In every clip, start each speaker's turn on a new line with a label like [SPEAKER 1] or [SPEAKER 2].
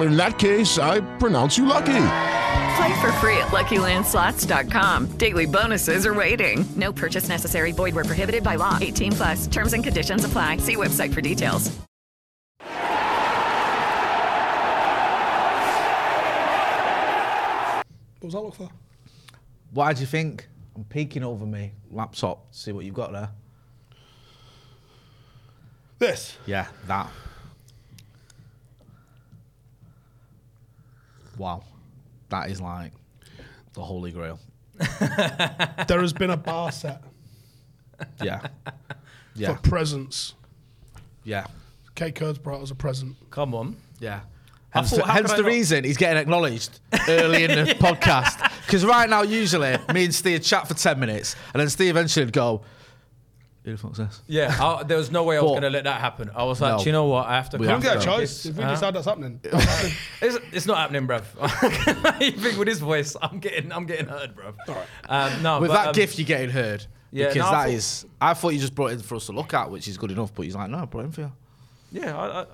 [SPEAKER 1] In that case, I pronounce you lucky.
[SPEAKER 2] Play for free at LuckyLandSlots.com. Daily bonuses are waiting.
[SPEAKER 3] No purchase necessary. Void where prohibited by law. 18 plus terms and conditions apply. See website for details.
[SPEAKER 4] What was that look for?
[SPEAKER 5] Why do you think? I'm peeking over my laptop to see what you've got there.
[SPEAKER 4] This.
[SPEAKER 5] Yeah, that. Wow. That is like the Holy Grail.
[SPEAKER 4] There has been a bar set
[SPEAKER 5] Yeah. Yeah.
[SPEAKER 4] for presents.
[SPEAKER 5] Yeah.
[SPEAKER 4] Kate Kurds brought us a present.
[SPEAKER 6] Come on.
[SPEAKER 5] Yeah.
[SPEAKER 6] I
[SPEAKER 5] Hence,
[SPEAKER 6] thought,
[SPEAKER 5] the,
[SPEAKER 6] how
[SPEAKER 5] hence
[SPEAKER 6] could I
[SPEAKER 5] the
[SPEAKER 6] not-
[SPEAKER 5] reason he's getting acknowledged early in the podcast. Because right now, usually, me and Steve chat for 10 minutes, and then Steve eventually would go, Who the fuck's this?
[SPEAKER 6] Yeah, I, there was no way I was
[SPEAKER 5] But-
[SPEAKER 6] going to let that happen. I was like,
[SPEAKER 5] No.
[SPEAKER 6] do you know what? I have to.
[SPEAKER 5] We
[SPEAKER 6] come
[SPEAKER 5] have
[SPEAKER 4] We get a
[SPEAKER 6] to
[SPEAKER 4] choice.
[SPEAKER 6] this."
[SPEAKER 4] If we
[SPEAKER 6] Huh?
[SPEAKER 4] decide that's happening, that's happening.
[SPEAKER 6] It's, it's not happening, bruv. you think with his voice, I'm getting, I'm getting hurt, bruv. Um, no,
[SPEAKER 5] With
[SPEAKER 6] but,
[SPEAKER 5] that
[SPEAKER 6] um,
[SPEAKER 5] gift, you're getting heard.
[SPEAKER 6] yeah,
[SPEAKER 5] because
[SPEAKER 6] no, I
[SPEAKER 5] that
[SPEAKER 6] thought-
[SPEAKER 5] is. I thought you just brought it in for us to look at, which is good enough, but he's like, No, I brought it in for you.
[SPEAKER 6] yeah. I, I,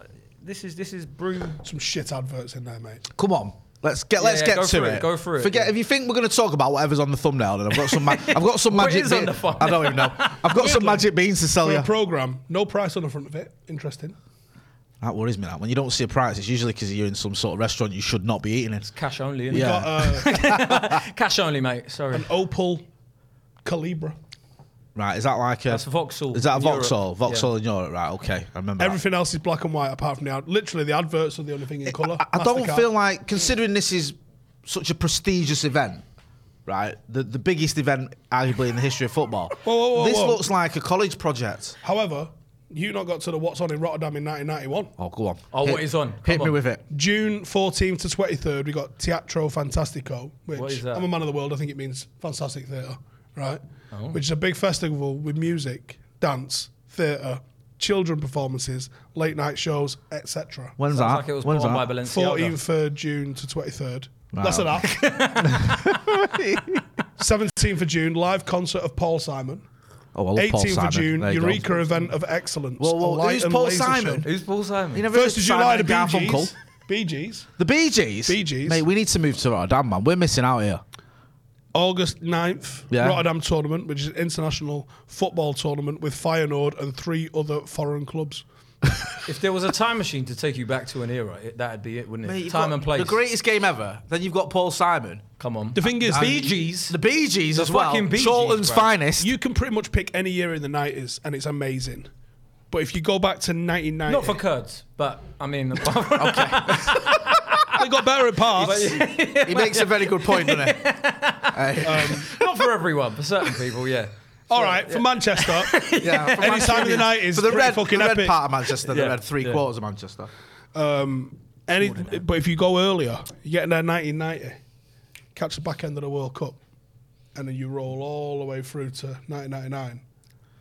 [SPEAKER 6] this is this is broom.
[SPEAKER 4] some shit adverts in there, mate.
[SPEAKER 5] Come on. Let's get let's
[SPEAKER 6] yeah,
[SPEAKER 5] get
[SPEAKER 6] go
[SPEAKER 5] to
[SPEAKER 6] through
[SPEAKER 5] it.
[SPEAKER 6] it, go through it,
[SPEAKER 5] Forget
[SPEAKER 6] yeah.
[SPEAKER 5] if you think we're going to talk about whatever's on the thumbnail. Then I've got some. Ma- I've got some
[SPEAKER 6] What
[SPEAKER 5] magic.
[SPEAKER 6] is
[SPEAKER 5] be-
[SPEAKER 6] on the thumbnail?
[SPEAKER 5] I don't even know. I've got some magic beans to sell
[SPEAKER 4] For
[SPEAKER 5] you.
[SPEAKER 4] a program, no price on the front of it. Interesting.
[SPEAKER 5] that worries me. That when you don't see a price, it's usually because you're in some sort of restaurant you should not be eating in.
[SPEAKER 6] Cash only. innit?
[SPEAKER 5] Yeah.
[SPEAKER 4] Got uh,
[SPEAKER 6] Cash only, mate. Sorry.
[SPEAKER 4] an Opal Calibra.
[SPEAKER 5] Right? Is that like a?
[SPEAKER 6] That's a Vauxhall
[SPEAKER 5] Is that a
[SPEAKER 6] in
[SPEAKER 5] Vauxhall?
[SPEAKER 6] Europe.
[SPEAKER 5] Vauxhall in Europe. Right. Okay. I remember. that.
[SPEAKER 4] Everything else is black and white apart from the ad. Literally, the adverts are the only thing in colour.
[SPEAKER 5] I, I don't
[SPEAKER 4] Mastercard.
[SPEAKER 5] feel like considering this is such a prestigious event. Right, the the biggest event arguably in the history of football.
[SPEAKER 4] Whoa, whoa, whoa,
[SPEAKER 5] this
[SPEAKER 4] whoa.
[SPEAKER 5] looks like a college project.
[SPEAKER 4] However, you not got to the What's On in Rotterdam in 1991.
[SPEAKER 5] Oh, go on.
[SPEAKER 6] Oh,
[SPEAKER 5] Hit-
[SPEAKER 6] what is on?
[SPEAKER 5] Hit
[SPEAKER 6] Come
[SPEAKER 5] me
[SPEAKER 6] on.
[SPEAKER 5] with it.
[SPEAKER 4] June 14th to 23rd, we got Teatro Fantastico, which
[SPEAKER 6] What is that?
[SPEAKER 4] I'm a man of the world. I think it means fantastic theatre, right?
[SPEAKER 6] Oh.
[SPEAKER 4] Which is a big festival with music, dance, theatre, children performances, late night shows, etc.
[SPEAKER 5] When's
[SPEAKER 6] Sounds
[SPEAKER 5] that?
[SPEAKER 6] like it was
[SPEAKER 5] When's
[SPEAKER 6] put on
[SPEAKER 5] that?
[SPEAKER 6] by Balenciaga.
[SPEAKER 4] 14th of June to 23rd.
[SPEAKER 5] Wow.
[SPEAKER 4] That's enough. 17th of June, live concert of Paul Simon.
[SPEAKER 5] Oh, I love
[SPEAKER 4] 18th
[SPEAKER 5] Paul Simon.
[SPEAKER 4] of June,
[SPEAKER 5] There you go.
[SPEAKER 4] Eureka Event of Excellence.
[SPEAKER 5] Whoa, whoa,
[SPEAKER 4] a light
[SPEAKER 5] who's
[SPEAKER 4] and
[SPEAKER 5] Paul
[SPEAKER 4] laser show.
[SPEAKER 5] Simon?
[SPEAKER 6] Who's Paul Simon?
[SPEAKER 5] You never
[SPEAKER 4] First
[SPEAKER 5] heard
[SPEAKER 4] of July, the
[SPEAKER 5] Simon
[SPEAKER 4] Bee
[SPEAKER 5] and
[SPEAKER 4] Gees.
[SPEAKER 5] Garfunkel?
[SPEAKER 4] Bee Gees.
[SPEAKER 5] The Bee Gees.
[SPEAKER 4] Bee Gees.
[SPEAKER 5] Mate, we need to move to Rotterdam, man. We're missing out here.
[SPEAKER 4] August 9th,
[SPEAKER 5] Yeah.
[SPEAKER 4] Rotterdam tournament, which is an international football tournament with Feyenoord and three other foreign clubs.
[SPEAKER 6] If there was a time machine to take you back to an era, it, that'd be it, wouldn't it? time and place.
[SPEAKER 5] The greatest game ever. Then you've got Paul Simon.
[SPEAKER 6] Come on.
[SPEAKER 4] The thing is,
[SPEAKER 6] Bee Gees.
[SPEAKER 5] The Bee Gees
[SPEAKER 6] The
[SPEAKER 5] as well.
[SPEAKER 6] fucking Bee Gees,
[SPEAKER 5] Charlton's
[SPEAKER 6] bruv.
[SPEAKER 5] finest.
[SPEAKER 4] you can pretty much pick any year in the 90s and it's amazing. But if you go back to 1990,
[SPEAKER 6] Not for Kurds, but I mean,
[SPEAKER 4] they got better at parts.
[SPEAKER 5] he makes a very good point, doesn't he? Um,
[SPEAKER 6] not for everyone, for certain people, yeah.
[SPEAKER 4] All right, for Manchester,
[SPEAKER 5] Yeah. for
[SPEAKER 4] any time in the
[SPEAKER 5] Manchester.
[SPEAKER 4] 90s,
[SPEAKER 5] For the
[SPEAKER 4] pretty
[SPEAKER 5] red,
[SPEAKER 4] fucking
[SPEAKER 5] the red
[SPEAKER 4] epic.
[SPEAKER 5] part of Manchester, the
[SPEAKER 6] Yeah,
[SPEAKER 5] red three
[SPEAKER 6] yeah.
[SPEAKER 5] quarters of Manchester.
[SPEAKER 4] Um, any, but if you go earlier, you get in there 1990, catch the back end of the World Cup, and then you roll all the way through to 1999.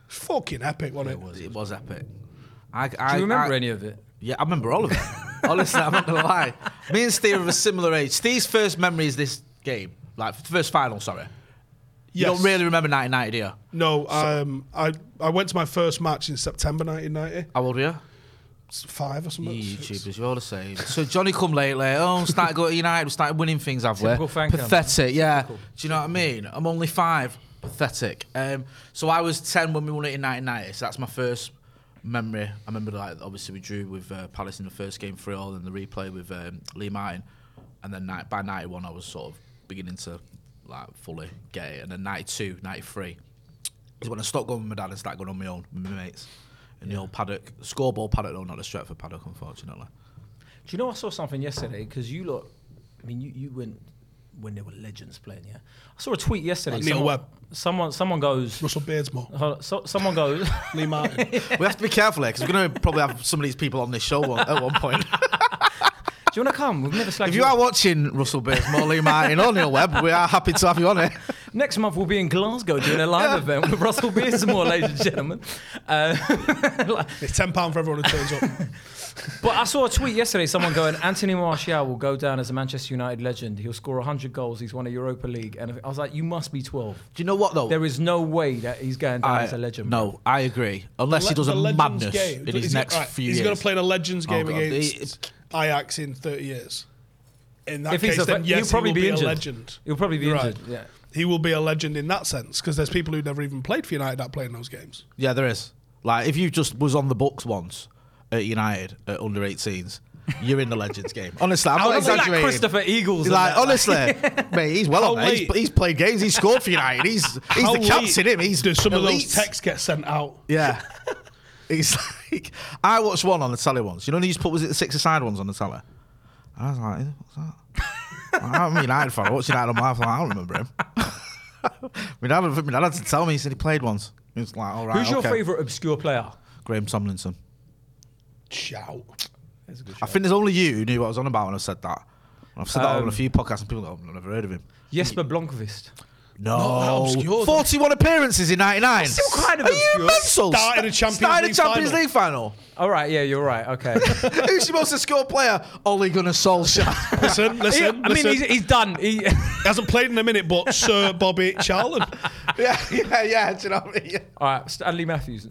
[SPEAKER 4] It's fucking epic, wasn't it?
[SPEAKER 5] It was epic. I, I,
[SPEAKER 6] Do you remember
[SPEAKER 5] I-
[SPEAKER 6] any of it?
[SPEAKER 5] Yeah, I remember all of it. Honestly, I'm not gonna lie. Me and Steve are of a similar age. Steve's first memory is this game, like first final. Sorry, You don't
[SPEAKER 4] Yes.
[SPEAKER 5] really remember 1990, do you?
[SPEAKER 4] No, um, I I went to my first match in September 1990,
[SPEAKER 5] How old were you?
[SPEAKER 4] It's five or something. six.
[SPEAKER 5] YouTubers, you're all the same. So Johnny come lately. Oh, started going to United. We started winning things, have we?
[SPEAKER 6] Typical fan cam.
[SPEAKER 5] Pathetic, yeah. Do you know what I mean? I'm only five. Pathetic. Um, so I was ten when we won it in 1990. So that's my first memory. I remember like obviously we drew with uh, Palace in the first game three all, and the replay with um, Lee Martin, and then ni- by 91 I was sort of beginning to like fully get it, and then 92, 93 is when I stopped going with my dad and started going on my own with my mates. In the old paddock, scoreboard paddock, no, not the Stretford paddock, unfortunately.
[SPEAKER 7] Do you know I saw something yesterday? Because you lot, I mean, you, you went when there were legends playing. Yeah, I saw a tweet yesterday.
[SPEAKER 4] Like Neil
[SPEAKER 7] someone,
[SPEAKER 4] Webb.
[SPEAKER 7] someone, someone goes.
[SPEAKER 4] Russell Beardsmore,
[SPEAKER 7] hold on, so, someone goes.
[SPEAKER 4] Lee Martin.
[SPEAKER 5] We have to be careful here because we're going to probably have some of these people on this show one- at one point.
[SPEAKER 7] Do you want to come? We've never slacked.
[SPEAKER 5] if you are watching Russell Bates, Molly Martin, or Neil Webb, we are happy to have you on here.
[SPEAKER 7] Next month we'll be in Glasgow doing a live event with Russell Beardsmore, ladies and gentlemen. Uh, like-
[SPEAKER 4] It's ten pound for everyone who turns up.
[SPEAKER 7] but I saw a tweet yesterday. Someone going, Anthony Martial will go down as a Manchester United legend. He'll score 100 goals. He's won a Europa League. And I was like, you must be 12.
[SPEAKER 5] Do you know what though?
[SPEAKER 7] There is no way that he's going down
[SPEAKER 5] I-
[SPEAKER 7] as a legend.
[SPEAKER 5] No, I agree. Unless he does a
[SPEAKER 4] The Legends
[SPEAKER 5] madness
[SPEAKER 4] game.
[SPEAKER 5] in
[SPEAKER 4] Is
[SPEAKER 5] his
[SPEAKER 4] he-
[SPEAKER 5] next
[SPEAKER 4] right,
[SPEAKER 5] few
[SPEAKER 4] He's
[SPEAKER 5] years.
[SPEAKER 4] going to play in a Legends
[SPEAKER 5] Oh,
[SPEAKER 4] game
[SPEAKER 5] God.
[SPEAKER 4] against Ajax in 30 years. In that
[SPEAKER 7] If
[SPEAKER 4] case,
[SPEAKER 7] he's a,
[SPEAKER 4] then yes,
[SPEAKER 7] he'll probably
[SPEAKER 4] he will be,
[SPEAKER 7] injured.
[SPEAKER 4] a legend.
[SPEAKER 7] He'll probably be
[SPEAKER 4] You're right.
[SPEAKER 7] injured. Yeah.
[SPEAKER 4] He will be a legend in that sense because there's people who never even played for United that play in those games.
[SPEAKER 5] yeah, there is. Like if you just was on the books once at United at under 18s, you're in the Legends game. Honestly, I'm
[SPEAKER 7] I
[SPEAKER 5] not
[SPEAKER 7] wanna be like
[SPEAKER 5] exaggerating.
[SPEAKER 7] Christopher Eagles and
[SPEAKER 5] Like
[SPEAKER 7] that, like-
[SPEAKER 5] honestly, mate, he's well
[SPEAKER 4] How
[SPEAKER 5] on there. He's,
[SPEAKER 4] late-
[SPEAKER 5] he's played games. He's scored for United. He's he's
[SPEAKER 4] How
[SPEAKER 5] the captain.
[SPEAKER 4] late
[SPEAKER 5] Him. He's
[SPEAKER 4] do some of
[SPEAKER 5] elite.
[SPEAKER 4] those texts get sent out.
[SPEAKER 5] Yeah. It's like I watched one on the telly once. You know, when they used to put was it the six aside ones on the telly. I was like, what's that? I'm a United fan. I watched United on my phone. I don't remember him. my, dad, my dad had to tell me. He said he played once. He was like, all right.
[SPEAKER 7] Who's your
[SPEAKER 5] okay."
[SPEAKER 7] favourite obscure player?
[SPEAKER 5] Graham Tomlinson.
[SPEAKER 4] Shout.
[SPEAKER 5] I think there's only you who knew what I was on about when I said that. And I've said that on a few podcasts and people go, I've never heard of him.
[SPEAKER 7] Jesper Um, Blomqvist.
[SPEAKER 5] No,
[SPEAKER 4] obscure, though.
[SPEAKER 5] 41 appearances in '99.
[SPEAKER 7] still kind of
[SPEAKER 5] Are you
[SPEAKER 7] obscure.
[SPEAKER 5] mental?
[SPEAKER 4] Started a Champions
[SPEAKER 5] Started
[SPEAKER 4] League
[SPEAKER 5] Champions
[SPEAKER 4] final.
[SPEAKER 5] League final.
[SPEAKER 7] All right, yeah, you're right. Okay.
[SPEAKER 5] Who's your most scored player? Ole Gunnar Solskjaer.
[SPEAKER 4] Listen,
[SPEAKER 7] He-
[SPEAKER 4] listen.
[SPEAKER 7] I mean,
[SPEAKER 4] listen.
[SPEAKER 7] he's, he's done. He,
[SPEAKER 4] He hasn't played in a minute, but Sir Bobby Charlton.
[SPEAKER 5] yeah, yeah, yeah. Do you know what I mean? Yeah.
[SPEAKER 7] all right, Stanley Matthews.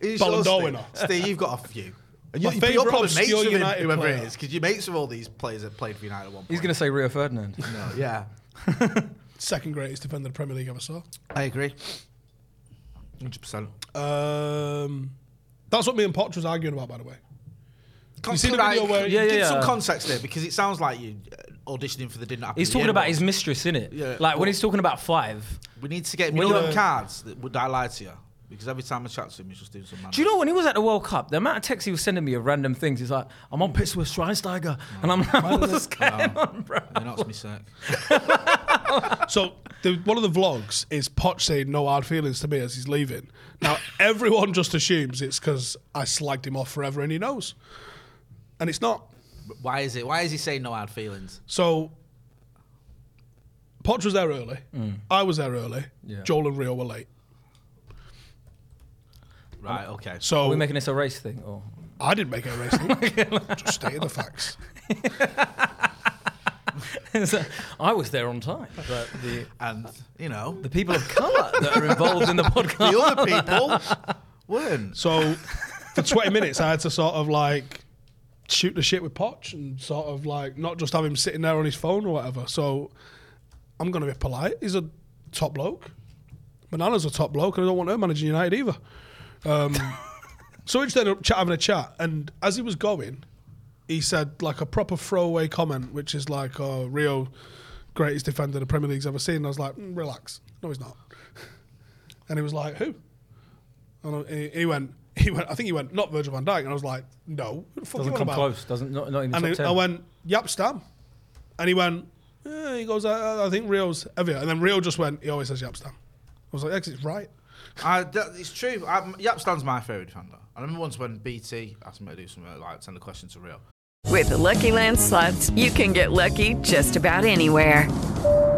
[SPEAKER 5] Who's
[SPEAKER 4] Ballon
[SPEAKER 5] yours,
[SPEAKER 4] d'Or
[SPEAKER 5] Steve?
[SPEAKER 4] winner.
[SPEAKER 5] Steve, you've got a few. And
[SPEAKER 4] My
[SPEAKER 5] you, but you're
[SPEAKER 4] favourite
[SPEAKER 5] probably mates
[SPEAKER 4] obscure
[SPEAKER 5] with him,
[SPEAKER 4] United
[SPEAKER 5] whoever it
[SPEAKER 4] player.
[SPEAKER 5] is, because you're mates with all these players that played for United at one point.
[SPEAKER 7] He's going to say Rio Ferdinand.
[SPEAKER 5] No, yeah,
[SPEAKER 4] Second greatest defender the Premier League ever saw.
[SPEAKER 5] I agree. 100. percent
[SPEAKER 4] Um, that's what me and Potch was arguing about, by the way.
[SPEAKER 5] You
[SPEAKER 4] see the video where-
[SPEAKER 7] Uh, Yeah, yeah,
[SPEAKER 5] give some
[SPEAKER 7] yeah.
[SPEAKER 5] context there because it sounds like you uh, auditioning for the didn't happen.
[SPEAKER 7] He's
[SPEAKER 5] in the
[SPEAKER 7] talking
[SPEAKER 5] end
[SPEAKER 7] about
[SPEAKER 5] one.
[SPEAKER 7] his mistress, innit?
[SPEAKER 5] Yeah.
[SPEAKER 7] Like when he's talking about five.
[SPEAKER 5] We need to get
[SPEAKER 7] We
[SPEAKER 5] you know
[SPEAKER 7] need
[SPEAKER 5] them
[SPEAKER 7] a-
[SPEAKER 5] cards that would I lie to you because every time I chat to him, he's just doing some.
[SPEAKER 7] Do you know when Oh, he was at the World Cup, the amount of texts he was sending me of random things, he's like, I'm on pits with Schweinsteiger. And I'm like, what's going on, bro?
[SPEAKER 5] They're not me sick.
[SPEAKER 4] So the, one of the vlogs is Potch saying no hard feelings to me as he's leaving. Now everyone just assumes it's because I slagged him off forever, and he knows, and it's not.
[SPEAKER 5] Why is it? Why is he saying no hard feelings?
[SPEAKER 4] So Potch was there early. I was there early.
[SPEAKER 7] Mm. Yeah.
[SPEAKER 4] Joel and Rio were late.
[SPEAKER 5] Right.
[SPEAKER 7] Um,
[SPEAKER 5] Okay.
[SPEAKER 4] So
[SPEAKER 7] Are we making this a race thing? Or?
[SPEAKER 4] I didn't make it a race. thing. just stating the facts.
[SPEAKER 7] I was there on time. But the,
[SPEAKER 5] And you know
[SPEAKER 7] the people of colour that are involved in the podcast.
[SPEAKER 5] the other people weren't.
[SPEAKER 4] So for 20 minutes, I had to sort of like shoot the shit with Potch and sort of like not just have him sitting there on his phone or whatever. So I'm going to be polite. He's a top bloke. Banana's a top bloke, and I don't want her managing United either. Um, so we just ended up chat, having a chat. And as he was going, he said like a proper throwaway comment, which is like, oh, Rio, greatest defender the Premier League's ever seen. And I was like, "Mm, relax. No, he's not. And he was like, who? And I- he, he went, he went. I think he went, not Virgil van Dijk. And I was like, no, who the fuck
[SPEAKER 7] Doesn't
[SPEAKER 4] you on
[SPEAKER 7] come
[SPEAKER 4] about?
[SPEAKER 7] close. Doesn't, not, not even
[SPEAKER 4] And
[SPEAKER 7] top
[SPEAKER 4] he-
[SPEAKER 7] 10.
[SPEAKER 4] I went, yep, Stam. And he went, yeah, he goes, I, I- I think Rio's heavier. And then Rio just went, he always says yep, Stam. I was like, yeah, 'cause it's right.
[SPEAKER 5] I, that, it's true. I'm, Yapstan's my favourite defender. I remember once when BT asked me to do something like send a question to Real.
[SPEAKER 3] With Lucky Land slots, you can get lucky just about anywhere.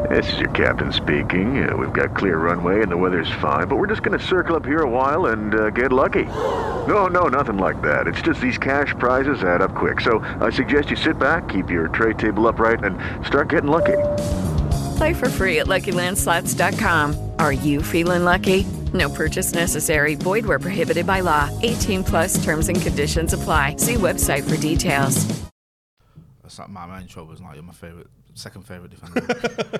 [SPEAKER 8] This is your captain speaking. Uh, we've got clear runway and the weather's fine, but we're just going to circle up here a while and uh, get lucky. No, no, nothing like that. It's just these cash prizes add up quick. So I suggest you sit back, keep your tray table upright, and start getting lucky.
[SPEAKER 3] Play for free at LuckyLandSlots.com. Are you feeling lucky? No purchase necessary. Void where prohibited by law. 18 plus terms and conditions apply. See website for details.
[SPEAKER 5] That's like my, my intro was like you're my favorite, second favorite defender.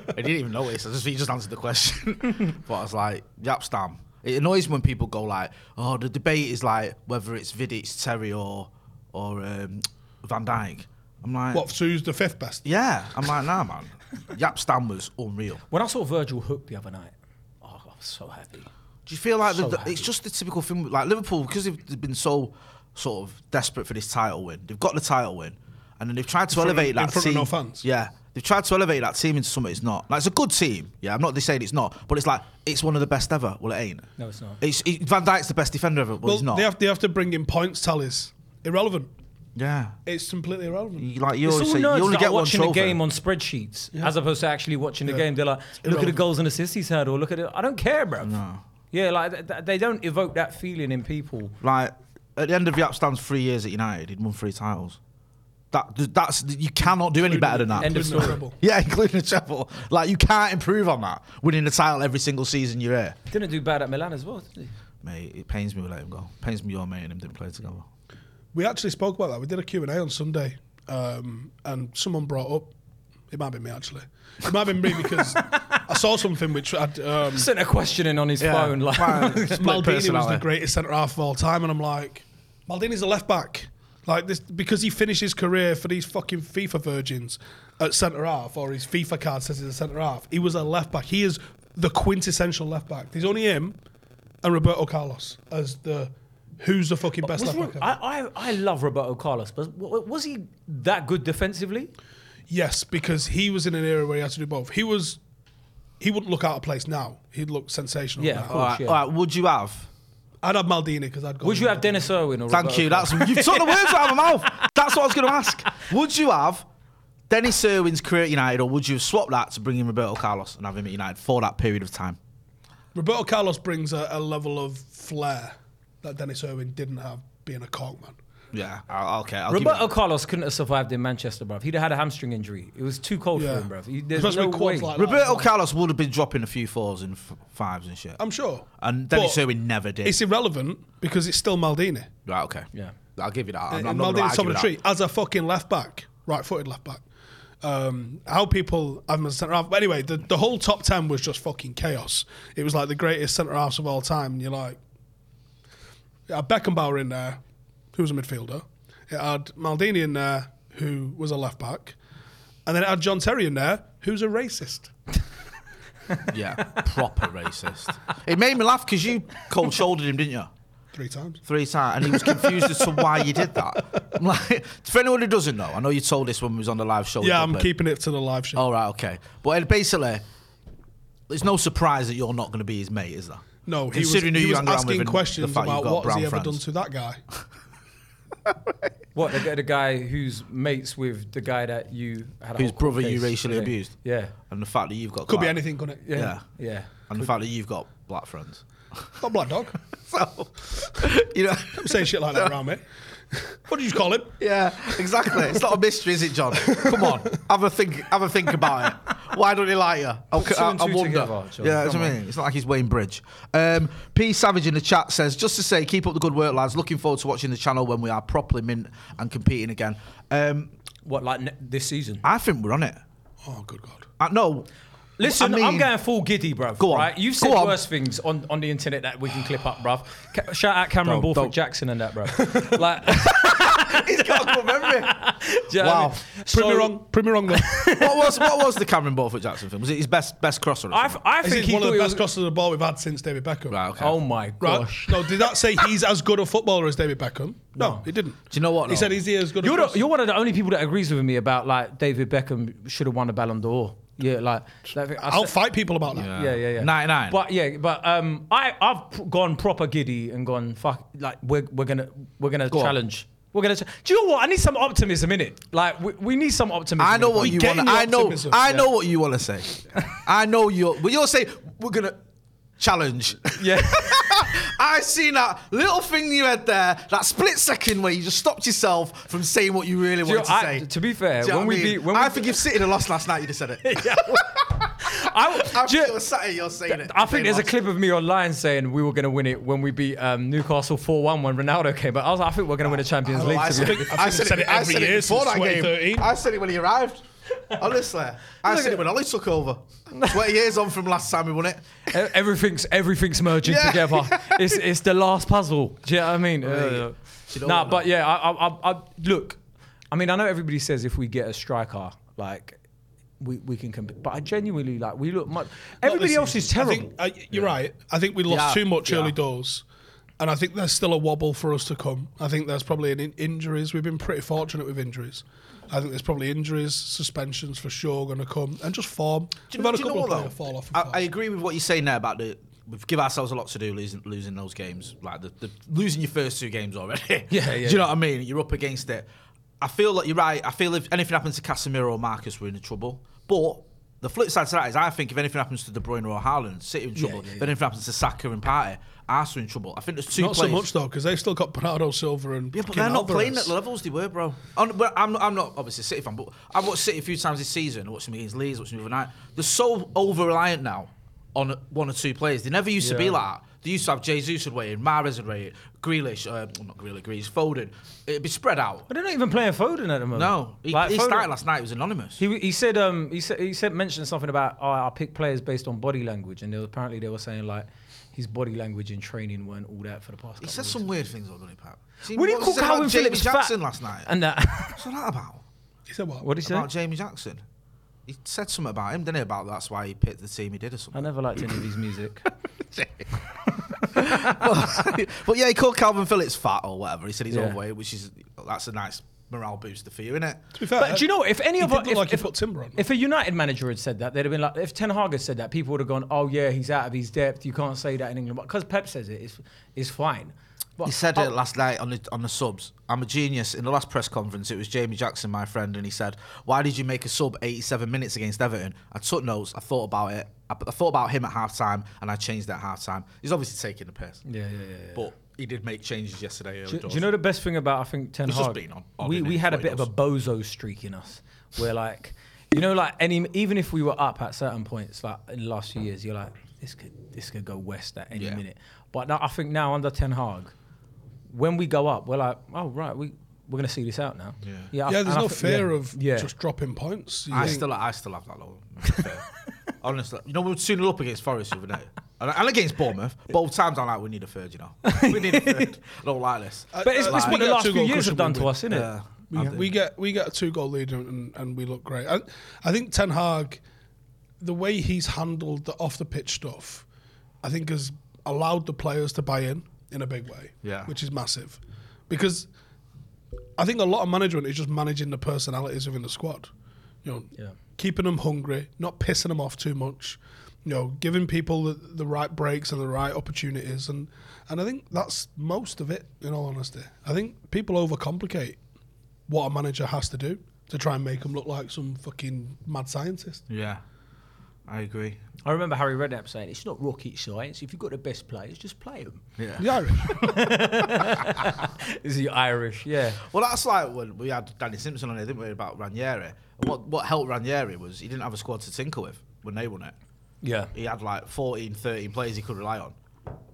[SPEAKER 5] I didn't even notice. I just he just answered the question, but I was like, "Yep, Stam." It annoys me when people go like, "Oh, the debate is like whether it's Vidic, Terry, or or um, Van Dijk." I'm like,
[SPEAKER 4] What, who's the fifth best?
[SPEAKER 5] Yeah, I'm like, nah, man. Yap Stam was unreal.
[SPEAKER 7] When I saw Virgil hook the other night, oh, I was so happy.
[SPEAKER 5] Do you feel like
[SPEAKER 7] So
[SPEAKER 5] the, the,
[SPEAKER 7] happy.
[SPEAKER 5] it's just the typical thing? with- Like Liverpool, because they've, they've been so sort of desperate for this title win, they've got the title win, and uh, then they've tried to
[SPEAKER 4] In front of-
[SPEAKER 5] elevate that
[SPEAKER 4] in front of
[SPEAKER 5] team.
[SPEAKER 4] no fans.
[SPEAKER 5] Yeah, they've tried to elevate that team into something it's not. Like it's a good team. Yeah, I'm not saying it's not, but uh, it's like it's one of the best ever. Well, it ain't.
[SPEAKER 7] No, it's not.
[SPEAKER 5] It's it, Van Dijk's the best defender ever. Well,
[SPEAKER 4] Well,
[SPEAKER 5] he's not.
[SPEAKER 4] They have, they have to bring in points tallies. Irrelevant.
[SPEAKER 5] yeah.
[SPEAKER 4] It's completely irrelevant.
[SPEAKER 5] You- Like you
[SPEAKER 7] It's all
[SPEAKER 5] always say, you
[SPEAKER 7] nerds
[SPEAKER 5] only
[SPEAKER 7] that
[SPEAKER 5] get
[SPEAKER 7] are
[SPEAKER 5] one
[SPEAKER 7] watching
[SPEAKER 5] trophy.
[SPEAKER 7] the game on spreadsheets
[SPEAKER 4] Yeah.
[SPEAKER 7] as opposed to actually watching the
[SPEAKER 4] Yeah.
[SPEAKER 7] game. They're like, look at the
[SPEAKER 4] irrelevant.
[SPEAKER 7] goals and assists he's had, or look at it. I don't care, bro. Yeah, like th- th- they don't evoke that feeling in people.
[SPEAKER 5] Like at the end of Yap Stam's three years at United, he'd won three titles. That that's you cannot do any better than that.
[SPEAKER 7] End of story.
[SPEAKER 5] Yeah, including the treble. Like you can't improve on that. Winning the title every single season you're here.
[SPEAKER 7] Didn't do bad at Milan as well, did he?
[SPEAKER 5] Mate, it pains me we let him go. Pains me your mate and him didn't play together.
[SPEAKER 4] We actually spoke about that. We did a Q&A on Sunday, um, and someone brought up, it might be me actually. It might be me because I saw something which I'd... Um,
[SPEAKER 7] Sent a question in on his
[SPEAKER 4] Yeah.
[SPEAKER 7] phone. Like,
[SPEAKER 4] Maldini was the greatest centre half of all time, and I'm like, Maldini's a left back. Like this because he finished his career for these fucking FIFA virgins at centre half, or his FIFA card says he's a centre half. He was a left back. He is the quintessential left back. There's only him and Roberto Carlos as the who's the fucking best
[SPEAKER 7] Was
[SPEAKER 4] left
[SPEAKER 7] Ro-
[SPEAKER 4] back. ever.
[SPEAKER 7] I, I, I love Roberto Carlos, but w- w- was he that good defensively?
[SPEAKER 4] Yes, because he was in an era where he had to do both. He was he wouldn't look out of place now. He'd look sensational.
[SPEAKER 7] Yeah,
[SPEAKER 4] now.
[SPEAKER 7] of course, All right, yeah. all
[SPEAKER 5] All right, would you have?
[SPEAKER 4] I'd have Maldini because I'd go.
[SPEAKER 7] Would you have Dennis Irwin or
[SPEAKER 5] Thank
[SPEAKER 7] Roberto
[SPEAKER 5] you.
[SPEAKER 7] Carlos?
[SPEAKER 5] That's you've took the words out of my mouth. That's what I was going to ask. Would you have Dennis Irwin's career at United, or would you have swapped that to bring in Roberto Carlos and have him at United for that period of time?
[SPEAKER 4] Roberto Carlos brings a, a level of flair that Dennis Irwin didn't have being a Corkman.
[SPEAKER 5] Yeah. I'll- Ah, okay. I'll give you
[SPEAKER 7] Roberto Carlos couldn't have survived in Manchester, bruv. He'd have had a hamstring injury. It was too cold for
[SPEAKER 4] Yeah.
[SPEAKER 7] him, bruv. He- There's
[SPEAKER 4] Especially
[SPEAKER 7] no
[SPEAKER 4] with quads
[SPEAKER 7] way.
[SPEAKER 4] like that.
[SPEAKER 5] Roberto Carlos would have been dropping a few fours and f- fives and shit.
[SPEAKER 4] I'm sure.
[SPEAKER 5] and Dennis
[SPEAKER 4] But
[SPEAKER 5] Irwin never did.
[SPEAKER 4] It's irrelevant because it's still Maldini.
[SPEAKER 5] Right, okay.
[SPEAKER 7] Yeah.
[SPEAKER 5] I'll give you that. I'm,
[SPEAKER 4] And
[SPEAKER 5] I'm not going
[SPEAKER 4] Maldini's
[SPEAKER 5] to
[SPEAKER 4] top of the
[SPEAKER 5] argue
[SPEAKER 4] tree
[SPEAKER 5] with that.
[SPEAKER 4] as a fucking left back, right footed left back. Um, how people have him as centre half. But anyway, the, the whole top 10 was just fucking chaos. It was like the greatest centre halves of all time. And you're like, it had Beckenbauer in there, who was a midfielder. It had Maldini in there, who was a left back. And then it had John Terry in there, who's a racist.
[SPEAKER 5] Yeah, proper racist. It made me laugh because you cold shouldered him, didn't you?
[SPEAKER 4] Three times.
[SPEAKER 5] Three times, and he was confused as to why you did that. I'm like, for anyone who doesn't know, I know you told this when we was on the Oh, live show. with
[SPEAKER 4] Yeah, I'm
[SPEAKER 5] Dublin.
[SPEAKER 4] keeping it to the live show.
[SPEAKER 5] All right, okay. But uh, basically, it's no surprise that you're not going to be his mate, is there?
[SPEAKER 4] No, he was,
[SPEAKER 5] Considering who
[SPEAKER 4] he
[SPEAKER 5] you
[SPEAKER 4] was
[SPEAKER 5] hang around with
[SPEAKER 4] asking
[SPEAKER 5] and the
[SPEAKER 4] questions
[SPEAKER 5] fact you've
[SPEAKER 4] about
[SPEAKER 5] got
[SPEAKER 4] what has
[SPEAKER 5] brown
[SPEAKER 4] he ever done
[SPEAKER 5] friends.
[SPEAKER 4] to that guy.
[SPEAKER 7] What, the, guy- the guy who's mates with the guy that you had a whole
[SPEAKER 5] Whose
[SPEAKER 7] court
[SPEAKER 5] brother you
[SPEAKER 7] case,
[SPEAKER 5] racially
[SPEAKER 7] yeah.
[SPEAKER 5] abused.
[SPEAKER 7] Yeah.
[SPEAKER 5] And the fact that you've got
[SPEAKER 4] Could be
[SPEAKER 5] black-
[SPEAKER 4] anything, couldn't it?
[SPEAKER 5] Yeah, yeah.
[SPEAKER 7] Yeah.
[SPEAKER 5] And the fact that you've got black friends.
[SPEAKER 4] Not black dog.
[SPEAKER 7] Oh.
[SPEAKER 5] So, you know,
[SPEAKER 4] I'm saying shit like that around me. What did you call him?
[SPEAKER 5] Yeah, exactly. It's not a mystery, is it, John? Come on, have a think. Have a think about it. Why don't he like you? I,
[SPEAKER 7] Put two
[SPEAKER 5] I,
[SPEAKER 7] and
[SPEAKER 5] I
[SPEAKER 7] two
[SPEAKER 5] wonder.
[SPEAKER 7] together, John.
[SPEAKER 5] yeah, that's
[SPEAKER 7] Come
[SPEAKER 5] what I
[SPEAKER 7] on.
[SPEAKER 5] mean. It's not like he's Wayne Bridge. Um, P Savage in the chat says, just to say, keep up the good work, lads. Looking forward to watching the channel when we are properly mint and competing again. Um,
[SPEAKER 7] What, like ne- this season?
[SPEAKER 5] I think we're on it.
[SPEAKER 4] Oh, good God.
[SPEAKER 5] I, no,
[SPEAKER 7] Listen,
[SPEAKER 5] I mean-
[SPEAKER 7] I'm going full giddy, bruv.
[SPEAKER 5] Go on.
[SPEAKER 7] Right? You've
[SPEAKER 5] Go
[SPEAKER 7] said
[SPEAKER 5] on.
[SPEAKER 7] worse things on, on the internet that we can clip up, bruv. Ca- shout out Cameron
[SPEAKER 5] Don't-
[SPEAKER 7] Borthwick
[SPEAKER 5] don't.
[SPEAKER 7] Jackson and that, bruv. like,
[SPEAKER 5] he's got a good memory.
[SPEAKER 7] do you know
[SPEAKER 5] Wow.
[SPEAKER 7] What I mean?
[SPEAKER 4] Prove me
[SPEAKER 7] So,
[SPEAKER 4] wrong. Prove me wrong. Though.
[SPEAKER 5] what was what was the Cameron Borthwick Jackson film? Was it his best best crosser? or
[SPEAKER 7] I,
[SPEAKER 5] something?
[SPEAKER 7] I
[SPEAKER 4] This
[SPEAKER 7] think
[SPEAKER 4] is
[SPEAKER 7] he
[SPEAKER 4] one of
[SPEAKER 7] thought
[SPEAKER 4] the
[SPEAKER 7] he
[SPEAKER 4] best
[SPEAKER 7] was.
[SPEAKER 4] crosses of the ball we've had since David Beckham.
[SPEAKER 5] Right, okay.
[SPEAKER 7] Oh my
[SPEAKER 4] Right?
[SPEAKER 7] gosh.
[SPEAKER 4] No, did that say he's as good a footballer as David Beckham? No, it didn't.
[SPEAKER 5] Do you know what,
[SPEAKER 4] He
[SPEAKER 5] though?
[SPEAKER 4] said he's as good. a
[SPEAKER 7] You're, the,
[SPEAKER 4] crosser.
[SPEAKER 7] you're one of the only people that agrees with me about like David Beckham should have won a Ballon d'Or. Yeah, like that thing- I
[SPEAKER 4] I'll
[SPEAKER 7] said-
[SPEAKER 4] fight people about that.
[SPEAKER 7] Yeah, yeah, yeah.
[SPEAKER 5] 99.
[SPEAKER 7] But yeah, but um, I I've p- gone proper giddy and gone fuck. Like we're we're gonna we're gonna
[SPEAKER 5] on.
[SPEAKER 7] challenge. We're gonna. Ch- Do you know what? I need some optimism in it. Like we, we need some optimism.
[SPEAKER 5] I know
[SPEAKER 7] in it.
[SPEAKER 5] what you
[SPEAKER 4] getting
[SPEAKER 5] want.
[SPEAKER 4] the
[SPEAKER 5] I know.
[SPEAKER 4] optimism.
[SPEAKER 5] I know
[SPEAKER 4] Yeah.
[SPEAKER 5] what you want to say. I know you're. But you'll say we're gonna challenge.
[SPEAKER 7] Yeah.
[SPEAKER 5] I seen that little thing you had there, that split second where you just stopped yourself from saying what you really
[SPEAKER 7] you
[SPEAKER 5] wanted
[SPEAKER 7] know,
[SPEAKER 5] to
[SPEAKER 7] I-
[SPEAKER 5] say.
[SPEAKER 7] to be fair,
[SPEAKER 5] Do you know
[SPEAKER 7] when
[SPEAKER 5] what I
[SPEAKER 7] we
[SPEAKER 5] mean?
[SPEAKER 7] beat- when we-
[SPEAKER 5] I think if City had lost last night, you'd have said it.
[SPEAKER 4] I'm still sat here, you're saying it.
[SPEAKER 7] I think there's a clip of me online saying we were going to win it when we beat um, Newcastle 4 1 when Ronaldo came. But I, was, I think we're going to win the Champions League.
[SPEAKER 4] I
[SPEAKER 7] to be
[SPEAKER 4] said it-
[SPEAKER 7] honest.
[SPEAKER 4] I said it I said it before that game. I said it when he arrived.
[SPEAKER 5] Honestly, I said it when Ollie took over. 20 years on from last time we won it.
[SPEAKER 7] E- Everything's everything's merging
[SPEAKER 5] Yeah.
[SPEAKER 7] together. It's it's the last puzzle. Do you know what I mean?
[SPEAKER 5] Right.
[SPEAKER 7] Uh,
[SPEAKER 5] you know
[SPEAKER 7] nah,
[SPEAKER 5] what,
[SPEAKER 7] but yeah, I, I, I, I look. I mean, I know everybody says if we get a striker, like we, we can compete. But I genuinely like we look much. Everybody
[SPEAKER 4] Listen,
[SPEAKER 7] else is
[SPEAKER 4] I
[SPEAKER 7] terrible.
[SPEAKER 4] think- I- you're right. I think we lost
[SPEAKER 7] Yeah,
[SPEAKER 4] too much
[SPEAKER 7] yeah.
[SPEAKER 4] early doors, and I think there's still a wobble for us to come. I think there's probably an in- injuries. We've been pretty fortunate with injuries. I think there's probably injuries, suspensions for sure going to come, and just form.
[SPEAKER 5] Do you
[SPEAKER 4] We've
[SPEAKER 5] know,
[SPEAKER 4] had a
[SPEAKER 5] do you know
[SPEAKER 4] couple
[SPEAKER 5] what
[SPEAKER 4] of player
[SPEAKER 5] though?
[SPEAKER 4] fall off.
[SPEAKER 5] I, I agree with what you're saying there about the we give ourselves a lot to do losing losing those games, like the, the losing your first two games already.
[SPEAKER 7] Yeah, yeah.
[SPEAKER 5] Do you know what I mean? You're up against it. I feel like you're right. I feel if anything happens to Casemiro or Marcus, we're in trouble. But the flip side to that is, I think if anything happens to De Bruyne or Haaland, City are in
[SPEAKER 4] Yeah,
[SPEAKER 5] trouble.
[SPEAKER 4] yeah,
[SPEAKER 5] If anything happens to Saka and Partey, Arsenal are in trouble. I think there's two
[SPEAKER 4] Not
[SPEAKER 5] players.
[SPEAKER 4] so much though, because they've still got Bernardo Silva and
[SPEAKER 5] Yeah, but they're not playing at the levels they were, bro. I'm, well, I'm, I'm not obviously a City fan, but I've watched City a few times this season. I watched them against Leeds, watched them the other night. They're so over reliant now on one or two players. They never used to be
[SPEAKER 7] Yeah.
[SPEAKER 5] like that. They used to have Jesus would weigh in, Mahrez would weigh in, Grealish, uh, well, not Grealish, Grealish, Foden. It'd be spread out.
[SPEAKER 7] But they're not even playing Foden at the moment.
[SPEAKER 5] No, he,
[SPEAKER 7] Like,
[SPEAKER 5] he
[SPEAKER 7] Foden-
[SPEAKER 5] started last night. He was anonymous.
[SPEAKER 7] He, he said um he said he said mentioned something about oh, I pick players based on body language and they were, apparently they were saying like his body language in training weren't all that for the past.
[SPEAKER 5] He
[SPEAKER 7] couple
[SPEAKER 5] said
[SPEAKER 7] of
[SPEAKER 5] some weird things, though, didn't he, Pat? See,
[SPEAKER 7] What do you
[SPEAKER 5] was
[SPEAKER 7] call
[SPEAKER 5] he saying about
[SPEAKER 7] Calvin
[SPEAKER 5] Jamie
[SPEAKER 7] Phillips fat?
[SPEAKER 5] Jackson last night?
[SPEAKER 7] And uh, that.
[SPEAKER 5] What's all that about?
[SPEAKER 4] He said what?
[SPEAKER 7] What did he say?
[SPEAKER 5] About Jamie Jackson. He said something about him, didn't he? About that's why he picked the team he did or something.
[SPEAKER 7] I never liked any of his music.
[SPEAKER 5] but, but yeah, he called Calvin Phillips fat or whatever. He said he's
[SPEAKER 7] Yeah.
[SPEAKER 5] overweight, which is that's a nice morale booster for you, isn't it?
[SPEAKER 4] To be fair,
[SPEAKER 7] But do you know if any
[SPEAKER 4] he
[SPEAKER 7] of
[SPEAKER 4] did
[SPEAKER 7] our-
[SPEAKER 4] look
[SPEAKER 7] if-
[SPEAKER 4] like he
[SPEAKER 7] if-
[SPEAKER 4] put timber on?
[SPEAKER 7] If a United manager had said that, they'd have been like, if Ten Hag had said that, people would have gone, oh yeah, he's out of his depth. You can't say that in England. But because Pep says it, it's, it's fine. But
[SPEAKER 5] He said
[SPEAKER 7] oh,
[SPEAKER 5] it last night on the on the subs. I'm a genius. In the last press conference, it was Jamie Jackson, my friend, and he said, "Why did you make a sub 87 minutes against Everton?" I took notes. I thought about it. I, I thought about him at half time, and I changed it at half time. He's obviously taking the piss.
[SPEAKER 7] Yeah, yeah, yeah, yeah.
[SPEAKER 5] But he did make changes yesterday.
[SPEAKER 7] Do,
[SPEAKER 5] Early
[SPEAKER 7] do
[SPEAKER 5] doors.
[SPEAKER 7] you know the best thing about I think Ten
[SPEAKER 5] He's
[SPEAKER 7] Hag?
[SPEAKER 5] just been on- on
[SPEAKER 7] we
[SPEAKER 5] in
[SPEAKER 7] we
[SPEAKER 5] it,
[SPEAKER 7] had a
[SPEAKER 5] what he
[SPEAKER 7] bit of a bozo streak in us, where like, you know, like any even if we were up at certain points, like in the last few years, you're like, this could this could go west at any
[SPEAKER 5] Yeah.
[SPEAKER 7] minute. But now I think now under Ten Hag, when we go up, we're like, oh right, we we're gonna see this out now. Yeah, I-
[SPEAKER 4] yeah,
[SPEAKER 7] and
[SPEAKER 4] there's
[SPEAKER 7] I
[SPEAKER 4] no
[SPEAKER 7] thi-
[SPEAKER 4] fear
[SPEAKER 7] yeah,
[SPEAKER 4] of
[SPEAKER 7] yeah.
[SPEAKER 4] just dropping points. you
[SPEAKER 5] I
[SPEAKER 4] think?
[SPEAKER 5] still, I still have that low. Honestly, you know, we were 2 0 up against Forest the other day. And, and against Bournemouth, both times I'm like, we need a third, you know. We need a third. I don't like this. Uh,
[SPEAKER 7] But it's,
[SPEAKER 5] Like-
[SPEAKER 7] it's what the last few
[SPEAKER 4] two-goal
[SPEAKER 7] years have
[SPEAKER 4] cushion
[SPEAKER 7] done
[SPEAKER 4] we
[SPEAKER 7] to
[SPEAKER 4] win.
[SPEAKER 7] us, isn't it?
[SPEAKER 4] We, we get we get a two goal lead and, and, and we look great. I, I think Ten Hag, the way he's handled the off the pitch stuff, I think has allowed the players to buy in in a big way.
[SPEAKER 5] Yeah.
[SPEAKER 4] which is massive, because I think a lot of management is just managing the personalities within the squad. You know,
[SPEAKER 7] Yeah.
[SPEAKER 4] keeping them hungry, not pissing them off too much. You know, giving people the, the right breaks and the right opportunities, and and I think that's most of it. In all honesty, I think people overcomplicate what a manager has to do to try and make them look like some fucking mad scientist.
[SPEAKER 5] Yeah, I agree.
[SPEAKER 7] I remember Harry Redknapp saying, "It's not rocket science. If you've got the best players, just play them."
[SPEAKER 5] Yeah.
[SPEAKER 4] The Irish.
[SPEAKER 7] Is he Irish? Yeah.
[SPEAKER 5] Well, that's like when we had Danny Simpson on here, didn't we, about Ranieri? And what, what helped Ranieri was he didn't have a squad to tinker with when they won it.
[SPEAKER 7] Yeah.
[SPEAKER 5] He had like 14, 13 players he could rely on.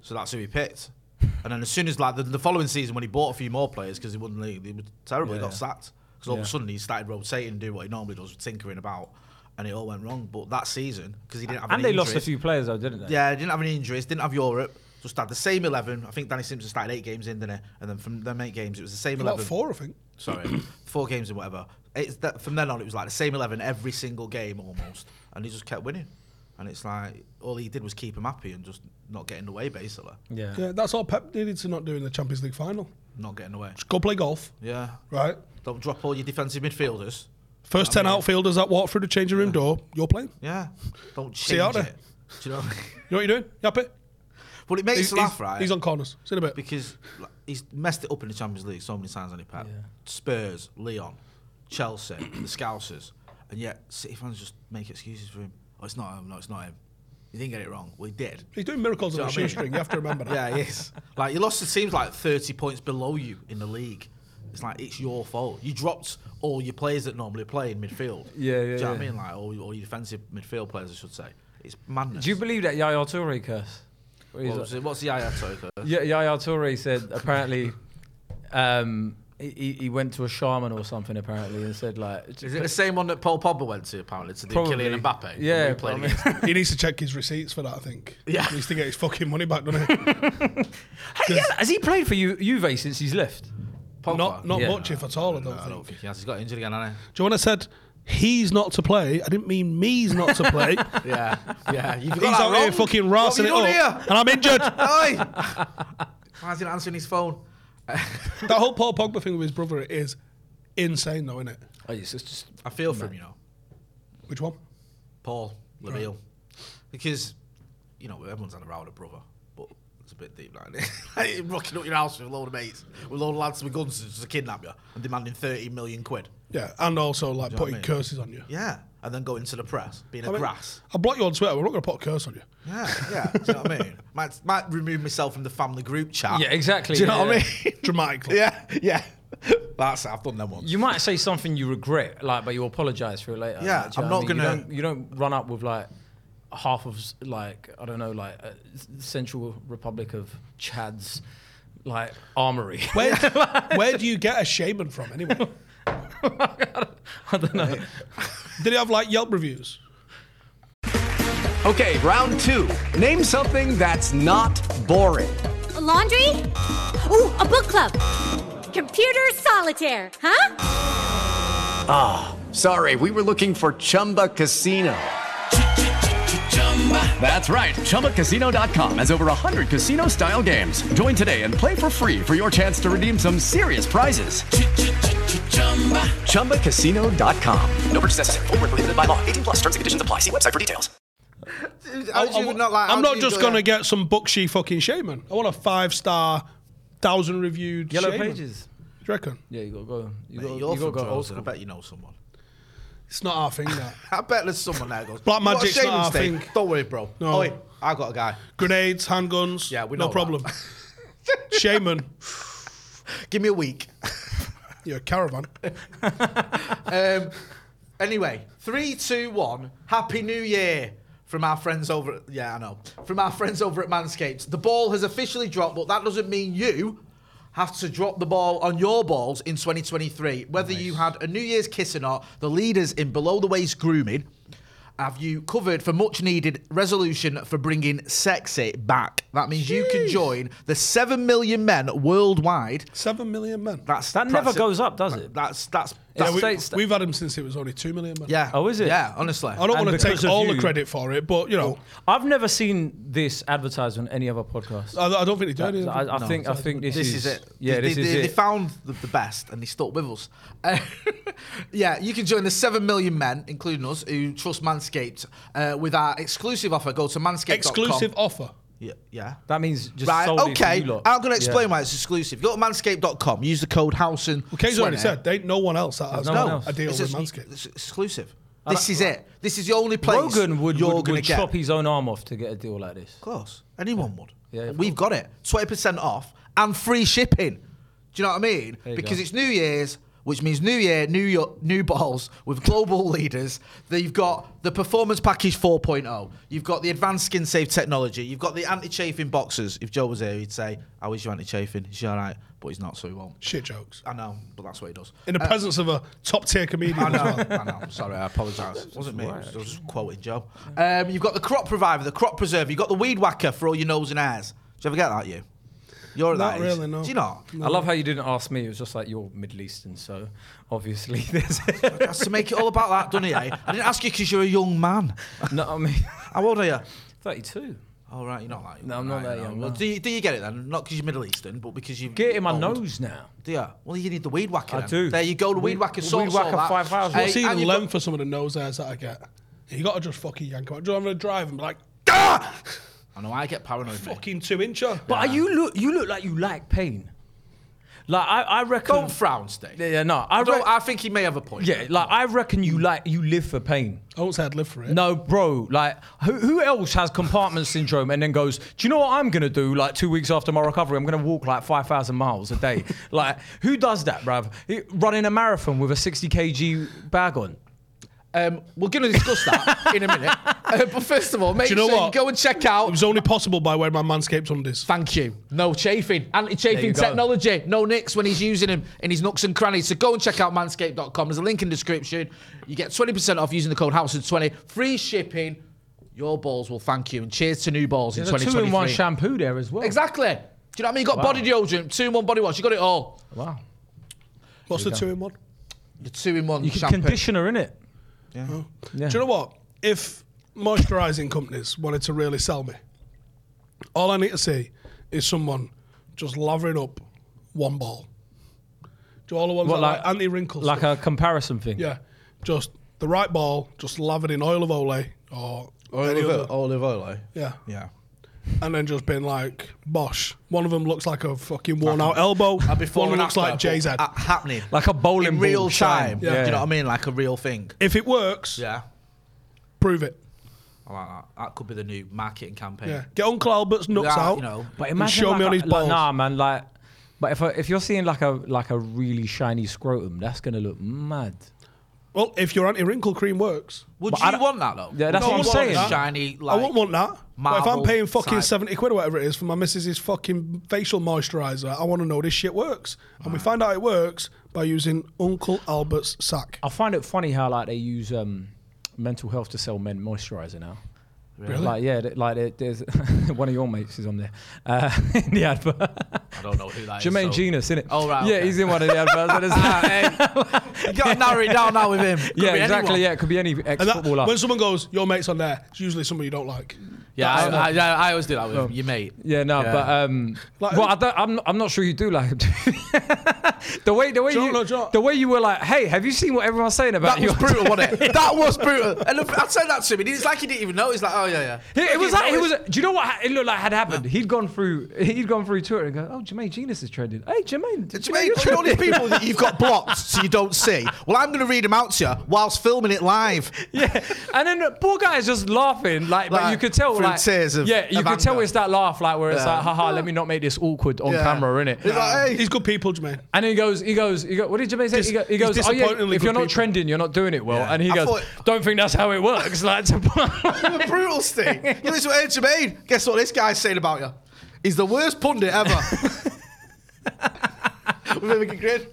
[SPEAKER 5] So that's who he picked. And then as soon as like the, the following season when he bought a few more players because he won the league, he was terrible. He
[SPEAKER 7] Yeah.
[SPEAKER 5] got sacked because all of
[SPEAKER 7] Yeah.
[SPEAKER 5] a sudden he started rotating and doing what he normally does, tinkering about, and it all went wrong. But that season because he didn't have
[SPEAKER 7] And they
[SPEAKER 5] any
[SPEAKER 7] lost a
[SPEAKER 5] injuries-
[SPEAKER 7] few players though, didn't they?
[SPEAKER 5] yeah, didn't have any injuries, didn't have Europe. Just had the same eleven. I think Danny Simpson started eight games in, didn't he? And then from them eight games, it was the same
[SPEAKER 4] About
[SPEAKER 5] eleven.
[SPEAKER 4] four, I think.
[SPEAKER 5] Sorry, four games and whatever. It's that, from then on, it was like the same eleven every single game almost, and he just kept winning. And it's like all he did was keep him happy and just not getting away, basically.
[SPEAKER 7] Yeah.
[SPEAKER 4] Yeah, that's all Pep needed to not do in the Champions League final.
[SPEAKER 5] Not getting away.
[SPEAKER 4] Just go play golf,
[SPEAKER 5] Yeah.
[SPEAKER 4] right?
[SPEAKER 5] Don't drop all your defensive midfielders.
[SPEAKER 4] First ten outfielders that walk through the changing room door, you're playing.
[SPEAKER 5] Yeah. Don't change
[SPEAKER 4] See you out
[SPEAKER 5] it.
[SPEAKER 4] there.
[SPEAKER 5] Do you know?
[SPEAKER 4] You know what you're doing? You happy?
[SPEAKER 5] Well, it makes
[SPEAKER 4] He's-
[SPEAKER 5] us laugh,
[SPEAKER 4] he's-
[SPEAKER 5] right?
[SPEAKER 4] He's on corners. See you in a bit.
[SPEAKER 5] because like, he's messed it up in the Champions League so many times on it, Pep. Spurs, Leon, Chelsea, the Scousers, and yet City fans just make excuses for him. Oh, it's not him. No, it's not him. He didn't get it wrong. Well, he did.
[SPEAKER 4] He's doing miracles
[SPEAKER 5] Do you
[SPEAKER 4] on a
[SPEAKER 5] know what I mean?
[SPEAKER 4] shoestring. You have to remember that.
[SPEAKER 5] Yeah, he is. Like you lost the teams like 30 points below you in the league. It's like it's your fault. You dropped all your players that normally play in midfield.
[SPEAKER 7] Yeah, yeah,
[SPEAKER 5] Do you know what I
[SPEAKER 7] yeah.
[SPEAKER 5] mean? Like all, all your defensive midfield players, I should say. It's madness.
[SPEAKER 7] Do you believe that Yaya Toure curse? Where he's
[SPEAKER 5] What was it? What's the Yaya Toure curse?
[SPEAKER 7] Yeah, Yaya Toure said apparently um, he- he, he went to a shaman or something apparently and said like.
[SPEAKER 5] Is it the same one that Paul Pogba went to apparently to the
[SPEAKER 7] Probably.
[SPEAKER 5] Kylian Mbappe?
[SPEAKER 7] Yeah,
[SPEAKER 5] He played
[SPEAKER 7] I mean-
[SPEAKER 5] against?
[SPEAKER 4] he needs to check his receipts for that, I think.
[SPEAKER 5] Yeah.
[SPEAKER 4] He needs to get his fucking money back, doesn't he?
[SPEAKER 7] Has he played for Ju- Juve since he's left?
[SPEAKER 4] Not, not
[SPEAKER 7] Yeah.
[SPEAKER 4] much, if at all, I don't think.
[SPEAKER 5] He has. He's got injured again, hasn't
[SPEAKER 4] Do you want to said he's not to play? I didn't mean me's not to play.
[SPEAKER 5] he? yeah, yeah. You've got
[SPEAKER 4] he's
[SPEAKER 5] that
[SPEAKER 4] out
[SPEAKER 5] wrong.
[SPEAKER 4] here fucking
[SPEAKER 5] What have
[SPEAKER 4] rassing it
[SPEAKER 5] you
[SPEAKER 4] up,
[SPEAKER 5] done
[SPEAKER 4] and I'm injured.
[SPEAKER 5] Here? Oi! Why is he not answering his phone?
[SPEAKER 4] that whole Paul Pogba thing with his brother is insane, though, isn't it?
[SPEAKER 7] Oh, it's just,
[SPEAKER 5] I feel for him, you know.
[SPEAKER 4] Which one?
[SPEAKER 5] Paul, the
[SPEAKER 4] Right.
[SPEAKER 5] real. Because, you know, everyone's had a row with a brother, but it's a bit deep down there. Like, Rocking up your house with a load of mates, with a load of lads with guns just to kidnap you and demanding 30 million quid.
[SPEAKER 4] Yeah, and also like
[SPEAKER 5] Do you know what
[SPEAKER 4] putting
[SPEAKER 5] I mean?
[SPEAKER 4] curses on you.
[SPEAKER 5] Yeah. And then going to the press, being a
[SPEAKER 4] I mean,
[SPEAKER 5] grass.
[SPEAKER 4] I'll block you on Twitter. We're not going to put a curse on you.
[SPEAKER 5] Yeah, yeah. Do you know what I mean? Might, might remove myself from the family group chat.
[SPEAKER 7] Yeah, exactly,
[SPEAKER 5] Do you know
[SPEAKER 7] yeah.
[SPEAKER 5] what I mean?
[SPEAKER 4] Dramatically.
[SPEAKER 5] Yeah, yeah. That's I've done them once.
[SPEAKER 7] You might say something you regret, like, but you apologise for it later.
[SPEAKER 5] Yeah,
[SPEAKER 7] like, do you
[SPEAKER 5] I'm
[SPEAKER 7] know what
[SPEAKER 5] not
[SPEAKER 7] I mean?
[SPEAKER 5] gonna-
[SPEAKER 7] You don't, you don't run up with like half of s- like I don't know, like uh, s- Central Republic of Chad's like armory.
[SPEAKER 4] Where, where do you get a shaman from anyway?
[SPEAKER 7] I don't know.
[SPEAKER 4] Did he have like Yelp reviews?
[SPEAKER 9] Okay, round two. Name something that's not boring.
[SPEAKER 10] A laundry? Ooh, a book club. Computer solitaire, huh?
[SPEAKER 9] Ah, sorry, we were looking for Chumba Casino. That's right, ChumbaCasino.com has over 100 casino style games. Join today and play for free for your chance to redeem some serious prizes. ChumbaCasino.com. No purchase necessary, Void where prohibited by law, 18 plus terms and conditions apply. See website for details.
[SPEAKER 5] How do you not like-
[SPEAKER 4] I'm
[SPEAKER 5] how
[SPEAKER 4] not
[SPEAKER 5] do you
[SPEAKER 4] just
[SPEAKER 5] go
[SPEAKER 4] going to
[SPEAKER 5] there?
[SPEAKER 4] get some Buckshy fucking shaman. I want a five star, thousand reviewed
[SPEAKER 7] Yellow
[SPEAKER 4] shaman.
[SPEAKER 7] Pages.
[SPEAKER 4] Do you reckon?
[SPEAKER 7] Yeah, you got to go. You
[SPEAKER 5] Mate,
[SPEAKER 7] got
[SPEAKER 5] you're
[SPEAKER 7] you got to
[SPEAKER 5] from
[SPEAKER 7] go old
[SPEAKER 5] Charleston. I
[SPEAKER 7] school.
[SPEAKER 5] bet you know someone.
[SPEAKER 4] It's not our thing, that.
[SPEAKER 5] I bet there's someone there goes.
[SPEAKER 4] Black
[SPEAKER 5] "You know what,
[SPEAKER 4] magic's
[SPEAKER 5] Shaman's
[SPEAKER 4] not our
[SPEAKER 5] Day?
[SPEAKER 4] thing."
[SPEAKER 5] Don't worry, bro.
[SPEAKER 4] No.
[SPEAKER 5] Oi, I got a guy.
[SPEAKER 4] Grenades, handguns.
[SPEAKER 5] Yeah, we
[SPEAKER 4] no
[SPEAKER 5] know
[SPEAKER 4] problem. shaman.
[SPEAKER 5] Give me a week.
[SPEAKER 4] You're a caravan.
[SPEAKER 5] Um, anyway, three, two, one. Happy New Year from our friends over. At, yeah, I know. From our friends over at Manscaped. The ball has officially dropped, but that doesn't mean you have to drop the ball on your balls in 2023. Whether you had a New Year's kiss or not, the leaders in below the waist grooming have you covered for much needed resolution for bringing sexy back. That means you can join the 7 million men worldwide.
[SPEAKER 4] 7 million men.
[SPEAKER 5] That's
[SPEAKER 7] That never
[SPEAKER 5] practi-
[SPEAKER 7] goes up, does it?
[SPEAKER 5] That's that's
[SPEAKER 4] Yeah,
[SPEAKER 5] that's
[SPEAKER 4] we, have had him since it was only 2 million men.
[SPEAKER 5] yeah.
[SPEAKER 7] Oh, is it?
[SPEAKER 5] Yeah, honestly.
[SPEAKER 4] I don't
[SPEAKER 7] And
[SPEAKER 4] want to
[SPEAKER 7] because
[SPEAKER 4] take
[SPEAKER 7] of
[SPEAKER 4] all the
[SPEAKER 7] you-
[SPEAKER 4] credit for it, but, you know,
[SPEAKER 7] I've never seen this advertised on any other podcast.
[SPEAKER 4] I, I don't think they do anything.
[SPEAKER 7] I, I think I think this,
[SPEAKER 5] this is, it.
[SPEAKER 7] Yeah,
[SPEAKER 5] they,
[SPEAKER 7] this
[SPEAKER 5] they,
[SPEAKER 7] is
[SPEAKER 5] they,
[SPEAKER 7] it.
[SPEAKER 5] They found the, the best and they stuck with us. Uh, yeah, you can join the seven million men, including us, who trust Manscaped uh, with our exclusive offer. Go to manscaped.com.
[SPEAKER 4] Exclusive offer.
[SPEAKER 5] Yeah, yeah.
[SPEAKER 7] that means just
[SPEAKER 5] Right,
[SPEAKER 7] solely for
[SPEAKER 5] okay.
[SPEAKER 7] you lot.
[SPEAKER 5] I'm going to explain
[SPEAKER 7] Yeah.
[SPEAKER 5] why it's exclusive. Go to manscaped.com, use the code Housen.
[SPEAKER 4] Well, Kay's already said, they ain't no one else that has
[SPEAKER 7] no one
[SPEAKER 4] no
[SPEAKER 7] else.
[SPEAKER 4] a deal
[SPEAKER 5] It's
[SPEAKER 4] with
[SPEAKER 5] ex-
[SPEAKER 4] Manscaped.
[SPEAKER 5] It's exclusive.
[SPEAKER 7] I
[SPEAKER 5] This
[SPEAKER 7] like-
[SPEAKER 5] is it. This is the only place
[SPEAKER 7] Rogan would,
[SPEAKER 5] you're
[SPEAKER 7] would,
[SPEAKER 5] going to
[SPEAKER 7] would
[SPEAKER 5] get.
[SPEAKER 7] chop his own arm off to get a deal like this.
[SPEAKER 5] Of course, anyone would.
[SPEAKER 7] Yeah, of
[SPEAKER 5] We've got it. Twenty percent off and free shipping. Do you know what I mean?
[SPEAKER 7] you
[SPEAKER 5] Because
[SPEAKER 7] go.
[SPEAKER 5] it's New Year's, which means New Year, New Year, new balls with global leaders. They've got the performance package 4.0. You've got the advanced skin safe technology. You've got the anti chafing boxers. If Joe was here, he'd say, "How is your anti chafing? Is she all right?" But he's not, so he won't.
[SPEAKER 4] Shit jokes.
[SPEAKER 5] I know, but that's what he does.
[SPEAKER 4] In the presence of a top tier comedian.
[SPEAKER 5] I
[SPEAKER 4] as well.
[SPEAKER 5] know, I know. I'm sorry, I apologise. It wasn't me. I was just quoting Joe. Um, you've got the crop provider, the crop preserver. You've got the weed whacker for all your nose and eyes. Do you ever get that, you? You're at
[SPEAKER 4] Not
[SPEAKER 5] that age.
[SPEAKER 4] really, no.
[SPEAKER 5] Do you not?
[SPEAKER 7] I love how you didn't ask me. It was just like you're Middle Eastern, so obviously there's.
[SPEAKER 5] That's to make it all about that, doesn't it? eh? I didn't ask you because you're a young man.
[SPEAKER 7] no, I mean,
[SPEAKER 5] How old are you?
[SPEAKER 7] 32.
[SPEAKER 5] All right, you're not that young.
[SPEAKER 7] No, I'm not
[SPEAKER 5] Right,
[SPEAKER 7] that
[SPEAKER 5] no.
[SPEAKER 7] young,
[SPEAKER 5] Well,
[SPEAKER 7] no.
[SPEAKER 5] do, you, do you get it then? Not because you're Middle Eastern, but because you
[SPEAKER 7] Get in my nose now.
[SPEAKER 5] Do you? Well, you need the weed whacker.
[SPEAKER 7] I
[SPEAKER 5] then.
[SPEAKER 7] do.
[SPEAKER 5] There you go, the weed,
[SPEAKER 7] Weed-
[SPEAKER 5] whacker.
[SPEAKER 7] weed
[SPEAKER 5] Sorts
[SPEAKER 7] whacker
[SPEAKER 5] all that.
[SPEAKER 7] 5000.
[SPEAKER 5] Eh,
[SPEAKER 4] What's
[SPEAKER 5] and
[SPEAKER 4] even
[SPEAKER 5] you've
[SPEAKER 4] length
[SPEAKER 5] got-
[SPEAKER 4] for some of the nose hairs that I get? You gotta just fucking yank them out. Do you know I'm gonna drive and be like,
[SPEAKER 5] I know I get paranoid. mate.
[SPEAKER 4] fucking two incher.
[SPEAKER 7] But are you look, you look like you like pain. Like I, I reckon.
[SPEAKER 5] Don't frown, Steve.
[SPEAKER 7] Yeah, yeah, no, I,
[SPEAKER 5] I,
[SPEAKER 7] reckon.
[SPEAKER 5] don't, I think he may have a point.
[SPEAKER 7] yeah, like I reckon you like you live for pain.
[SPEAKER 4] I won't say I'd live for it.
[SPEAKER 7] No, bro. Like, who, who else has compartment syndrome and then goes, "Do you know what I'm gonna do? Like, two weeks after my recovery, I'm gonna walk like 5,000 miles a day." like, who does that, bruv? Running a marathon with a 60 kg bag on.
[SPEAKER 5] Um, we're going to discuss that in a minute. Uh, but first of all, make
[SPEAKER 4] Do you know
[SPEAKER 5] sure
[SPEAKER 4] what?
[SPEAKER 5] you go and check out.
[SPEAKER 4] It was only possible by wearing my manscaped undies.
[SPEAKER 5] Thank you. No chafing. Anti
[SPEAKER 4] There you
[SPEAKER 5] chafing
[SPEAKER 4] go.
[SPEAKER 5] technology. No nicks when he's using him in his nooks and crannies. So go and check out manscaped.com. There's a link in the description. You get 20% off using the code Household20. Free shipping. Your balls will thank you. And cheers to new balls in
[SPEAKER 7] There's a
[SPEAKER 5] 2023.
[SPEAKER 7] two in one shampoo there as well.
[SPEAKER 5] Exactly. Do you know what I mean? You got
[SPEAKER 7] Wow.
[SPEAKER 5] body deodorant, two in one body wash. You got it all.
[SPEAKER 7] Wow.
[SPEAKER 4] What's the two in one?
[SPEAKER 5] The two in one
[SPEAKER 7] You could
[SPEAKER 5] shampoo.
[SPEAKER 7] conditioner in it.
[SPEAKER 4] Oh. Do you know what? If moisturising companies wanted to really sell me, all I need to see is someone just lathering up one ball. Do all the ones
[SPEAKER 7] What,
[SPEAKER 4] that like,
[SPEAKER 7] like-
[SPEAKER 4] anti wrinkles?
[SPEAKER 7] Like a comparison thing.
[SPEAKER 4] yeah, just the right ball, just lathered in oil of ole or any
[SPEAKER 5] Olive,
[SPEAKER 4] other-
[SPEAKER 5] olive oil.
[SPEAKER 4] Yeah.
[SPEAKER 5] Yeah.
[SPEAKER 4] and then just been like, "Bosh." One of them looks like a fucking worn out elbow. One of them looks like Jay's head.
[SPEAKER 5] Happening.
[SPEAKER 7] Like a bowling
[SPEAKER 5] in
[SPEAKER 7] ball
[SPEAKER 5] real
[SPEAKER 7] shine.
[SPEAKER 5] time.
[SPEAKER 4] Yeah.
[SPEAKER 5] Do you know what I mean? Like a real thing.
[SPEAKER 4] If it works,
[SPEAKER 5] Yeah.
[SPEAKER 4] prove it.
[SPEAKER 5] I like that. That could be the new marketing campaign.
[SPEAKER 4] Yeah, get Uncle Albert's nuts
[SPEAKER 5] Without,
[SPEAKER 4] out.
[SPEAKER 5] you know,
[SPEAKER 7] But
[SPEAKER 4] and
[SPEAKER 7] imagine
[SPEAKER 4] show
[SPEAKER 7] like
[SPEAKER 4] me
[SPEAKER 7] a-
[SPEAKER 4] on his
[SPEAKER 7] like,
[SPEAKER 4] balls.
[SPEAKER 7] nah, man. Like, but if if you're seeing like a like a really shiny scrotum, that's gonna look mad.
[SPEAKER 4] Well, if your anti-wrinkle cream works,
[SPEAKER 5] Would
[SPEAKER 7] But I
[SPEAKER 5] you
[SPEAKER 7] don't-
[SPEAKER 5] want that though?
[SPEAKER 7] Yeah, that's
[SPEAKER 4] No,
[SPEAKER 7] what
[SPEAKER 4] I
[SPEAKER 7] I'm
[SPEAKER 4] wouldn't
[SPEAKER 7] saying.
[SPEAKER 4] want that.
[SPEAKER 5] Shiny,
[SPEAKER 4] I
[SPEAKER 5] like.
[SPEAKER 4] wouldn't want that. But if I'm
[SPEAKER 5] marble
[SPEAKER 4] paying fucking
[SPEAKER 5] type.
[SPEAKER 4] seventy quid or whatever it is for my missus's fucking facial moisturizer, I want to know this shit works. And we find out it works by using Uncle Albert's sack.
[SPEAKER 5] Oh.
[SPEAKER 7] I find it funny how like they use um, mental health to sell men moisturizer now.
[SPEAKER 4] Really?
[SPEAKER 7] Like yeah, th- like there- there's one of your mates is on there uh, in the advert. I
[SPEAKER 5] don't know who that is,
[SPEAKER 7] Jermaine
[SPEAKER 5] so-
[SPEAKER 7] Genius, isn't it?
[SPEAKER 5] Oh, right,
[SPEAKER 7] Yeah,
[SPEAKER 5] okay.
[SPEAKER 7] he's in one of the adverts. and it's-
[SPEAKER 5] You got to narrow it down now with him. Could
[SPEAKER 7] yeah,
[SPEAKER 5] be
[SPEAKER 7] exactly.
[SPEAKER 5] anyone.
[SPEAKER 7] Yeah, it could be any
[SPEAKER 4] And that,
[SPEAKER 7] ex-footballer.
[SPEAKER 4] when someone goes, your mate's on there, it's usually someone you don't like.
[SPEAKER 5] Yeah,
[SPEAKER 4] That's
[SPEAKER 5] I,
[SPEAKER 4] not-
[SPEAKER 5] I, yeah, I always do that with your mate.
[SPEAKER 7] Yeah, no,
[SPEAKER 5] Yeah.
[SPEAKER 7] but um, well, I don't, I'm I'm not sure you do like the way the way
[SPEAKER 5] John,
[SPEAKER 7] you
[SPEAKER 5] no, John.
[SPEAKER 7] the way you were like, hey, have you seen what everyone's saying about
[SPEAKER 5] That
[SPEAKER 7] you?
[SPEAKER 5] was brutal, wasn't it? That was brutal. And look, I said that to him, and it's like he didn't even know. He's like, oh yeah, yeah.
[SPEAKER 7] He- it
[SPEAKER 5] Like,
[SPEAKER 7] was
[SPEAKER 5] he
[SPEAKER 7] like it was.
[SPEAKER 5] noticed.
[SPEAKER 7] Do you know what ha- it looked like had happened? He'd gone through. He'd gone through Twitter and go, "Oh, Jermaine Genius is trending. Hey, Jermaine, Jermaine,
[SPEAKER 5] Mate,
[SPEAKER 7] you're
[SPEAKER 5] you know
[SPEAKER 7] trending."
[SPEAKER 5] these people that you've got blocked so you don't see. Well, I'm going to read them out to you whilst filming it live.
[SPEAKER 7] yeah, and then the poor guy is just laughing, like, but
[SPEAKER 5] Like,
[SPEAKER 7] you could tell,
[SPEAKER 5] through
[SPEAKER 7] like,
[SPEAKER 5] tears of-
[SPEAKER 7] yeah, you
[SPEAKER 5] of
[SPEAKER 7] could tell
[SPEAKER 5] anger.
[SPEAKER 7] it's that laugh, like, where it's
[SPEAKER 5] Yeah.
[SPEAKER 7] like, haha, let me not make this awkward on
[SPEAKER 5] Yeah.
[SPEAKER 7] camera, innit?
[SPEAKER 5] He's like, hey.
[SPEAKER 4] He's good people, Jermaine.
[SPEAKER 7] And he goes, he goes, he goes, what did Jermaine say?
[SPEAKER 4] Dis-
[SPEAKER 7] he, go, he
[SPEAKER 4] he's
[SPEAKER 7] goes, oh yeah,
[SPEAKER 4] disappointingly
[SPEAKER 7] if you're
[SPEAKER 4] good
[SPEAKER 7] not
[SPEAKER 4] people."
[SPEAKER 7] trending, you're not doing it well.
[SPEAKER 5] Yeah.
[SPEAKER 7] And he
[SPEAKER 5] I
[SPEAKER 7] goes,
[SPEAKER 5] thought-
[SPEAKER 7] don't think that's how it works. Like, to-
[SPEAKER 5] The brutal thing. You listen to Ed Jermaine. Guess what this guy's saying about you? He's the worst pundit ever. We've ever grid.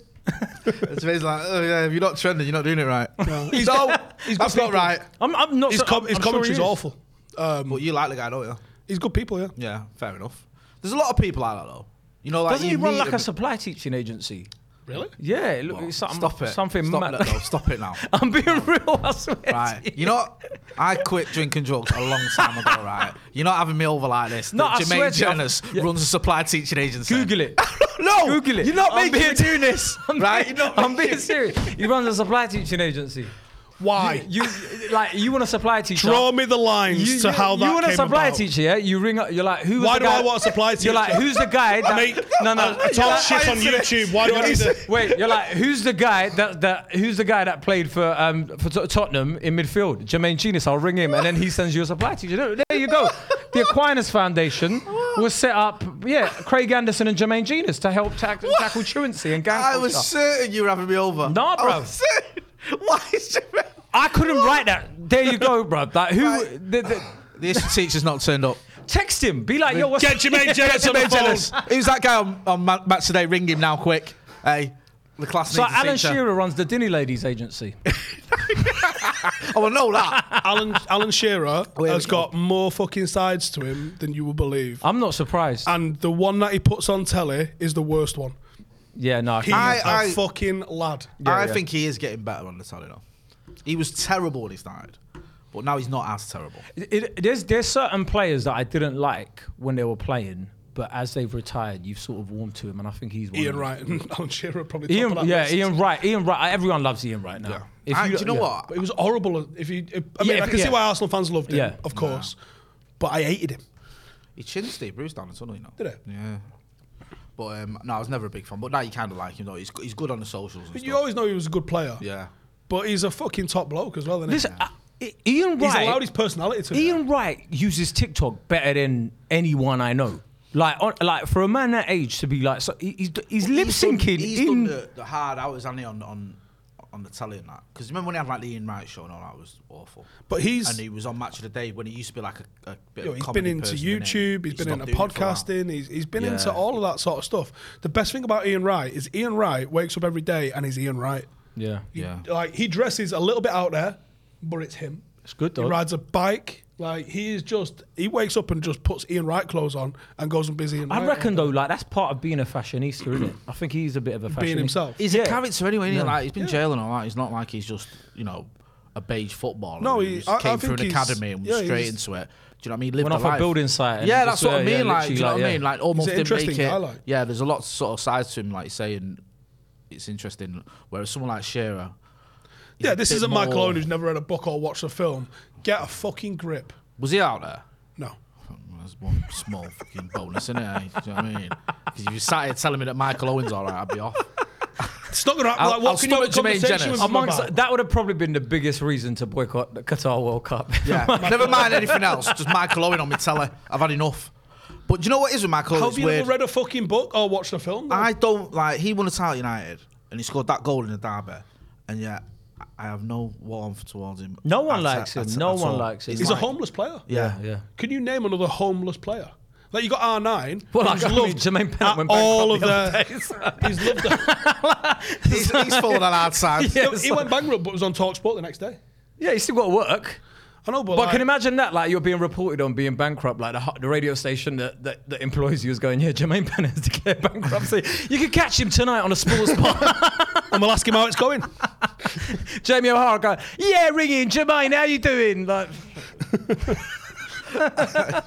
[SPEAKER 5] It's basically like, oh yeah, if you're not trending, you're not doing it right. No,
[SPEAKER 4] He's got- he's got
[SPEAKER 5] that's not
[SPEAKER 4] people-
[SPEAKER 5] right.
[SPEAKER 7] I'm, I'm not.
[SPEAKER 4] His,
[SPEAKER 7] sure-
[SPEAKER 4] com-
[SPEAKER 7] I'm-
[SPEAKER 4] his
[SPEAKER 7] I'm sure he
[SPEAKER 4] commentary's
[SPEAKER 7] is.
[SPEAKER 4] awful. Um,
[SPEAKER 5] But you like the guy, don't you?
[SPEAKER 4] he's good people, yeah.
[SPEAKER 5] Yeah, fair enough. There's a lot of people like that though. You know, like
[SPEAKER 7] Doesn't
[SPEAKER 5] you
[SPEAKER 7] he run
[SPEAKER 5] meet
[SPEAKER 7] like a
[SPEAKER 5] them-
[SPEAKER 7] supply teaching agency?
[SPEAKER 4] Really?
[SPEAKER 7] Yeah, it look,
[SPEAKER 5] Well,
[SPEAKER 7] it's something,
[SPEAKER 5] Stop it.
[SPEAKER 7] something
[SPEAKER 5] Stop
[SPEAKER 7] mad.
[SPEAKER 5] it, though. Stop it now.
[SPEAKER 7] I'm being real, I swear. to you.
[SPEAKER 5] Right. You know, what? I quit drinking drugs a long time ago, right? You're not having me over like this.
[SPEAKER 7] No, I swear to
[SPEAKER 5] Jermaine
[SPEAKER 7] you, I've-
[SPEAKER 5] Jonas
[SPEAKER 7] yeah.
[SPEAKER 5] runs a supply teaching agency.
[SPEAKER 7] Google it.
[SPEAKER 5] No!
[SPEAKER 7] Google it.
[SPEAKER 5] You're not
[SPEAKER 7] I'm
[SPEAKER 5] making
[SPEAKER 7] being-
[SPEAKER 5] me do this.
[SPEAKER 7] I'm
[SPEAKER 5] right?
[SPEAKER 7] being-
[SPEAKER 5] You're not
[SPEAKER 7] I'm
[SPEAKER 5] making-
[SPEAKER 7] being serious. He runs a supply teaching agency.
[SPEAKER 4] Why?
[SPEAKER 7] You like you want a supply teacher?
[SPEAKER 4] Draw me the lines
[SPEAKER 7] You,
[SPEAKER 4] to
[SPEAKER 7] you-
[SPEAKER 4] how that
[SPEAKER 7] you want a
[SPEAKER 4] came
[SPEAKER 7] supply
[SPEAKER 4] about.
[SPEAKER 7] teacher? Yeah, you ring up. You're like, who? was
[SPEAKER 4] Why
[SPEAKER 7] the
[SPEAKER 4] do
[SPEAKER 7] guy-
[SPEAKER 4] I want a supply
[SPEAKER 7] You're
[SPEAKER 4] teacher?
[SPEAKER 7] like, who's the guy? That,
[SPEAKER 4] Mate,
[SPEAKER 7] no, no.
[SPEAKER 4] I- I
[SPEAKER 7] you're
[SPEAKER 4] talk shit on YouTube. Why do I need to?
[SPEAKER 7] Wait, you're like, who's the guy that, that who's the guy that played for um for Tot- Tottenham in midfield? Jermaine Genius. I'll ring him, and then he sends you a supply teacher. There- There you go. The Aquinas Foundation was set up, yeah, Craig Anderson and Jermaine Genius to help tack- tackle truancy and gang
[SPEAKER 5] I was
[SPEAKER 7] culture.
[SPEAKER 5] certain you were having me over.
[SPEAKER 7] Nah,
[SPEAKER 4] Oh,
[SPEAKER 5] I
[SPEAKER 7] bruv.
[SPEAKER 5] was certain. Why is Jermaine?
[SPEAKER 7] I couldn't write that. There you go, bro. Like who? The, the,
[SPEAKER 5] This teacher's not turned up.
[SPEAKER 7] text him. Be like, yo, what's
[SPEAKER 4] Get Jermaine Jonas on the
[SPEAKER 5] Jermaine
[SPEAKER 4] phone.
[SPEAKER 5] Jonas. Who's that guy on, on Ma- Match Today? Ring him now, quick. Hey, the class
[SPEAKER 7] So
[SPEAKER 5] needs a
[SPEAKER 7] Alan
[SPEAKER 5] teacher.
[SPEAKER 7] Shearer runs the Dinny Ladies agency.
[SPEAKER 5] Oh, I know that.
[SPEAKER 4] Alan Alan Shearer
[SPEAKER 5] Wait,
[SPEAKER 4] has
[SPEAKER 5] wait.
[SPEAKER 4] got more fucking sides to him than you would believe.
[SPEAKER 7] I'm not surprised.
[SPEAKER 4] And the one that he puts on telly is the worst one.
[SPEAKER 7] yeah, no, I
[SPEAKER 4] He's
[SPEAKER 7] can't.
[SPEAKER 5] I-
[SPEAKER 4] a
[SPEAKER 5] I-
[SPEAKER 4] fucking lad.
[SPEAKER 5] I
[SPEAKER 7] yeah.
[SPEAKER 5] think he is getting better on the telly now. He was terrible when he started, but now he's not as terrible.
[SPEAKER 7] It- it- there's there's certain players that I didn't like when they were playing, but as they've retired, you've sort of warmed to him, and I think he's one
[SPEAKER 4] Ian
[SPEAKER 7] of them.
[SPEAKER 4] Wright and Alan Shearer are probably. top
[SPEAKER 7] Ian,
[SPEAKER 4] of that
[SPEAKER 7] yeah,
[SPEAKER 4] list.
[SPEAKER 7] Ian Wright, Ian Wright. Everyone loves Ian Wright now. If
[SPEAKER 5] I- do you know
[SPEAKER 7] yeah.
[SPEAKER 5] what?
[SPEAKER 4] But it was horrible. If you, if- I mean,
[SPEAKER 7] Yeah,
[SPEAKER 4] I can
[SPEAKER 7] yeah.
[SPEAKER 4] see why Arsenal fans loved him,
[SPEAKER 7] Yeah.
[SPEAKER 4] of course, but I hated him.
[SPEAKER 5] He chinned Steve Bruce down the tunnel, you know.
[SPEAKER 4] Did it?
[SPEAKER 5] Yeah. But um, no, I was never a big fan. But now you kind of like him, though. He's, he's good on the socials. And
[SPEAKER 4] But you
[SPEAKER 5] stuff.
[SPEAKER 4] always know he was a good player.
[SPEAKER 5] yeah.
[SPEAKER 4] But he's a fucking top bloke as well, isn't he?
[SPEAKER 7] Listen, I- I- Ian Wright.
[SPEAKER 4] he's allowed his personality to.
[SPEAKER 7] Ian Wright uses TikTok better than anyone I know. Like, on, like for a man that age to be like, so he, he's, he's lip
[SPEAKER 5] done-
[SPEAKER 7] syncing
[SPEAKER 5] He's
[SPEAKER 7] in.
[SPEAKER 5] done the, the hard hours, hasn't he, on, on, on the telly and that. Because remember when he had like the Ian Wright show and all that was awful.
[SPEAKER 4] But he's-
[SPEAKER 5] and he was on Match of the Day when he used to be like a, a bit
[SPEAKER 4] Yo,
[SPEAKER 5] of a
[SPEAKER 4] he's
[SPEAKER 5] comedy
[SPEAKER 4] been into
[SPEAKER 5] person, innit?
[SPEAKER 4] YouTube, he's been
[SPEAKER 5] stopped
[SPEAKER 4] into
[SPEAKER 5] doing it for a while.
[SPEAKER 4] podcasting, he's, he's been into
[SPEAKER 5] Yeah.
[SPEAKER 4] all of that sort of stuff. The best thing about Ian Wright is Ian Wright wakes up every day and he's Ian Wright.
[SPEAKER 7] Yeah.
[SPEAKER 5] Yeah.
[SPEAKER 4] Like he dresses a little bit out there, but it's him.
[SPEAKER 7] It's good
[SPEAKER 4] He
[SPEAKER 7] though.
[SPEAKER 4] rides a bike. Like he is just he wakes up and just puts Ian Wright clothes on and goes and busy. Ian
[SPEAKER 7] I
[SPEAKER 4] Wright.
[SPEAKER 7] reckon though, like that's part of being a fashionista, isn't it? I think he's a bit of a fashionista.
[SPEAKER 4] Being himself.
[SPEAKER 5] He's a character anyway. innit?
[SPEAKER 7] Yeah.
[SPEAKER 5] Like he's been
[SPEAKER 7] Yeah.
[SPEAKER 5] jailing all that. He's not like he's just you know a beige footballer.
[SPEAKER 7] No,
[SPEAKER 5] who
[SPEAKER 7] he-
[SPEAKER 5] just
[SPEAKER 7] I- I
[SPEAKER 5] came through
[SPEAKER 7] think
[SPEAKER 5] an
[SPEAKER 7] he's-
[SPEAKER 5] academy and was
[SPEAKER 7] yeah,
[SPEAKER 5] straight
[SPEAKER 7] he's-
[SPEAKER 5] into it. Do you know what I mean? Lived
[SPEAKER 7] Went off a
[SPEAKER 5] life.
[SPEAKER 7] building site and
[SPEAKER 5] Yeah,
[SPEAKER 7] just,
[SPEAKER 5] that's what
[SPEAKER 7] uh,
[SPEAKER 5] I mean.
[SPEAKER 7] yeah,
[SPEAKER 5] like, do you
[SPEAKER 7] literally,
[SPEAKER 5] know what I
[SPEAKER 7] like,
[SPEAKER 5] mean?
[SPEAKER 7] yeah.
[SPEAKER 5] Like almost
[SPEAKER 7] He's an
[SPEAKER 5] didn't make
[SPEAKER 7] interesting
[SPEAKER 5] it.
[SPEAKER 7] guy, like.
[SPEAKER 5] Yeah, there's a lot sort of sides to him. Like saying it's interesting. Whereas someone like Shearer, he's
[SPEAKER 4] yeah,
[SPEAKER 5] a
[SPEAKER 4] this
[SPEAKER 5] bit
[SPEAKER 4] isn't Michael
[SPEAKER 5] more-
[SPEAKER 4] Owen who's never read a book or watched a film. Get a fucking grip.
[SPEAKER 5] Was he out there?
[SPEAKER 4] No.
[SPEAKER 5] That's one small fucking bonus, isn't it? eh? Do you know what I mean? Because if you sat here telling me that Michael Owen's all right, I'd be off.
[SPEAKER 4] It's not gonna
[SPEAKER 5] happen. I'll- Like, what I'll can you have stop a Jermaine conversation Jenner. with him
[SPEAKER 7] Amongst-
[SPEAKER 5] about?
[SPEAKER 7] That would have probably been the biggest reason to boycott the Qatar World Cup.
[SPEAKER 5] Yeah. Never mind anything else. Just Michael Owen on me telly. I've had enough. But do you know what is with Michael Owen?
[SPEAKER 4] Have
[SPEAKER 5] It's
[SPEAKER 4] you
[SPEAKER 5] weird.
[SPEAKER 4] never read a fucking book or watched a film?
[SPEAKER 5] I don't like. He won a title at United, and he scored that goal in the derby, and yet I- I have no warmth towards him.
[SPEAKER 7] No one
[SPEAKER 5] at-
[SPEAKER 7] likes
[SPEAKER 5] at-
[SPEAKER 7] him.
[SPEAKER 5] at
[SPEAKER 7] No one
[SPEAKER 5] all.
[SPEAKER 7] likes him.
[SPEAKER 4] He's a
[SPEAKER 5] like-
[SPEAKER 4] homeless player.
[SPEAKER 5] Yeah, yeah.
[SPEAKER 4] Can you name another homeless player? Like you got R nine.
[SPEAKER 7] Well,
[SPEAKER 4] who's
[SPEAKER 7] I mean,
[SPEAKER 4] loved
[SPEAKER 7] Jermaine Pennant
[SPEAKER 4] at
[SPEAKER 7] went
[SPEAKER 4] all of
[SPEAKER 7] bankrupt the
[SPEAKER 4] the. he's loved. The,
[SPEAKER 5] he's, he's fallen on hard times.
[SPEAKER 4] He-
[SPEAKER 7] Yeah,
[SPEAKER 4] he
[SPEAKER 7] so-
[SPEAKER 4] went bankrupt, but was on Talk Sport the next day.
[SPEAKER 7] Yeah, he's still got to work.
[SPEAKER 4] I know, but,
[SPEAKER 7] But,
[SPEAKER 4] like,
[SPEAKER 7] can you imagine that? Like you're being reported on being bankrupt, like the, ho- the radio station that, that, that employs you is going, yeah, Jermaine Pennant's declared bankruptcy. you could catch him tonight on a sports bar.
[SPEAKER 4] and we'll ask him how it's going.
[SPEAKER 7] Jamie O'Hara going, yeah, ring in, Jermaine, how you doing? Like,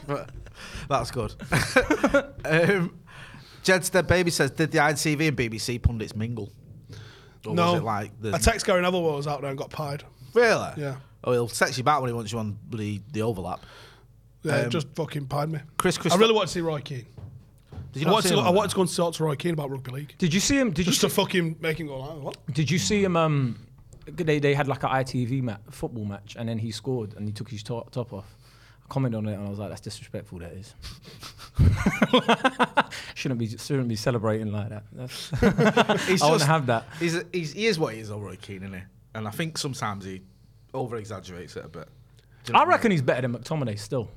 [SPEAKER 5] But That's good. um, Jedstead Baby says, did the ITV and BBC pundits mingle? Or
[SPEAKER 4] no,
[SPEAKER 5] was it like the
[SPEAKER 4] I text Gary Neville while I was out there and got pied.
[SPEAKER 5] Really?
[SPEAKER 4] Yeah.
[SPEAKER 5] Oh, he'll text you back when he wants you on the, the overlap.
[SPEAKER 4] Yeah,
[SPEAKER 5] Um,
[SPEAKER 4] just fucking pied me.
[SPEAKER 5] Chris
[SPEAKER 4] I
[SPEAKER 5] Christo-
[SPEAKER 4] really wanted to see Roy Keane.
[SPEAKER 5] Did you
[SPEAKER 4] I,
[SPEAKER 5] not
[SPEAKER 4] wanted
[SPEAKER 5] see
[SPEAKER 4] to,
[SPEAKER 5] him
[SPEAKER 4] I
[SPEAKER 5] on
[SPEAKER 4] wanted to go and talk to Roy Keane about rugby league.
[SPEAKER 7] Did you see him? Did
[SPEAKER 4] just to fucking make him go like, what?
[SPEAKER 7] Did you see him? Um, they, they had like an ITV ma football match, and then he scored and he took his top, top off. I commented on it and I was like, "That's disrespectful. That is. shouldn't be shouldn't be celebrating like that. That's I wouldn't have that.
[SPEAKER 5] He's, he's, he is what he is, though, Roy Keane, isn't he? And I think sometimes he over exaggerates it a bit. Do you know
[SPEAKER 7] I
[SPEAKER 5] what
[SPEAKER 7] reckon he's better than McTominay still.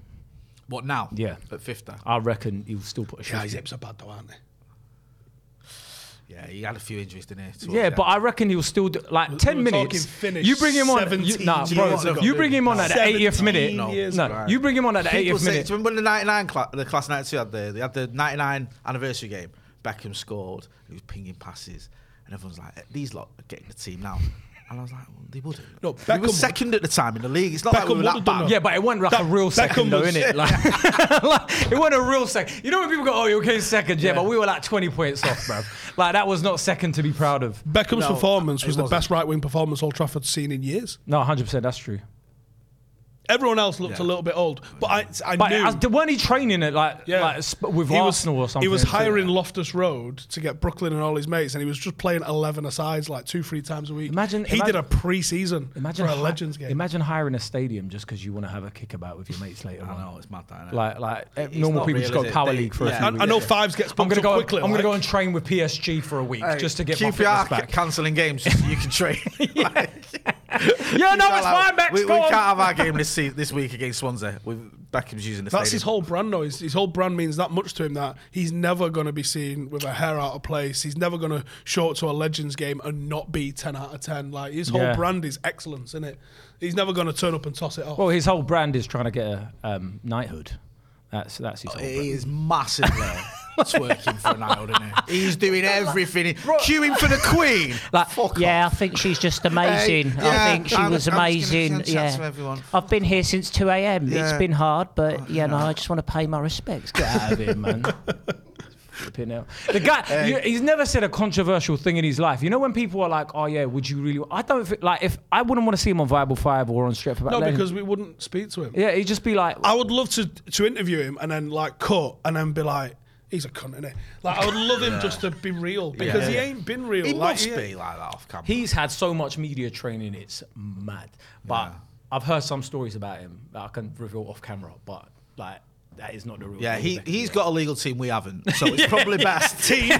[SPEAKER 5] What now?
[SPEAKER 7] Yeah,
[SPEAKER 5] At 50.
[SPEAKER 7] I reckon he'll still put a shift.
[SPEAKER 5] Yeah,
[SPEAKER 7] in.
[SPEAKER 5] his hips are bad, though, aren't they? Yeah, he had a few injuries, didn't he? towards
[SPEAKER 7] Yeah,
[SPEAKER 5] the
[SPEAKER 7] but
[SPEAKER 5] end?
[SPEAKER 7] I reckon he'll still do, like
[SPEAKER 5] We're-
[SPEAKER 7] ten
[SPEAKER 5] we're talking
[SPEAKER 7] minutes.
[SPEAKER 5] finish
[SPEAKER 7] You bring him on. You,
[SPEAKER 5] 17
[SPEAKER 7] nah, bro,
[SPEAKER 5] years ago.
[SPEAKER 7] you bring him on at the 80th
[SPEAKER 5] 17
[SPEAKER 7] minute.
[SPEAKER 5] No,
[SPEAKER 7] No, you bring him on at the
[SPEAKER 5] People
[SPEAKER 7] 80th
[SPEAKER 5] say-
[SPEAKER 7] minute.
[SPEAKER 5] Do you remember the 99 class, the class 92 had the, they had the 99 anniversary game? Beckham scored, he was pinging passes, and everyone's like, these lot are getting the team now. And I was like, well, they wouldn't. No, we
[SPEAKER 7] Beckham
[SPEAKER 5] were second at the time in the league. It's not like we were that bad.
[SPEAKER 7] Yeah, but it wasn't like a real second, though, innit? Like, like, it wasn't a real second. You know when people go, "Oh, you came second, yeah, but we were like 20 points off, bruv. Like that was not second to be proud of.
[SPEAKER 4] Beckham's performance was the best right wing performance Old Trafford's seen in years.
[SPEAKER 7] No, 100. percent That's true.
[SPEAKER 4] Everyone else looked a little bit old, but I, I
[SPEAKER 7] But
[SPEAKER 4] knew.
[SPEAKER 7] as- weren't he training at like, like sp- with
[SPEAKER 4] He was-
[SPEAKER 7] Arsenal or something?
[SPEAKER 4] He was
[SPEAKER 7] too?
[SPEAKER 4] hiring Loftus Road to get Brooklyn and all his mates, and he was just playing 11 asides like two, three times a week.
[SPEAKER 7] Imagine
[SPEAKER 4] he
[SPEAKER 7] imagine-
[SPEAKER 4] did a pre season for a
[SPEAKER 7] hi-
[SPEAKER 4] Legends game.
[SPEAKER 7] Imagine hiring a stadium just because you want to have a kick about with your mates later. I know
[SPEAKER 5] it's mad, that,
[SPEAKER 4] innit?
[SPEAKER 7] Like, like eh,
[SPEAKER 4] It's
[SPEAKER 7] normal
[SPEAKER 4] not
[SPEAKER 7] people
[SPEAKER 4] real,
[SPEAKER 7] just
[SPEAKER 4] is
[SPEAKER 7] go
[SPEAKER 4] it?
[SPEAKER 7] power
[SPEAKER 4] They-
[SPEAKER 7] league for
[SPEAKER 4] yeah.
[SPEAKER 7] a few
[SPEAKER 4] I- I
[SPEAKER 7] weeks.
[SPEAKER 4] know Fives gets
[SPEAKER 7] I'm
[SPEAKER 4] booked
[SPEAKER 7] gonna
[SPEAKER 4] up
[SPEAKER 7] go,
[SPEAKER 4] quickly,
[SPEAKER 7] I'm
[SPEAKER 4] like.
[SPEAKER 7] gonna go and train with PSG for a week
[SPEAKER 5] Hey,
[SPEAKER 7] just to get my
[SPEAKER 5] QPR
[SPEAKER 7] fitness back.
[SPEAKER 5] cancelling games just so you can train.
[SPEAKER 7] Yeah, no, it's
[SPEAKER 5] Like,
[SPEAKER 7] fine, Bex.
[SPEAKER 5] We, we
[SPEAKER 7] go on.
[SPEAKER 5] can't have our game this se- this week against Swansea. With Beckham's using the
[SPEAKER 4] That's
[SPEAKER 5] stadium.
[SPEAKER 4] his whole brand, though. His, his whole brand means that much to him that he's never going to be seen with a hair out of place. He's never going to show up to a Legends game and not be 10 out of 10. Like, his whole
[SPEAKER 7] Yeah.
[SPEAKER 4] brand is excellence, isn't it? He's never going to turn up and toss it off.
[SPEAKER 7] Well, his whole brand is trying to get a um, knighthood. That's that's his whole brand.
[SPEAKER 5] He is massively twerking for an idol, isn't he? He's doing everything. Queuing for the Queen.
[SPEAKER 11] Like, yeah, I think she's just amazing.
[SPEAKER 5] Hey,
[SPEAKER 11] I
[SPEAKER 5] yeah,
[SPEAKER 11] think she
[SPEAKER 5] I'm-
[SPEAKER 11] was
[SPEAKER 5] I'm just gonna
[SPEAKER 11] amazing.
[SPEAKER 5] send chats to
[SPEAKER 11] yeah,
[SPEAKER 5] everyone.
[SPEAKER 11] I've been here since two a.m. It's
[SPEAKER 5] Yeah.
[SPEAKER 11] been hard, but you know, I just want to pay my respects. Get out of here, man.
[SPEAKER 7] Flipping hell. The guy, you- he's never said a controversial thing in his life. You know when people are like, "Oh yeah, would you really?" I don't think, like if I wouldn't want to see him on Viable Five or on Strip about
[SPEAKER 4] No,
[SPEAKER 7] Legend.
[SPEAKER 4] because we wouldn't speak to him.
[SPEAKER 7] Yeah, he'd just be like,
[SPEAKER 4] I would love to to interview him and then like cut and then be like, he's a cunt, innit? Like, I would love him
[SPEAKER 7] Yeah.
[SPEAKER 4] just to be real because he
[SPEAKER 7] Yeah.
[SPEAKER 4] ain't been real.
[SPEAKER 7] He must
[SPEAKER 4] ain't-
[SPEAKER 7] be
[SPEAKER 5] like that off camera.
[SPEAKER 7] He's had so much media training, it's mad. But I've heard some stories about him that I can reveal off camera, but like that is not the real.
[SPEAKER 5] Yeah,
[SPEAKER 7] deal.
[SPEAKER 5] he, he's got a legal team we haven't, so it's probably best.
[SPEAKER 4] team.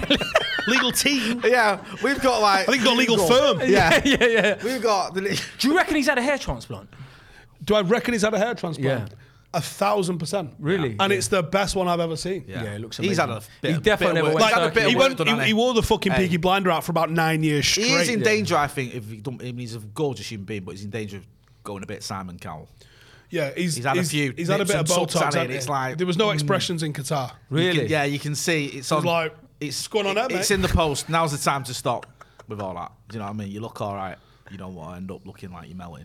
[SPEAKER 4] legal team.
[SPEAKER 12] Yeah, we've got like.
[SPEAKER 4] I think got legal firm.
[SPEAKER 12] Yeah,
[SPEAKER 7] yeah, yeah.
[SPEAKER 12] We've got. The,
[SPEAKER 7] Do you reckon he's had a hair transplant?
[SPEAKER 4] Do I reckon he's had a hair transplant?
[SPEAKER 7] Yeah.
[SPEAKER 4] A thousand percent.
[SPEAKER 7] Really?
[SPEAKER 4] And it's the best one I've ever seen.
[SPEAKER 7] Yeah. Yeah, it looks
[SPEAKER 12] He's amazing. had a bit
[SPEAKER 7] He of- definitely bit of never work. went
[SPEAKER 4] Like,
[SPEAKER 7] circuit. Bit
[SPEAKER 4] he,
[SPEAKER 7] of work
[SPEAKER 4] went-
[SPEAKER 7] done,
[SPEAKER 4] he-
[SPEAKER 7] hasn't
[SPEAKER 4] he
[SPEAKER 7] he?
[SPEAKER 4] wore the fucking
[SPEAKER 7] Hey.
[SPEAKER 4] Peaky Blinder out for about nine years straight.
[SPEAKER 5] He is in danger, I think. If he don't, I mean, he's a gorgeous human being, but he's in danger of going a bit Simon Cowell.
[SPEAKER 4] Yeah, he's,
[SPEAKER 5] He's had a few
[SPEAKER 4] He's had a
[SPEAKER 5] nips
[SPEAKER 4] bit of
[SPEAKER 5] and tucks,
[SPEAKER 4] Botox.
[SPEAKER 5] hasn't he?
[SPEAKER 4] hasn't he?
[SPEAKER 5] It's like-
[SPEAKER 4] there was no
[SPEAKER 5] Mm.
[SPEAKER 4] expressions in Qatar.
[SPEAKER 5] You can- yeah, you can see it's
[SPEAKER 4] It was
[SPEAKER 5] on.
[SPEAKER 4] like,
[SPEAKER 5] it's
[SPEAKER 4] going on there,
[SPEAKER 5] It's
[SPEAKER 4] mate?
[SPEAKER 5] in the post. Now's the time to stop with all that. Do you know what I mean? You look all right. You don't want to end up looking like you're melting.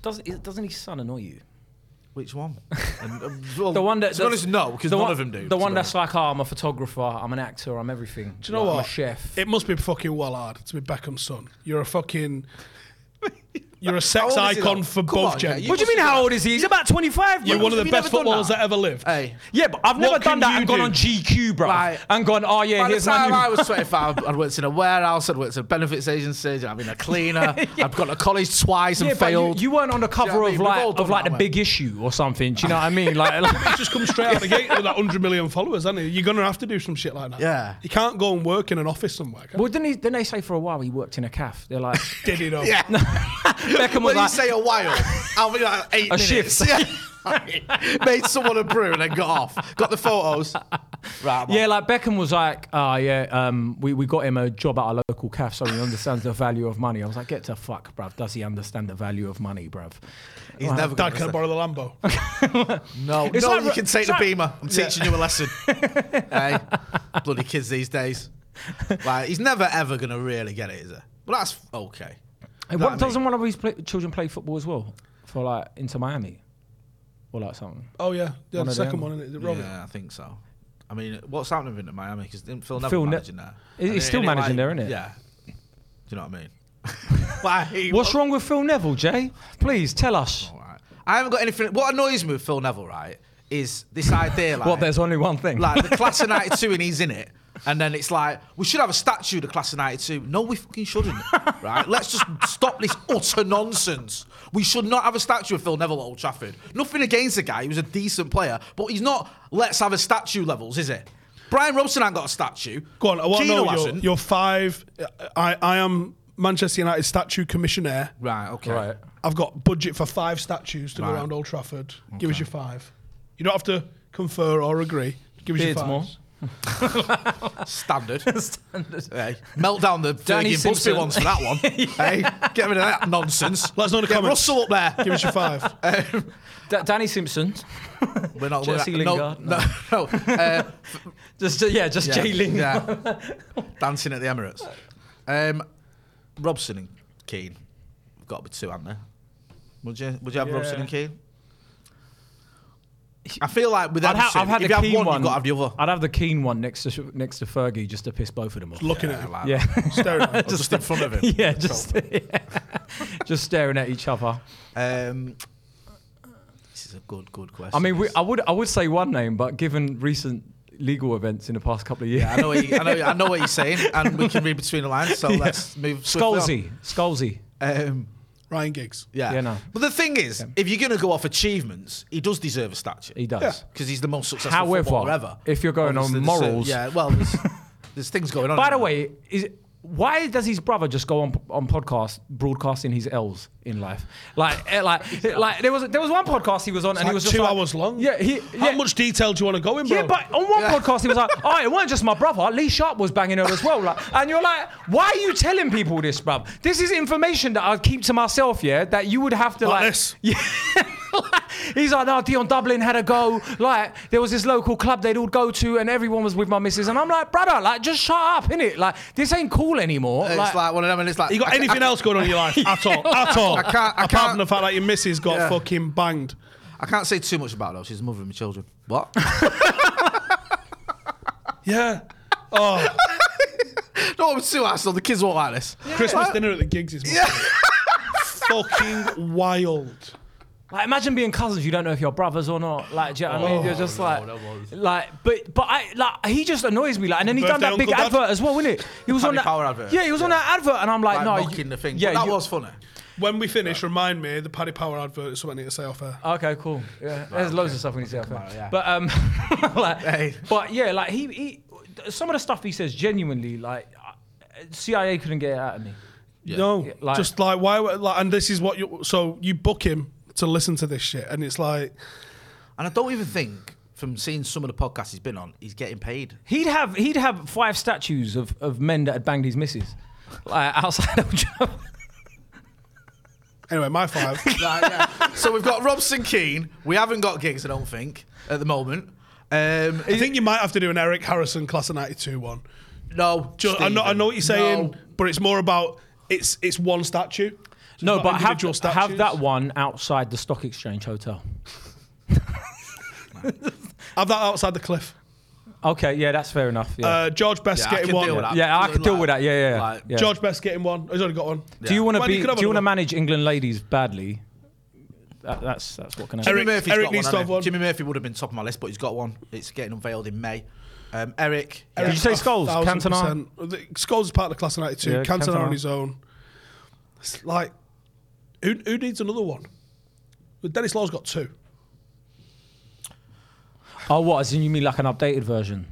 [SPEAKER 7] Doesn't doesn't his son annoy you?
[SPEAKER 5] Which one? uh,
[SPEAKER 7] the one that
[SPEAKER 5] to be honest, no, because
[SPEAKER 7] the
[SPEAKER 5] none
[SPEAKER 7] one-
[SPEAKER 5] of them do.
[SPEAKER 7] The
[SPEAKER 5] to
[SPEAKER 7] one
[SPEAKER 5] be
[SPEAKER 7] that's like, oh, I'm a photographer, I'm an actor, I'm everything.
[SPEAKER 4] Do you know
[SPEAKER 7] Like, I'm
[SPEAKER 4] what?
[SPEAKER 7] a chef.
[SPEAKER 4] It must be fucking well hard to be Beckham's son. You're a fucking. You're a sex
[SPEAKER 7] How old is he,
[SPEAKER 4] icon
[SPEAKER 7] though?
[SPEAKER 4] for
[SPEAKER 7] Come
[SPEAKER 4] both
[SPEAKER 7] on,
[SPEAKER 4] genders.
[SPEAKER 7] yeah, What do you mean? How old is he? He's about 25.
[SPEAKER 4] You're
[SPEAKER 7] bro.
[SPEAKER 4] one of
[SPEAKER 7] Have
[SPEAKER 4] the
[SPEAKER 7] you
[SPEAKER 4] best
[SPEAKER 7] never done
[SPEAKER 4] footballers that
[SPEAKER 7] that?
[SPEAKER 4] ever lived.
[SPEAKER 5] Hey.
[SPEAKER 7] Yeah, but I've
[SPEAKER 4] What
[SPEAKER 7] never done
[SPEAKER 4] can
[SPEAKER 7] that
[SPEAKER 4] you
[SPEAKER 7] and gone
[SPEAKER 4] do?
[SPEAKER 7] on GQ, bro. and gone, oh yeah,
[SPEAKER 5] By the
[SPEAKER 7] here's my
[SPEAKER 5] time
[SPEAKER 7] new.
[SPEAKER 5] I was 25, I'd worked in a warehouse, I'd worked in a benefits agency, I'd been a cleaner, I've gone to college twice and
[SPEAKER 7] yeah, but
[SPEAKER 5] failed.
[SPEAKER 7] you, you weren't on the
[SPEAKER 5] Do
[SPEAKER 7] cover
[SPEAKER 5] you know
[SPEAKER 7] of
[SPEAKER 5] what I mean? We've
[SPEAKER 7] like
[SPEAKER 5] all done
[SPEAKER 7] of like
[SPEAKER 5] that,
[SPEAKER 7] the big issue or something. Do you know what I mean? Like, like
[SPEAKER 4] He's just come straight out of the gate with like 100 million followers, hasn't he? You're going to have to do some shit like that.
[SPEAKER 7] Yeah.
[SPEAKER 4] You can't go and work in an office somewhere. Can
[SPEAKER 7] well, didn't, he, didn't they say for a while he worked in a calf? They're like,
[SPEAKER 4] you? Did he know?
[SPEAKER 7] Yeah. Beckham was
[SPEAKER 5] when
[SPEAKER 7] like,
[SPEAKER 5] you say a while, I'll be like eight
[SPEAKER 7] A
[SPEAKER 5] minutes.
[SPEAKER 7] shift.
[SPEAKER 5] Yeah. Made someone a brew and then got off. Got the photos. Right. I'm
[SPEAKER 7] Yeah, like Beckham was like, oh, yeah, um, we, we got him a job at our local calf, so he understands the value of money. I was like, get to fuck, bruv. Does he understand the value of money, bruv?
[SPEAKER 5] He's
[SPEAKER 7] Like,
[SPEAKER 5] never
[SPEAKER 4] Dad, can I borrow the Lambo?
[SPEAKER 5] No,
[SPEAKER 7] It's
[SPEAKER 5] no,
[SPEAKER 7] like-
[SPEAKER 5] you can take
[SPEAKER 7] it's
[SPEAKER 5] the
[SPEAKER 7] like-
[SPEAKER 5] beamer. I'm
[SPEAKER 7] Yeah.
[SPEAKER 5] teaching you a lesson. hey, bloody kids these days. Like he's never ever gonna really get it, is he? Well, that's okay.
[SPEAKER 7] Hey,
[SPEAKER 5] Know what I
[SPEAKER 7] what,
[SPEAKER 5] mean?
[SPEAKER 7] doesn't one of his play, children play football as well for like into Miami or like something?
[SPEAKER 4] Oh, yeah. Yeah, the second one, isn't it? Is it Robbie?
[SPEAKER 5] Yeah, I think so. I mean, what's happening in Miami? Because didn't Phil Neville
[SPEAKER 7] Phil Ne-
[SPEAKER 5] managing there?
[SPEAKER 7] He-
[SPEAKER 5] And
[SPEAKER 7] he's
[SPEAKER 5] it-
[SPEAKER 7] still
[SPEAKER 5] and
[SPEAKER 7] managing there, isn't it?
[SPEAKER 5] Yeah. Do you know what I mean? Why?
[SPEAKER 7] What's wrong with Phil Neville, Jay? Please tell us.
[SPEAKER 5] I haven't got anything. What annoys me with Phil Neville, right, is this idea like
[SPEAKER 7] well, there's only one thing.
[SPEAKER 5] like the class of '92 and he's in it. And then it's like we should have a statue to class of '92. No, we fucking shouldn't, right? Let's just stop this utter nonsense. We should not have a statue of Phil Neville at Old Trafford. Nothing against the guy; he was a decent player, but he's not. Let's have a statue levels, is it? Brian Robson ain't got a statue.
[SPEAKER 4] Go on, I want to
[SPEAKER 5] Gino
[SPEAKER 4] know your,
[SPEAKER 5] hasn't.
[SPEAKER 4] your five. I, I am Manchester United statue commissioner.
[SPEAKER 5] Right, okay. Right.
[SPEAKER 4] I've got budget for five statues to
[SPEAKER 5] Right.
[SPEAKER 4] go around Old Trafford. Give us your five. You don't have to confer or agree. Give us
[SPEAKER 7] Beards
[SPEAKER 4] your
[SPEAKER 7] more.
[SPEAKER 4] five.
[SPEAKER 5] Standard. Standard. Hey, melt down the
[SPEAKER 7] Danny
[SPEAKER 5] Fergie and Busby
[SPEAKER 7] Simpson.
[SPEAKER 5] ones for that one. Hey, get rid of that nonsense.
[SPEAKER 4] Let us know in the
[SPEAKER 5] Get
[SPEAKER 4] comments.
[SPEAKER 5] Russell up there.
[SPEAKER 4] Give us your five.
[SPEAKER 7] Da- Danny Simpson.
[SPEAKER 5] We're not
[SPEAKER 7] Jesse
[SPEAKER 5] we're not-
[SPEAKER 7] Lingard.
[SPEAKER 5] No, no. no. Uh,
[SPEAKER 7] Just yeah, just Jay Lingard.
[SPEAKER 5] yeah. Dancing at the Emirates. Um, Robson and Keane. We've got to be two, haven't there? Would you Would you have Robson
[SPEAKER 7] Yeah.
[SPEAKER 5] and Keane? I feel like with
[SPEAKER 7] I'd ha-
[SPEAKER 5] Edison, if you have
[SPEAKER 7] Keane
[SPEAKER 5] one, you've got to have the other.
[SPEAKER 7] I'd have the keen one next to next to Fergie just to piss both of them off.
[SPEAKER 5] Looking at him. like
[SPEAKER 7] yeah,
[SPEAKER 5] that. Staring at him. Or just in front of him.
[SPEAKER 7] Yeah, just just staring at each other.
[SPEAKER 5] Um, this is a good, good question.
[SPEAKER 7] I mean, we, I would I would say one name, but given recent legal events in the past couple of years,
[SPEAKER 5] Yeah, I know, what you, I, know, I know what you're saying, and we can read between the lines. So
[SPEAKER 7] Yeah.
[SPEAKER 5] let's move.
[SPEAKER 7] Scalzi, Scalzi.
[SPEAKER 5] Um,
[SPEAKER 4] Ryan Giggs.
[SPEAKER 5] Yeah.
[SPEAKER 7] Yeah, no.
[SPEAKER 5] But the thing is, if you're going to go off achievements, he does deserve a statue. He
[SPEAKER 7] does. Yeah.
[SPEAKER 5] Because he's the most successful
[SPEAKER 7] However,
[SPEAKER 5] footballer ever.
[SPEAKER 7] if you're going on
[SPEAKER 5] there's a-
[SPEAKER 7] morals-
[SPEAKER 5] yeah, well, there's, there's things going on.
[SPEAKER 7] By the way, is why does his brother just go on on podcast broadcasting his L's in life? Like, eh, like, like there was there was one podcast he was on
[SPEAKER 4] It's
[SPEAKER 7] and
[SPEAKER 4] like
[SPEAKER 7] he was just
[SPEAKER 4] two
[SPEAKER 7] like,
[SPEAKER 4] hours long.
[SPEAKER 7] Yeah, he,
[SPEAKER 4] How much detail do you want to go in, bro?
[SPEAKER 7] Yeah, but on one podcast he was like, "Oh, it wasn't just my brother. Lee Sharp was banging her as well." Like, and you're like, "Why are you telling people this, bruv? This is information that I keep to myself. Yeah, that you would have to like." Yeah. He's like, "No, Dion Dublin had a go. Like, there was this local club they'd all go to, and everyone was with my missus." And I'm like, "Brother, like, just shut up, innit? Like, this ain't cool anymore."
[SPEAKER 5] It's like, one of them, and it's like
[SPEAKER 4] You got anything else going on in your life at all? At all?
[SPEAKER 5] I can't- I
[SPEAKER 4] Apart
[SPEAKER 5] can't-
[SPEAKER 4] from the fact that your missus got
[SPEAKER 5] Yeah.
[SPEAKER 4] fucking banged.
[SPEAKER 5] I can't say too much about her. She's the mother of my children. What?
[SPEAKER 4] Yeah.
[SPEAKER 5] Oh. no, I'm too arsed. The kids won't like this.
[SPEAKER 4] Christmas dinner at the gigs is yeah. fucking wild.
[SPEAKER 7] Like, imagine being cousins. You don't know if you're brothers or not. Like, do you know what I mean?
[SPEAKER 4] Oh,
[SPEAKER 7] You're just
[SPEAKER 4] no,
[SPEAKER 7] like,
[SPEAKER 4] that was-
[SPEAKER 7] like, but, but I, like, he just annoys me. Like, and then he done
[SPEAKER 5] Birthday
[SPEAKER 7] that big
[SPEAKER 5] Uncle Dad?
[SPEAKER 7] advert as well, wasn't it? He was on
[SPEAKER 5] Family
[SPEAKER 7] that
[SPEAKER 5] Power advert.
[SPEAKER 7] Yeah, he was on
[SPEAKER 5] Yeah.
[SPEAKER 7] that advert, and I'm like,
[SPEAKER 5] Like,
[SPEAKER 7] no,
[SPEAKER 5] knocking the thing. But that was funny.
[SPEAKER 4] When we finish, remind me the Paddy Power advert is something I need to say off air.
[SPEAKER 7] Okay, cool. Yeah, there's loads of stuff we need to say. off air.
[SPEAKER 4] yeah.
[SPEAKER 7] But um, like, but yeah, like he, he, some of the stuff he says genuinely, like, uh, CIA couldn't get it out of me.
[SPEAKER 4] No,
[SPEAKER 7] Yeah, like-
[SPEAKER 4] just like why? would- Like, and this is what you. So you book him to listen to this shit, and it's like,
[SPEAKER 5] and I don't even think from seeing some of the podcasts he's been on, he's getting paid.
[SPEAKER 7] He'd have he'd have five statues of, of men that had banged his missus, like outside of jail.
[SPEAKER 4] Anyway, my five.
[SPEAKER 5] Right, yeah. So we've got Robson Keane. We haven't got gigs, I don't think, at the moment. Um,
[SPEAKER 4] I think you might have to do an Eric Harrison class of '92 one.
[SPEAKER 5] No,
[SPEAKER 4] Ju- I know, I know what you're saying,
[SPEAKER 7] No.
[SPEAKER 4] but it's more about it's it's one statue. So it's
[SPEAKER 7] No,
[SPEAKER 4] not
[SPEAKER 7] but have,
[SPEAKER 4] individual
[SPEAKER 7] have
[SPEAKER 4] statues.
[SPEAKER 7] that one outside the stock exchange hotel.
[SPEAKER 4] have that outside the cliff.
[SPEAKER 7] Okay, yeah, that's fair enough. yeah.
[SPEAKER 4] Uh, George Best
[SPEAKER 7] Yeah, I
[SPEAKER 4] getting
[SPEAKER 7] can
[SPEAKER 4] one.
[SPEAKER 7] deal with that. Yeah, I can deal with that. Yeah, yeah, yeah. Yeah.
[SPEAKER 4] George Best getting one. He's only got one.
[SPEAKER 7] Do you want to
[SPEAKER 4] Man,
[SPEAKER 7] be?
[SPEAKER 4] could have
[SPEAKER 7] Do you want to
[SPEAKER 4] another
[SPEAKER 7] manage England ladies badly? That, that's that's what can I.
[SPEAKER 5] Jimmy Murphy's got one, hasn't he? Jimmy Murphy would have been top of my list, but he's got one. It's getting unveiled in May. Um, Eric,
[SPEAKER 4] Eric,
[SPEAKER 5] yeah.
[SPEAKER 4] a thousand percent. The- Scholes is part of the class of '92.
[SPEAKER 5] Yeah,
[SPEAKER 4] Cantona,
[SPEAKER 5] Cantona.
[SPEAKER 4] on his own. It's like, who, who needs another one? But Dennis Law's got two.
[SPEAKER 7] Oh, what? As in you mean like an updated version?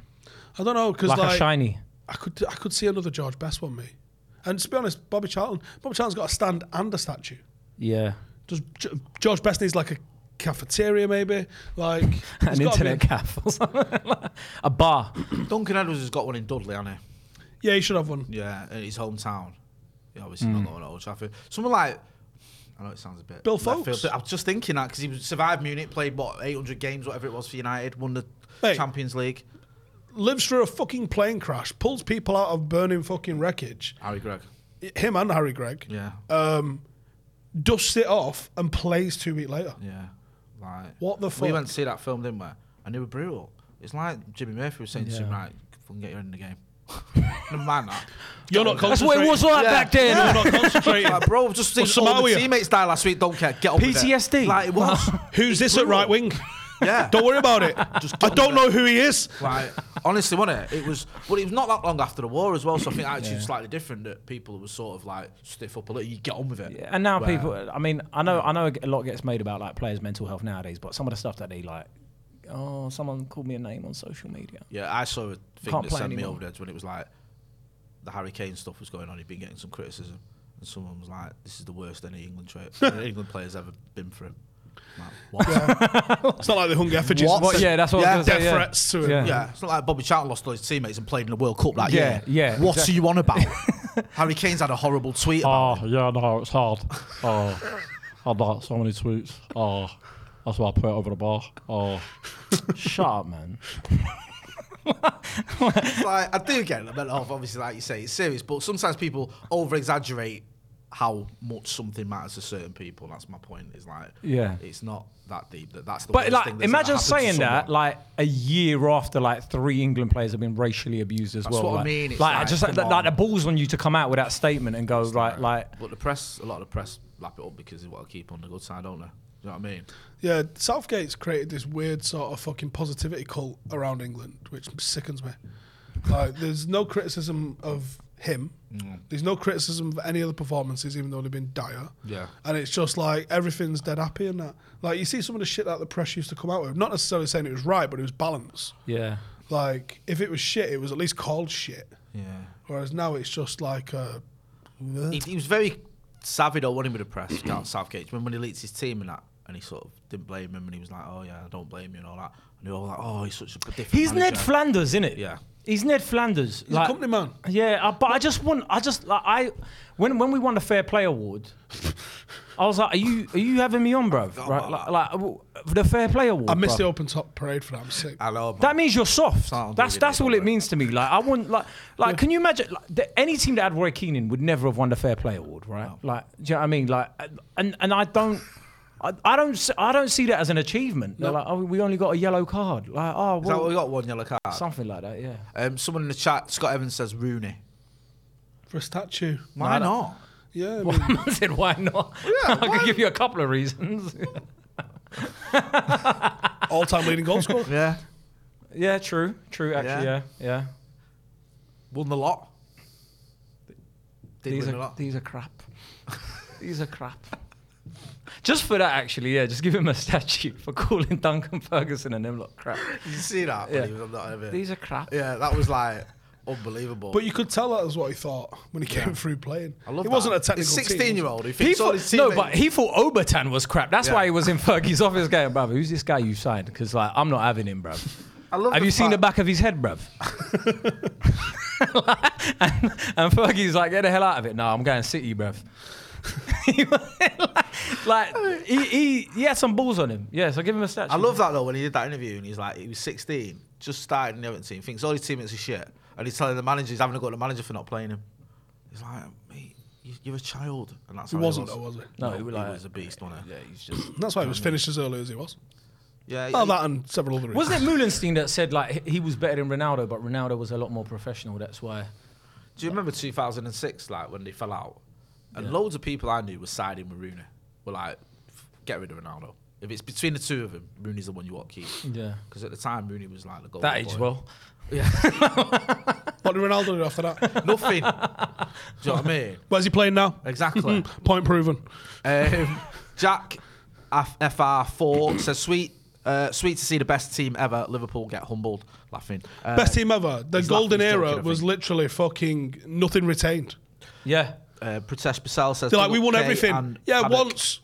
[SPEAKER 4] I don't know because
[SPEAKER 7] Like
[SPEAKER 4] like,
[SPEAKER 7] a shiny.
[SPEAKER 4] I could I could see another George Best one, me. And to be honest, Bobby Charlton, Bobby Charlton's got a stand and a statue.
[SPEAKER 7] Yeah.
[SPEAKER 4] Does G- George Best needs like a cafeteria, maybe like
[SPEAKER 7] An internet cafe or something, a bar.
[SPEAKER 5] Duncan Edwards has got one in Dudley, hasn't
[SPEAKER 4] he? Yeah, he should have one.
[SPEAKER 5] Yeah, in his hometown. He obviously not
[SPEAKER 7] Mm.
[SPEAKER 5] got one at Old Trafford. Someone like, I know it sounds a bit
[SPEAKER 4] Bill
[SPEAKER 5] left field,
[SPEAKER 4] Fawkes.
[SPEAKER 5] but I was just thinking that because he was- survived Munich, played what 800 games, whatever it was for United, won the Champions League.
[SPEAKER 4] Lives through a fucking plane crash, pulls people out of burning fucking wreckage.
[SPEAKER 5] Harry Gregg.
[SPEAKER 4] Him and Harry Gregg.
[SPEAKER 5] Yeah,
[SPEAKER 4] um, dusts it off and plays two weeks later.
[SPEAKER 5] yeah. Like
[SPEAKER 4] What the
[SPEAKER 5] We
[SPEAKER 4] fuck?
[SPEAKER 5] went to see that film, didn't we? And they were brutal. It's like Jimmy Murphy was saying to him,
[SPEAKER 4] Yeah.
[SPEAKER 5] right, fucking get your head in the game. no man, that.
[SPEAKER 4] You're not That's what it was like concentrating. back then. You're not concentrating.
[SPEAKER 5] Like, bro, just
[SPEAKER 4] Or
[SPEAKER 5] think all the
[SPEAKER 4] Somalia.
[SPEAKER 5] teammates died last week. Don't care. Get on With it.
[SPEAKER 4] PTSD.
[SPEAKER 5] Like it was.
[SPEAKER 4] Who's this at right wing?
[SPEAKER 5] Yeah.
[SPEAKER 4] Don't worry about it. I don't know who he is.
[SPEAKER 5] Like, honestly, wasn't it? It was, but it was not that long after the war as well. So I think attitude's slightly different. That people were sort of like stiff up a little. You get on with it.
[SPEAKER 7] And now
[SPEAKER 5] Where-
[SPEAKER 7] people, I mean, I know, I know a lot gets made about like players' mental health nowadays, but some of the stuff that they like, oh, someone called me a name on social media.
[SPEAKER 5] Yeah, I saw a thing
[SPEAKER 7] Can't
[SPEAKER 5] that
[SPEAKER 7] play
[SPEAKER 5] sent me
[SPEAKER 7] anymore.
[SPEAKER 5] over the edge when it was like the Harry Kane stuff was going on. He'd been getting some criticism, and someone was like, "This is the worst any England tra- any England player's ever been through." Like, what?
[SPEAKER 4] It's not like they hung effigies.
[SPEAKER 5] What?
[SPEAKER 4] and-
[SPEAKER 5] Yeah, that's what I was gonna
[SPEAKER 4] Death
[SPEAKER 5] say, yeah.
[SPEAKER 4] threats to him.
[SPEAKER 5] Yeah. it's not like Bobby Charlton lost all his teammates and played in the World Cup that
[SPEAKER 7] Yeah,
[SPEAKER 5] year.
[SPEAKER 7] yeah,
[SPEAKER 5] What
[SPEAKER 7] exactly.
[SPEAKER 5] are you on about? Harry Kane's had a horrible tweet. About
[SPEAKER 7] Oh, yeah, no, it's hard. Oh, I've got so many tweets. Oh, that's why I put it over the bar. Oh, shut up, man.
[SPEAKER 5] It's like I do get it. mental health, obviously, like you say, it's serious, but sometimes people over exaggerate how much something matters to certain people. That's my point. Is like,
[SPEAKER 7] Yeah.
[SPEAKER 5] it's not that deep. That that's the.
[SPEAKER 7] But
[SPEAKER 5] worst
[SPEAKER 7] like,
[SPEAKER 5] thing that's ever
[SPEAKER 7] imagine
[SPEAKER 5] happened to
[SPEAKER 7] saying that
[SPEAKER 5] someone.
[SPEAKER 7] like a year after like three England players have been racially abused as
[SPEAKER 5] That's
[SPEAKER 7] well.
[SPEAKER 5] what I
[SPEAKER 7] like,
[SPEAKER 5] mean, it's
[SPEAKER 7] like, I
[SPEAKER 5] like,
[SPEAKER 7] just like,
[SPEAKER 5] come
[SPEAKER 7] the- like the balls on you to come out with that statement and go like, like
[SPEAKER 5] But the press, a lot of the press, lap it up because they want to keep on the good side, don't they? You know what I mean?
[SPEAKER 4] Yeah, Southgate's created this weird sort of fucking positivity cult around England, which sickens me. Like, there's no criticism of him.
[SPEAKER 5] Mm.
[SPEAKER 4] There's no criticism of any of the performances, even though they've been dire.
[SPEAKER 5] Yeah.
[SPEAKER 4] And it's just like everything's dead happy and that. Like you see some of the shit that the press used to come out with. Not necessarily saying it was right, but it was balance.
[SPEAKER 7] yeah.
[SPEAKER 4] Like if it was shit, it was at least called shit.
[SPEAKER 5] Yeah.
[SPEAKER 4] Whereas now it's just like uh
[SPEAKER 5] He, he was very savvy though, wasn't he, with the press, Gareth Southgate. Remember when he leaked his team and that? And he sort of didn't blame him and he was like, oh yeah, I don't blame you and all that. And they were all like, oh, he's such a different
[SPEAKER 7] He's
[SPEAKER 5] manager.
[SPEAKER 7] Ned Flanders, isn't it? Yeah. He's Ned Flanders. He's
[SPEAKER 5] a company
[SPEAKER 4] man.
[SPEAKER 7] Yeah, I, but I just want, I just, like, I, when when we won the Fair Play Award, I was like, are you are you having me on, bro? Right, like, like w- the Fair Play Award.
[SPEAKER 4] I missed
[SPEAKER 7] bruv.
[SPEAKER 4] the open top parade for that. I'm sick.
[SPEAKER 5] I know.
[SPEAKER 7] That means you're soft. That's that's all it means to me. Like I wouldn't like like. Can you imagine? Like, the, any team that had Roy Keane in would never have won the Fair Play Award, right? Like, do you know what I mean? Like, and and I don't. I, I don't s- I don't see that as an achievement. They're
[SPEAKER 5] No.
[SPEAKER 7] like, oh, we only got a yellow card. Like, oh,
[SPEAKER 5] Is that what
[SPEAKER 7] well,
[SPEAKER 5] we got? One yellow card.
[SPEAKER 7] something like that. Yeah.
[SPEAKER 5] Um, someone in the chat, Scott Evans says Rooney.
[SPEAKER 4] for a statue.
[SPEAKER 5] Why not?
[SPEAKER 4] Yeah, I
[SPEAKER 7] Well,
[SPEAKER 4] mean,
[SPEAKER 7] I said, why not? I could give you a couple of reasons.
[SPEAKER 4] all-time leading goal scorer.
[SPEAKER 5] Yeah,
[SPEAKER 7] Yeah, true, true. Actually,
[SPEAKER 5] Yeah.
[SPEAKER 7] yeah, yeah.
[SPEAKER 5] won the lot. Did
[SPEAKER 7] These
[SPEAKER 5] win
[SPEAKER 7] are-
[SPEAKER 5] the lot.
[SPEAKER 7] these are crap. these are crap. Just for that, actually, yeah. Just give him a statue for calling Duncan Ferguson and him lot crap.
[SPEAKER 5] Did you see that?
[SPEAKER 7] Yeah.
[SPEAKER 5] Believe it or not, Evan?
[SPEAKER 7] These are crap.
[SPEAKER 5] Yeah, that was like unbelievable.
[SPEAKER 4] But you could tell that was what he thought when he came through playing. I love it wasn't a technical. team, was it?
[SPEAKER 5] 16-year-old who
[SPEAKER 7] He
[SPEAKER 5] thinks all
[SPEAKER 7] thought-
[SPEAKER 5] his
[SPEAKER 7] no,
[SPEAKER 5] teammates-
[SPEAKER 7] but he thought Obertan was crap. That's
[SPEAKER 5] Yeah.
[SPEAKER 7] why he was in Fergie's office going, bruv, who's this guy you signed? Because like, I'm not having him, bruv.
[SPEAKER 5] I love
[SPEAKER 7] Have
[SPEAKER 5] the
[SPEAKER 7] you seen
[SPEAKER 5] fact-
[SPEAKER 7] the back of his head, bruv? and, and Fergie's like, get the hell out of it. No, I'm going City, bruv. like, he, he, he had some balls on him. Yeah, so give him a statue.
[SPEAKER 5] I love that though when he did that interview and he's like, he was 16, just started in the 17, thinks all his teammates are shit, and he's telling the manager he's having to go to the manager for not playing him. He's like, mate, you- you're a child, and that's
[SPEAKER 4] He
[SPEAKER 5] how
[SPEAKER 4] wasn't
[SPEAKER 5] was.
[SPEAKER 4] though, was he?
[SPEAKER 5] No,
[SPEAKER 4] No,
[SPEAKER 5] he,
[SPEAKER 4] like-
[SPEAKER 5] was a beast, wasn't he? Yeah, he's just.
[SPEAKER 4] That's why he was finished as early as he was.
[SPEAKER 5] Yeah,
[SPEAKER 4] Well,
[SPEAKER 5] he-
[SPEAKER 4] that and several other reasons.
[SPEAKER 7] Wasn't it Mullenstein that said like he he was better than Ronaldo, but Ronaldo was a lot more professional. That's why.
[SPEAKER 5] Do you remember 2006, like when they fell out, and loads of people I knew were siding with Rooney. Were like, "F- get rid of Ronaldo. If it's between the two of them, Rooney's the one you want to keep.
[SPEAKER 7] Yeah.
[SPEAKER 5] Because at the time, Rooney was like the golden
[SPEAKER 7] That aged
[SPEAKER 5] Oh, boy.
[SPEAKER 7] well.
[SPEAKER 5] Yeah.
[SPEAKER 4] What did Ronaldo do after that?
[SPEAKER 5] Nothing. Do you know what I mean?
[SPEAKER 4] Where's he playing now?
[SPEAKER 5] Exactly.
[SPEAKER 4] Point proven.
[SPEAKER 5] Um, Jack F- FR4 says, sweet. Uh, sweet to see the best team ever. Liverpool get humbled. Laughing. Uh,
[SPEAKER 4] Best team ever. The
[SPEAKER 5] he's
[SPEAKER 4] golden
[SPEAKER 5] laughing, he's
[SPEAKER 4] era
[SPEAKER 5] joking, I
[SPEAKER 4] was
[SPEAKER 5] think.
[SPEAKER 4] literally fucking nothing retained.
[SPEAKER 7] Yeah.
[SPEAKER 5] Uh, Pritesh Bissell says
[SPEAKER 4] They're like, we won
[SPEAKER 5] "Philip K
[SPEAKER 4] everything.
[SPEAKER 5] and
[SPEAKER 4] Yeah,
[SPEAKER 5] Paddock."
[SPEAKER 4] once.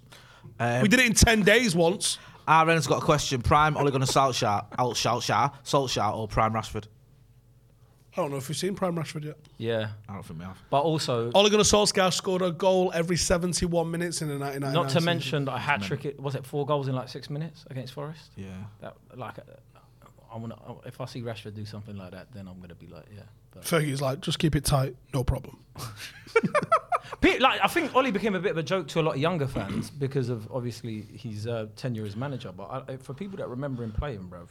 [SPEAKER 5] Um,
[SPEAKER 4] we did it in 10 days once.
[SPEAKER 5] RN's got a question. Prime Ole Gunnar Solskjaer, Al- Solskjaer, Solskjaer or Prime Rashford?
[SPEAKER 4] I don't know if we've seen Prime Rashford yet.
[SPEAKER 7] Yeah.
[SPEAKER 5] I don't think we have.
[SPEAKER 7] But also,
[SPEAKER 4] Ole Gunnar Solskjaer scored a goal every 71 minutes in the 99
[SPEAKER 7] not to mention that a hat trick. Was it four goals in like six minutes against Forest?
[SPEAKER 5] Yeah.
[SPEAKER 7] That like, uh, I want to. If I see Rashford do something like that, then I'm gonna be like, yeah. But-
[SPEAKER 4] Fergie's like, just keep it tight. No problem.
[SPEAKER 7] Pe- like I think Ollie became a bit of a joke to a lot of younger fans because of obviously his uh, tenure as manager. But I, for people that remember him playing, bruv.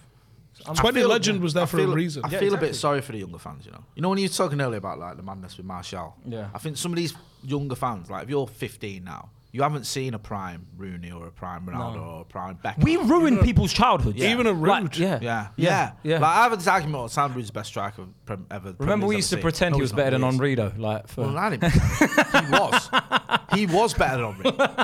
[SPEAKER 7] it's un-
[SPEAKER 4] Twenty
[SPEAKER 5] I feel-
[SPEAKER 4] Legend was there
[SPEAKER 5] I
[SPEAKER 4] for
[SPEAKER 5] feel-
[SPEAKER 4] a reason.
[SPEAKER 5] I
[SPEAKER 4] Yeah,
[SPEAKER 5] feel a
[SPEAKER 4] exactly.
[SPEAKER 5] bit sorry for the younger fans, you know. You know when you were talking earlier about like the madness with Martial.
[SPEAKER 7] Yeah.
[SPEAKER 5] I think some of these younger fans, like if you're 15 now, you haven't seen a prime Rooney or a prime Ronaldo
[SPEAKER 7] No.
[SPEAKER 5] or a prime Beckham.
[SPEAKER 7] We ruin people's childhoods.
[SPEAKER 5] Yeah. Even a
[SPEAKER 7] Like, yeah.
[SPEAKER 5] yeah, yeah,
[SPEAKER 7] Yeah. Yeah.
[SPEAKER 5] Like I have this argument: on Sam Rooney's the best striker prem- ever.
[SPEAKER 7] Remember, we used to pretend he was better than Henri, though. Like, for
[SPEAKER 5] Well, I didn't. he was. He was better than Henri.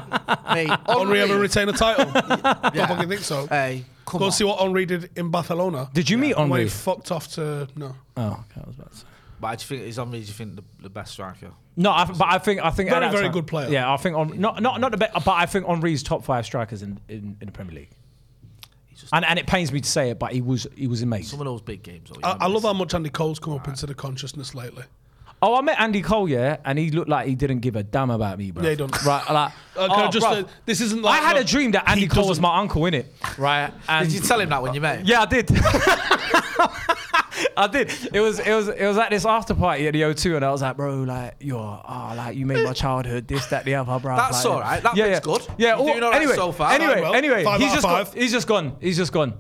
[SPEAKER 5] Mate,
[SPEAKER 4] Henri ever retain a title?
[SPEAKER 5] Yeah.
[SPEAKER 4] Don't fucking think so.
[SPEAKER 5] Hey, come
[SPEAKER 4] Go
[SPEAKER 5] on.
[SPEAKER 4] see what Henri did in Barcelona.
[SPEAKER 7] Did you meet
[SPEAKER 4] When
[SPEAKER 7] Henri?
[SPEAKER 4] he fucked off to. No.
[SPEAKER 7] Oh, okay, I was about to say.
[SPEAKER 5] But do you think is Henri? Do you think the, the best striker?
[SPEAKER 7] No, I, but I think I think at
[SPEAKER 4] Very,
[SPEAKER 7] that
[SPEAKER 4] very
[SPEAKER 7] time-
[SPEAKER 4] good player.
[SPEAKER 7] Yeah, I think on, not not not the best, but I think Henri's top five strikers in, in, in the Premier League. And and it pains me to say it, but he was he was amazing.
[SPEAKER 5] Some of those big games. though, you
[SPEAKER 4] I, I
[SPEAKER 5] remember
[SPEAKER 4] love how much Andy Cole's come up into the consciousness lately.
[SPEAKER 7] Oh, I met Andy Cole, yeah, and he looked like he didn't give a damn about me, bro.
[SPEAKER 4] Yeah, he don't.
[SPEAKER 7] Right, like,
[SPEAKER 4] Uh, can I
[SPEAKER 7] oh,
[SPEAKER 4] just,
[SPEAKER 7] bruv,
[SPEAKER 4] uh, this isn't like-
[SPEAKER 7] I had
[SPEAKER 4] no,
[SPEAKER 7] a dream that Andy Cole was my uncle, innit? Right. And
[SPEAKER 5] Did you tell him that when you met him?
[SPEAKER 7] Yeah, I did. I did. It was it was it was at this after party at the O2, and I was like, bro, like you're ah, like you made my childhood this, that, the other, bro.
[SPEAKER 5] That's
[SPEAKER 7] like,
[SPEAKER 5] all right. That
[SPEAKER 7] yeah,
[SPEAKER 5] bit's
[SPEAKER 7] yeah.
[SPEAKER 5] good.
[SPEAKER 7] Yeah.
[SPEAKER 5] You're
[SPEAKER 7] all-
[SPEAKER 5] doing all right
[SPEAKER 7] anyway,
[SPEAKER 5] so far.
[SPEAKER 7] anyway, eh,
[SPEAKER 5] Fine, well.
[SPEAKER 7] anyway,
[SPEAKER 5] Five
[SPEAKER 7] he's
[SPEAKER 5] out of
[SPEAKER 7] just gone-
[SPEAKER 5] five.
[SPEAKER 7] he's just gone. He's just gone.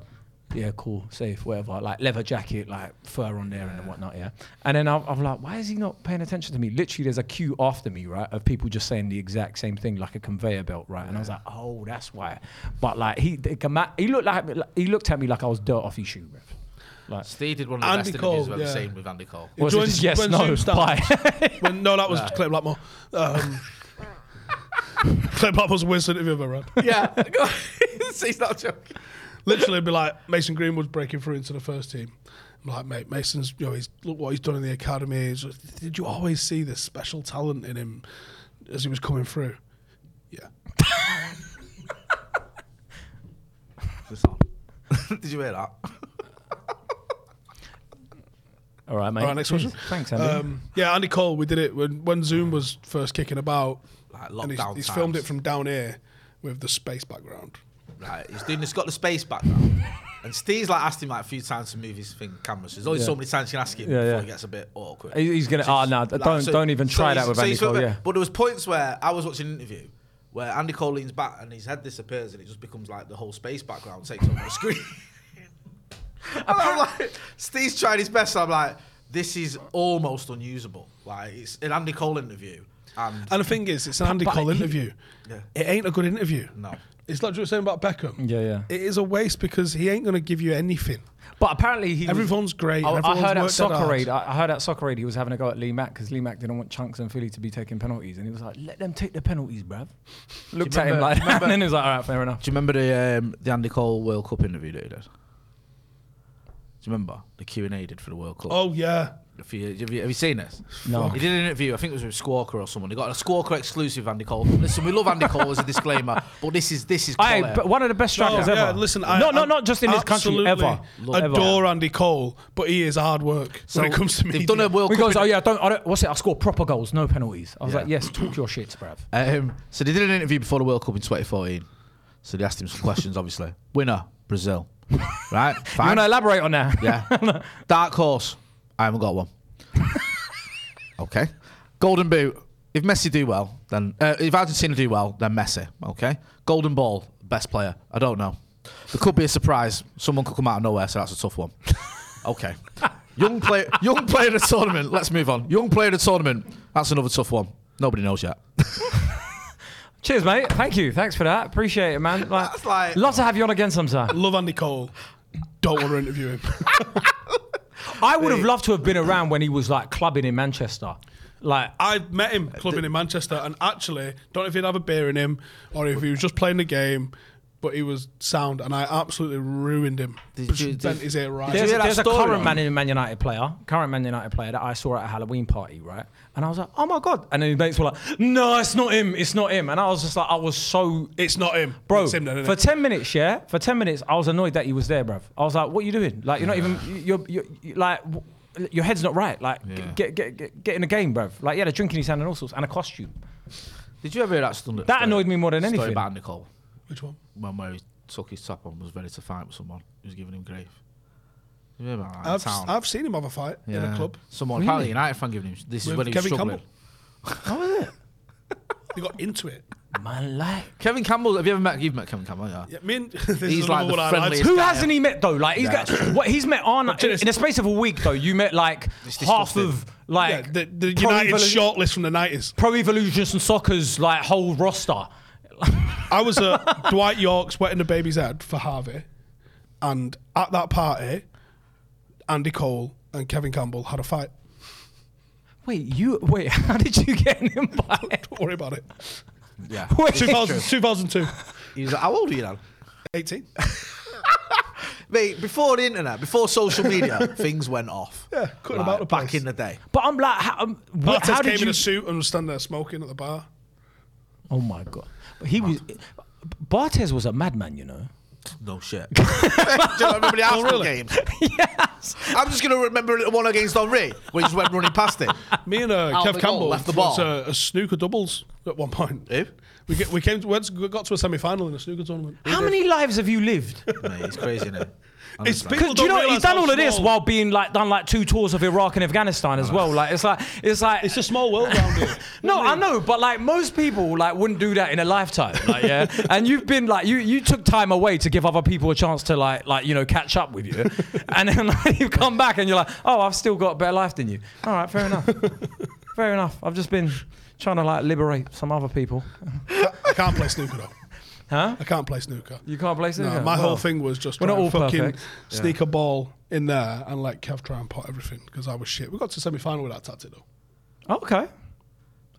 [SPEAKER 7] Yeah, cool, safe, whatever. Like leather jacket, like fur on there and whatnot. Yeah. And then I'm, I'm like, why is he not paying attention to me? Literally, there's a queue after me, right, of people just saying the exact same thing, like a conveyor belt, right? And I was like, oh, that's why. But like he, the gama- he looked like he looked at me like I was dirt off his shoe, bruv. Like
[SPEAKER 5] Steve did one of the
[SPEAKER 4] Andy
[SPEAKER 5] best
[SPEAKER 4] Cole,
[SPEAKER 5] interviews I've ever
[SPEAKER 4] yeah.
[SPEAKER 5] seen with Andy Cole.
[SPEAKER 7] Was it just yes, no,
[SPEAKER 4] Zoom started. when, no, that was
[SPEAKER 5] Nah.
[SPEAKER 4] Clay Blackmore. Um, Clay Blackmore's the worst interview I've ever had.
[SPEAKER 5] Yeah, he's not joking.
[SPEAKER 4] Literally, it'd be like Mason Greenwood's breaking through into the first team. I'm like, mate, Mason's, you know, he's look what he's done in the academy. He's- did you always see this special talent in him as he was coming through? Yeah.
[SPEAKER 5] It's on. Did you hear that?
[SPEAKER 7] All right, mate.
[SPEAKER 4] All right, next question.
[SPEAKER 7] Thanks, Andy.
[SPEAKER 4] Um, yeah, Andy Cole, we did it when, when Zoom was first kicking about.
[SPEAKER 5] Like
[SPEAKER 4] and he's,
[SPEAKER 5] lockdown
[SPEAKER 4] he's filmed it
[SPEAKER 5] times.
[SPEAKER 4] from down here with the space background.
[SPEAKER 5] Right, he's doing. He's got the space background, and Steve's like asked him like a few times to move his thing camera. So there's only
[SPEAKER 7] Yeah.
[SPEAKER 5] so many times you can ask him
[SPEAKER 7] Yeah,
[SPEAKER 5] before
[SPEAKER 7] yeah.
[SPEAKER 5] it gets a bit awkward.
[SPEAKER 7] He- he's gonna- ah, no, don't- don't even try that
[SPEAKER 5] he's-
[SPEAKER 7] with Andy
[SPEAKER 5] he's filmed
[SPEAKER 7] Cole,
[SPEAKER 5] it.
[SPEAKER 7] yeah.
[SPEAKER 5] but there was points where I was watching an interview where Andy Cole leans back and his head disappears and it just becomes like the whole space background takes over the screen. And I'm like, Steve's trying his best. I'm like, this is almost unusable. Like it's an Andy Cole interview. And,
[SPEAKER 4] And the thing is, it's an Andy
[SPEAKER 5] But
[SPEAKER 4] Cole
[SPEAKER 5] he-
[SPEAKER 4] interview.
[SPEAKER 5] Yeah.
[SPEAKER 4] It ain't a good interview.
[SPEAKER 5] No.
[SPEAKER 4] It's like you were saying about Beckham.
[SPEAKER 7] Yeah, yeah.
[SPEAKER 4] It is a waste because he ain't going to give you anything.
[SPEAKER 7] But apparently he was-
[SPEAKER 4] everyone's great.
[SPEAKER 7] I, I
[SPEAKER 4] everyone's
[SPEAKER 7] heard at
[SPEAKER 4] worked dead
[SPEAKER 7] soccer
[SPEAKER 4] hard.
[SPEAKER 7] aid. I, I heard at soccer aid he was having a go at Lee Mack because Lee Mack didn't want Chunks and Philly to be taking penalties, and he was like, "Let them take the penalties, bruv." Looked at him like, that, and then he was like, "All right, fair enough."
[SPEAKER 5] Do you remember the um, the Andy Cole World Cup interview that he did? Do you remember the Q and A did for the World Cup?
[SPEAKER 4] Oh yeah.
[SPEAKER 5] If you, have, you, have you seen this?
[SPEAKER 4] No.
[SPEAKER 5] He did an interview. I think it was with Squawker or someone. He got a Squawker exclusive. Andy Cole. Listen, we love Andy Cole as a disclaimer, but this is this is.
[SPEAKER 7] Aye,
[SPEAKER 5] Cole-air.
[SPEAKER 7] but one of the best
[SPEAKER 4] No,
[SPEAKER 7] strikers
[SPEAKER 4] Oh, yeah,
[SPEAKER 7] ever.
[SPEAKER 4] listen, I,
[SPEAKER 7] no, no,
[SPEAKER 4] I
[SPEAKER 7] not just in this country
[SPEAKER 4] absolutely
[SPEAKER 7] ever.
[SPEAKER 4] Adore Andy Cole, but he is hard work when it comes to me.
[SPEAKER 7] He goes, "Oh yeah, I don't, I don't. What's it? I score proper goals, no penalties." I was
[SPEAKER 5] Yeah.
[SPEAKER 7] like, "Yes, talk your shit, bruv."
[SPEAKER 5] Um, so they did an interview before the World Cup in 2014. So they asked him some questions, obviously. Winner, Brazil. Right? Fine.
[SPEAKER 7] wanna elaborate on that?
[SPEAKER 5] Yeah. Dark horse. I haven't got one. okay. Golden boot. If Messi do well, then uh, if Argentina do well, then Messi. Okay. Golden ball, best player. I don't know. There could be a surprise. Someone could come out of nowhere, so that's a tough one. Okay. Young player, young player of the tournament. Let's move on. Young player of the tournament. That's another tough one. Nobody knows yet.
[SPEAKER 7] Cheers, mate. Thank you. Thanks for that. Appreciate it, man. Like, That's
[SPEAKER 5] like
[SPEAKER 7] love to have you on again sometime.
[SPEAKER 4] Love Andy Cole. Don't want to interview him.
[SPEAKER 7] I would have loved to have been around when he was like clubbing in Manchester. Like
[SPEAKER 4] I met him
[SPEAKER 5] Uh,
[SPEAKER 4] clubbing in Manchester, and actually, don't know if he'd have a beer in him or if he was just playing the game, but he was sound, and I absolutely ruined him. Just
[SPEAKER 7] you-
[SPEAKER 4] bent his ear right.
[SPEAKER 7] There's, there's a current Man, Man United player, current Man United player that I saw at a Halloween party, right? And I was like, oh my god! And then his mates were like, no, it's not him, it's not him. And I was just like, I was so,
[SPEAKER 4] it's not him,
[SPEAKER 7] bro.
[SPEAKER 4] It's him then, innit?
[SPEAKER 7] for ten minutes, yeah, for ten minutes, I was annoyed that he was there, bruv. I was like, what are you doing? Like, you're not even, you're, you're, you're like. w- Your head's not right. Like, g-
[SPEAKER 5] Yeah.
[SPEAKER 7] get, get, get, get in a game, bruv. Like, he had a drink in his hand and all sorts, and a costume.
[SPEAKER 5] Did you ever hear that stunt?
[SPEAKER 7] That annoyed me more than
[SPEAKER 5] story
[SPEAKER 7] anything.
[SPEAKER 5] about Nicole.
[SPEAKER 4] Which one?
[SPEAKER 5] One where he took his top on, was ready to fight with someone. He was giving him grief. You remember that?
[SPEAKER 4] I've,
[SPEAKER 5] Town.
[SPEAKER 4] I've seen him have a fight in a
[SPEAKER 5] Yeah.
[SPEAKER 4] club.
[SPEAKER 5] Someone, apparently a United fan giving him. This is
[SPEAKER 4] With
[SPEAKER 5] when he was
[SPEAKER 4] Kevin
[SPEAKER 5] struggling.
[SPEAKER 7] How is it?
[SPEAKER 4] He got into it.
[SPEAKER 7] My life.
[SPEAKER 5] Kevin Campbell. Have you ever met? You've met Kevin Campbell, yeah.
[SPEAKER 4] Yeah, me and this is
[SPEAKER 5] He's
[SPEAKER 4] another
[SPEAKER 5] like the
[SPEAKER 4] one I
[SPEAKER 5] friendliest.
[SPEAKER 7] Who
[SPEAKER 5] guy
[SPEAKER 7] hasn't
[SPEAKER 5] ever.
[SPEAKER 7] he met though? Like he's
[SPEAKER 5] Yeah.
[SPEAKER 7] got what he's met on in, in the space of a week though. You met like half
[SPEAKER 4] disgusting.
[SPEAKER 7] of like
[SPEAKER 4] Yeah, the- the
[SPEAKER 7] Pro
[SPEAKER 4] United
[SPEAKER 7] Evolu-
[SPEAKER 4] shortlist from the nineties.
[SPEAKER 7] Pro Evolution Soccer's like whole roster.
[SPEAKER 4] I was at Dwight York's wetting the baby's head for Harvey, and at that party, Andy Cole and Kevin Campbell had a fight.
[SPEAKER 7] Wait, you wait. How did you get an invite?
[SPEAKER 4] Don't worry about it.
[SPEAKER 5] Yeah.
[SPEAKER 4] 2000, 2002.
[SPEAKER 5] He's like, how old are you then?
[SPEAKER 4] 18.
[SPEAKER 5] Mate, before the internet, before social media, things went off.
[SPEAKER 4] Yeah, cutting about the
[SPEAKER 5] back in the day.
[SPEAKER 7] But I'm like, how, um, what,
[SPEAKER 4] Bartes
[SPEAKER 7] how
[SPEAKER 4] came
[SPEAKER 7] did
[SPEAKER 4] in
[SPEAKER 7] you?
[SPEAKER 4] a suit and was standing there smoking at the bar.
[SPEAKER 7] Oh my god, But he was. Bartes was a madman, you know.
[SPEAKER 5] No shit. Do you remember
[SPEAKER 4] Oh,
[SPEAKER 5] the Arsenal games? Yes. I'm just going to remember the one against Henri, where he just went running past him.
[SPEAKER 4] Me and uh,
[SPEAKER 5] Out the
[SPEAKER 4] Kev
[SPEAKER 5] goal,
[SPEAKER 4] Campbell
[SPEAKER 5] left the
[SPEAKER 4] was
[SPEAKER 5] ball.
[SPEAKER 4] a, a snooker doubles at one point. We, get, we came to, went to- we got to a semi final in a snooker tournament.
[SPEAKER 7] How many lives have you lived?
[SPEAKER 5] Mate, it's crazy, innit?
[SPEAKER 4] It's
[SPEAKER 7] Because
[SPEAKER 4] people
[SPEAKER 7] do you
[SPEAKER 4] don't
[SPEAKER 7] know what? he's
[SPEAKER 4] realise
[SPEAKER 7] done
[SPEAKER 4] how
[SPEAKER 7] all of this
[SPEAKER 4] small-
[SPEAKER 7] while being like done like two tours of Iraq and Afghanistan as well. Like it's like it's like it's
[SPEAKER 4] a small world around here.
[SPEAKER 7] no, I know, but like most people like wouldn't do that in a lifetime. Like yeah, and you've been like you you took time away to give other people a chance to like like you know catch up with you, and then like, you've come back and you're like, oh, I've still got a better life than you. All right, fair enough, fair enough. I've just been trying to like liberate some other people.
[SPEAKER 4] I can't play snooker though.
[SPEAKER 7] Huh?
[SPEAKER 4] I can't play snooker.
[SPEAKER 7] You can't play snooker?
[SPEAKER 4] No, my
[SPEAKER 7] Wow.
[SPEAKER 4] whole thing was just
[SPEAKER 7] We're not
[SPEAKER 4] trying to
[SPEAKER 7] all
[SPEAKER 4] fucking
[SPEAKER 7] perfect.
[SPEAKER 4] sneak a ball in there and let Kev try and pot everything because I was shit. We got to semi final with that tactic though.
[SPEAKER 7] Okay.